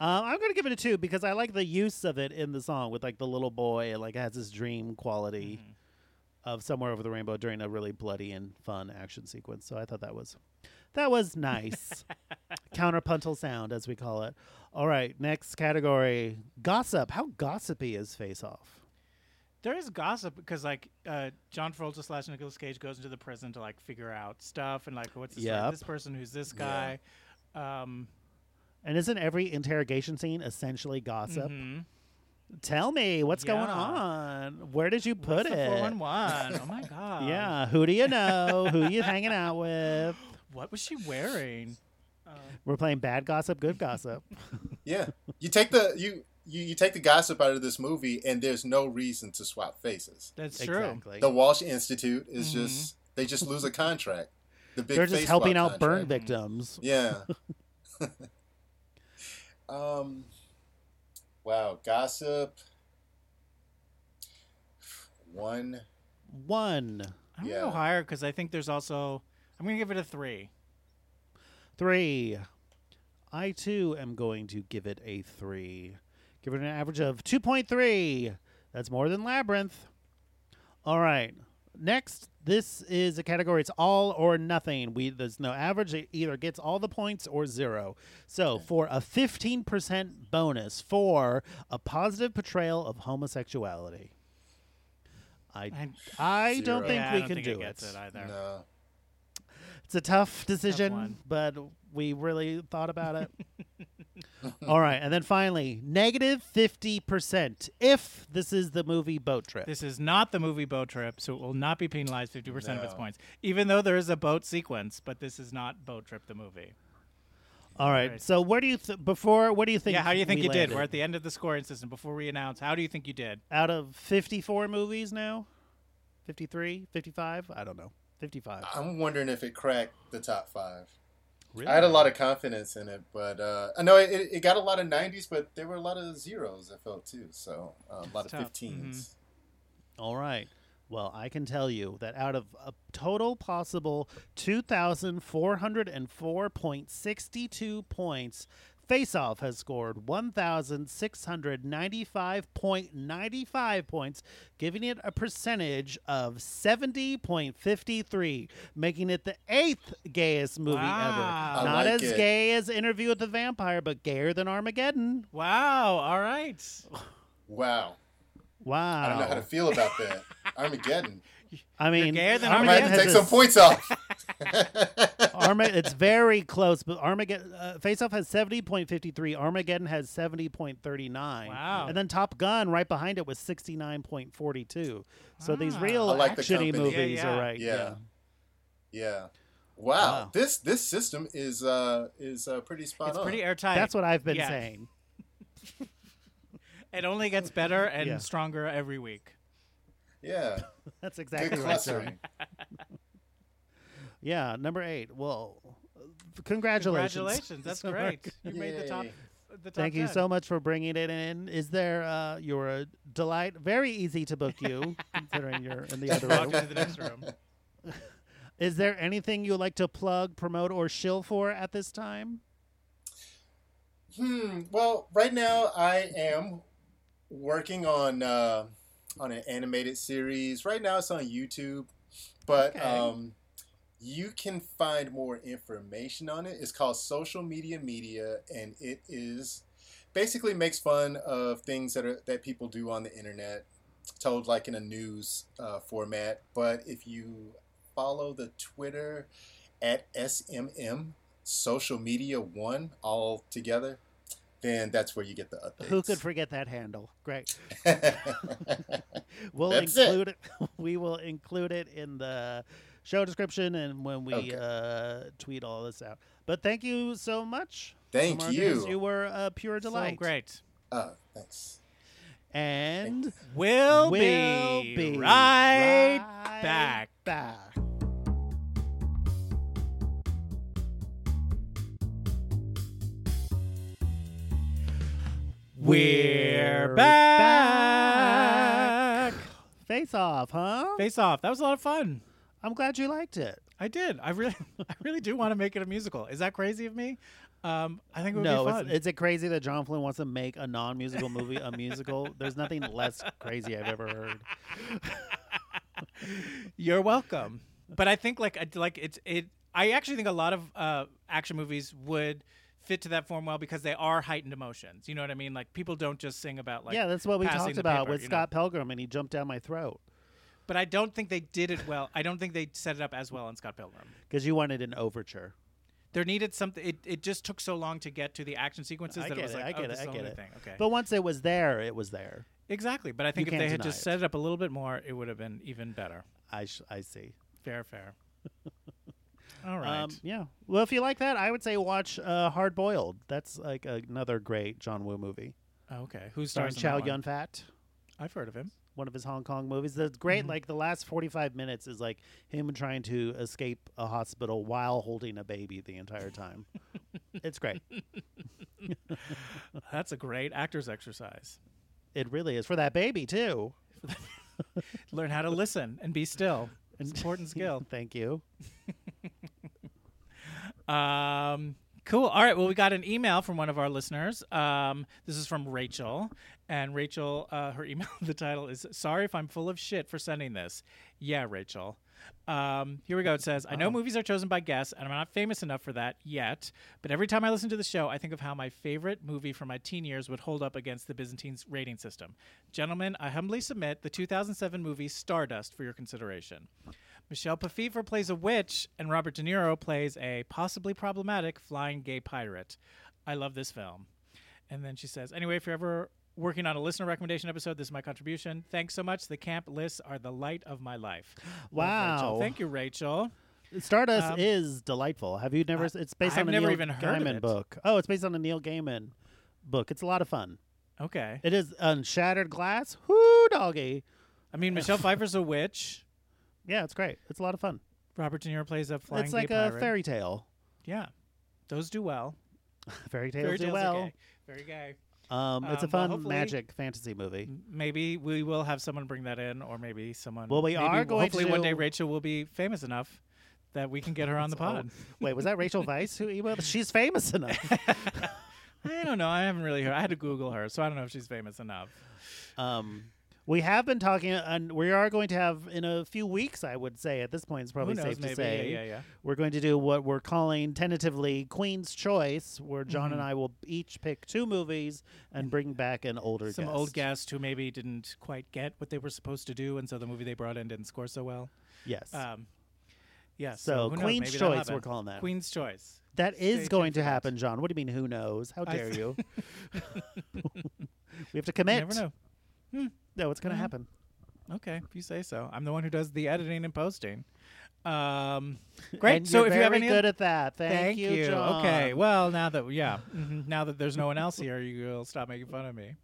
S5: I'm gonna give it a two because I like the use of it in the song with like the little boy and like it has this dream quality
S4: Mm-hmm.
S5: of somewhere over the rainbow during a really bloody and fun action sequence. So I thought that was that was nice. Counterpuntal sound as we call it. All right, next category. Gossip. How gossipy is face off?
S4: There is gossip because like uh, John Travolta slash Nicolas Cage goes into the prison to like figure out stuff and like what's this, like,
S5: Yep.
S4: this person who's this guy. Um,
S5: And isn't every interrogation scene essentially gossip? Tell me what's going
S4: Mm-hmm. Yeah.
S5: on. Where did you put
S4: what's the
S5: it?
S4: 411? Oh my god.
S5: Yeah, who do you know? who you hanging out with?
S4: What was she wearing?
S5: We're playing bad gossip, good gossip.
S6: Yeah, you take the you. You, you take the gossip out of this movie, and there's no reason to swap faces.
S4: That's true.
S6: The Walsh Institute is just they just lose a contract. The big
S5: Mm-hmm. They're just
S6: face
S5: helping
S6: swap
S5: out burn
S6: contract.
S5: victims.
S6: Yeah. um. Wow, gossip. One.
S5: One,
S4: I'm gonna go
S6: Yeah.
S4: higher because I think there's also. I'm gonna give it a three.
S5: three. I too am going to give it a three. Give it an average of 2.3. That's more than Labyrinth. All right. Next, this is a category. It's all or nothing. We there's no average. It either gets all the points or zero. So for a fifteen percent bonus for a positive portrayal of homosexuality, I
S4: I-
S5: I don't
S6: Zero.
S5: think
S4: Yeah,
S5: we
S4: I don't
S5: can
S4: think
S5: do
S4: it gets it, either.
S6: No.
S5: it's a tough decision,
S4: one.
S5: but we really thought about it. All right, and then finally, negative fifty percent if this is the movie boat trip.
S4: This is not the movie boat trip, so it will not be penalized 50% of its points, even though there is a boat sequence. But this is not boat trip the movie.
S5: All right, so where do you th- before? What do you think?
S4: yeah, how do you think
S5: we
S4: you did?
S5: landed?
S4: We're at the end of the scoring system before we announce. How do you think you did?
S5: out of 54 movies now 53 55 i don't know 55
S6: I'm wondering if it cracked the top five. I had a lot of confidence in it, but uh, I know it, it, it got a lot of 90s, but there were a lot of zeros I felt too, so uh, a lot of
S4: tough.
S6: 15s.
S5: Mm-hmm. all right well i can tell you that out of a total possible 2404.62 points face off has scored 1695.95 points giving it a percentage of 70.53 making it the eighth gayest movie
S4: Wow.
S5: ever Um,
S6: I
S5: not
S6: like
S5: as
S6: it.
S5: gay as interview with the vampire but gayer than armageddon
S4: Wow. All right.
S6: Wow.
S5: Wow.
S6: I don't know how to feel about that. Armageddon.
S5: I mean,
S4: gayer than
S6: I might
S5: Armageddon
S6: have to
S5: has
S6: take
S5: a
S6: some
S5: s-
S6: points off.
S5: Arma- it's very close, but Armageddon uh, Face Off has 70.53, Armageddon has 70.39.
S4: Wow.
S5: And then Top Gun right behind it was 69.42. So these real
S6: I like the
S5: action
S6: company.
S5: movies
S4: Ah. Yeah, yeah.
S5: are right.
S6: Yeah. Yeah. Wow.
S5: Wow.
S6: This this system is uh is uh, pretty spot
S4: It's
S6: on.
S4: pretty airtight.
S5: That's what I've been
S4: Yeah.
S5: saying.
S4: It only gets better and
S5: Yeah.
S4: stronger every week.
S6: yeah.
S5: That's exactly
S6: Good
S5: what I'm saying.
S6: clustering.
S5: Yeah, number eight. Well, uh, congratulations.
S4: Congratulations. That's
S5: So we're-
S4: great. You made the top
S6: Yay.
S4: the top
S5: Thank you
S4: 10.
S5: so much for bringing it in. Is there, uh, you're a delight. Very easy to book you, considering you're in the other
S4: Walk
S5: room.
S4: into the next room.
S5: Is there anything you'd like to plug, promote, or shill for at this time?
S6: Hmm. Well, right now I am working on uh, on an animated series. Right now it's on YouTube, but
S4: Okay.
S6: um, you can find more information on it. It's called Social Media Media, and it is basically makes fun of things that are that people do on the internet, told like in a news uh, format. But if you follow the Twitter at SMM Social Media One all together, then that's where you get the updates.
S5: Who could forget that handle? Great.
S6: Oh,
S5: We'll
S6: That's it.
S5: include it. we will include it in the show description and when we
S6: Okay.
S5: uh, tweet all this out. But thank you so much.
S6: Thank
S5: Marcus.
S6: you.
S5: You were a pure delight.
S4: So great.
S6: Uh, thanks.
S5: And
S4: We'll,
S5: we'll
S4: be,
S5: be
S4: right,
S5: right
S4: back.
S5: back.
S4: We're
S5: We're
S4: back.
S5: Face off, huh?
S4: Face off. That was a lot of fun.
S5: I'm glad you liked it.
S4: I did. I really, I really do want to make it a musical. Is that crazy of me? Um, I think it would
S5: No,
S4: be
S5: it's,
S4: fun.
S5: it's it crazy that John Flynn wants to make a non-musical movie a musical. There's nothing less crazy I've ever heard.
S4: You're welcome. But I think like I- like it's it. I actually think a lot of uh, action movies would fit to that form well because they are heightened emotions. You know what I mean? Like people don't just sing about like
S5: yeah, that's what we
S4: passing
S5: talked
S4: the
S5: about
S4: paper,
S5: with
S4: you know?
S5: Scott Pilgrim, and he jumped down my throat
S4: But I don't think they did it well. I don't think they set it up as well on Scott Pilgrim.
S5: because you wanted an overture.
S4: There needed something. It, it just took so long to get to the action sequences
S5: I
S4: that
S5: get
S4: it was
S5: it.
S4: like
S5: I
S4: oh,
S5: get
S4: this
S5: it.
S4: is
S5: I
S4: the
S5: get
S4: only
S5: it.
S4: thing. Okay.
S5: But once it was there, it was there.
S4: exactly. But I think if
S5: can't
S4: they had
S5: deny
S4: just
S5: it.
S4: set it up a little bit more, it would have been even better.
S5: I sh- I see.
S4: Fair, fair. All right.
S5: Um, yeah. Well, if you like that, I would say watch uh, Hard Boiled. That's like another great John Woo movie
S4: Oh, okay. Who's
S5: starring
S4: stars in that
S5: Chow
S4: one?
S5: Yun Fat.
S4: I've heard of him.
S5: One of his Hong Kong movies. That's great.
S4: Mm-hmm.
S5: Like the last forty five minutes is like him trying to escape a hospital while holding a baby the entire time. it's great.
S4: That's a great actor's exercise.
S5: It really is for that baby too.
S4: Learn how to listen and be still. It's an important skill.
S5: Thank you.
S4: Um, cool. All right. Well, we got an email from one of our listeners. Um, this is from Rachel. And Rachel, uh, her email, the title is Sorry if I'm full of shit for sending this. Yeah, Rachel. Um, here we go. It says, I know movies are chosen by guests, and I'm not famous enough for that yet. But every time I listen to the show, I think of how my favorite movie from my teen years would hold up against the Byzantine's rating system. Gentlemen, I humbly submit the 2007 movie Stardust for your consideration. Michelle Pfeiffer plays a witch, and Robert De Niro plays a possibly problematic flying gay pirate. I love this film. And then she says, anyway, if you're ever working on a listener recommendation episode, this is my contribution. Thanks so much. The camp lists are the light of my life. Love, Rachel.
S5: Wow.
S4: Thank you, Rachel.
S5: Stardust is delightful. Have you never? It's based
S4: Um, I've
S5: on a
S4: never
S5: Neil
S4: even heard of
S5: Gaiman
S4: it.
S5: book. Oh, it's based on a Neil Gaiman book. It's a lot of fun.
S4: Okay.
S5: It is on shattered glass. Whoo, doggy.
S4: I mean, Michelle Pfeiffer's a witch.
S5: Yeah, it's great. It's a lot of fun.
S4: Robert De Niro plays a flying
S5: it's
S4: gay
S5: like a
S4: pirate.
S5: fairy tale.
S4: Yeah. Those do well.
S5: Fairy tales
S4: Fairy
S5: do
S4: tales are
S5: well.
S4: gay. Very gay. Um,
S5: Um, it's a
S4: well,
S5: fun
S4: hopefully-
S5: magic fantasy movie.
S4: Maybe we will have someone bring that in, or maybe someone.
S5: Well, we
S4: maybe
S5: are going to
S4: Hopefully, one day
S5: do-
S4: Rachel will be famous enough that we can get her on the pod.
S5: Wait, was that Rachel Weiss who emailed? She's famous enough.
S4: I don't know. I haven't really heard. I had to Google her, so I don't know if she's famous enough.
S5: Um, we have been talking, and we are going to have in a few weeks. I would say at this point, it's probably
S4: knows,
S5: safe
S4: maybe.
S5: to
S4: Yeah,
S5: say
S4: yeah, yeah.
S5: we're going to do what we're calling tentatively Queen's Choice, where John and
S4: Mm-hmm.
S5: I will each pick two movies and bring back an older
S4: Some
S5: guest.
S4: old guest who maybe didn't quite get what they were supposed to do, and so the movie they brought in didn't score so well.
S5: Yes,
S4: Um, yeah.
S5: So
S4: So, who knows?
S5: Queen's
S4: Maybe that'll
S5: Choice, we're
S4: happen.
S5: calling that.
S4: Queen's Choice.
S5: that
S4: stay
S5: is going
S4: tuned
S5: to
S4: for that.
S5: happen, John. What do you mean? Who knows? How
S4: I
S5: dare
S4: th-
S5: you? we have to
S4: You
S5: commit.
S4: never know.
S5: No, it's going to happen.
S4: Okay, if you say so. I'm the one who does the editing and posting. Um,
S5: Great.
S4: And so
S5: you're
S4: if you
S5: very
S4: have any
S5: good at that. Thank,
S4: thank
S5: you. John.
S4: Okay. Well, now that yeah, mhm, now that there's no one else here, you will stop making fun of me.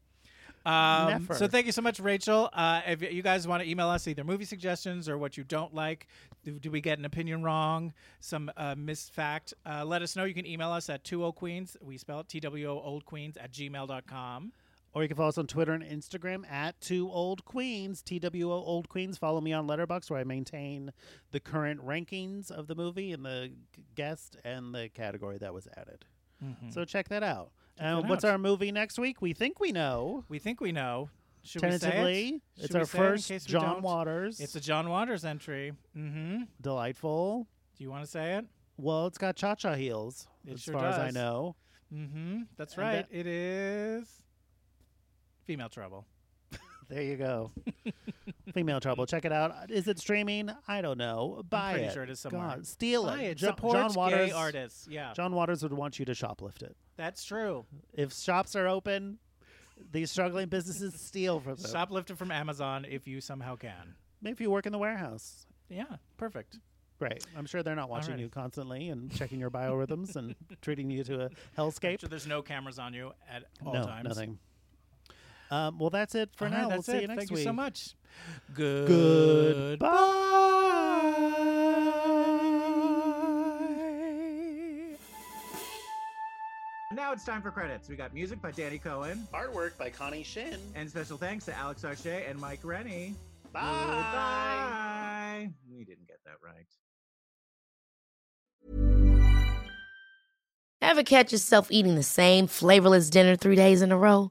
S4: Um,
S5: Never.
S4: so thank you so much, Rachel. Uh, if you guys want to email us either movie suggestions or what you don't like, do, do we get an opinion wrong, some uh, missed fact, uh, let us know. You can email us at 20 queens. We spell it T-W-O old queens at gmail.com.
S5: Or you can follow us on Twitter and Instagram at Two Old Queens, T W O Old Queens. Follow me on Letterbox where I maintain the current rankings of the movie and the g- guest and the category that was added. So check that out. Um,
S4: Hmm. that
S5: what's
S4: out.
S5: our movie next week? We think we know.
S4: We think we know. Should we say it?
S5: Tentatively,
S4: Should
S5: it's
S4: we
S5: our
S4: say it in
S5: first
S4: case we
S5: John
S4: don't?
S5: Waters.
S4: It's a John Waters entry. Mm-hmm.
S5: delightful.
S4: Do you want to say it?
S5: Well, it's got cha cha heels,
S4: It
S5: as
S4: sure
S5: far as I
S4: does.
S5: know.
S4: Mm-hmm. That's
S5: And
S4: right.
S5: that-
S4: it is female trouble.
S5: There you go. Female Trouble. Check it out. Is it streaming? I don't know. Buy
S4: pretty
S5: it.
S4: sure it is somewhere.
S5: God, steal it.
S4: Buy it.
S5: Jo-
S4: Supports
S5: John Waters.
S4: gay artists. Yeah,
S5: John Waters would want you to shoplift it.
S4: that's true.
S5: If shops are open, these struggling businesses steal from them.
S4: Shoplift it from Amazon if you somehow can.
S5: Maybe if you work in the warehouse.
S4: Yeah, perfect.
S5: Great. I'm sure they're not watching
S4: Alrighty.
S5: you constantly and checking your biorhythms and treating you to a hellscape.
S4: So there's no cameras on you at all
S5: no,
S4: times.
S5: nothing. Um, well, that's it for
S4: All right,
S5: now.
S4: that's
S5: we'll see
S4: it.
S5: you next
S4: Thank
S5: week.
S4: you so much. Good.
S5: Goodbye.
S3: Now it's time for credits. We got music by Danny Cohen,
S5: Artwork by Connie Shin.
S3: and special thanks to Alex Arche and Mike Rennie.
S5: Bye.
S3: Goodbye. We didn't get that right.
S2: Ever catch yourself eating the same flavorless dinner three days in a row?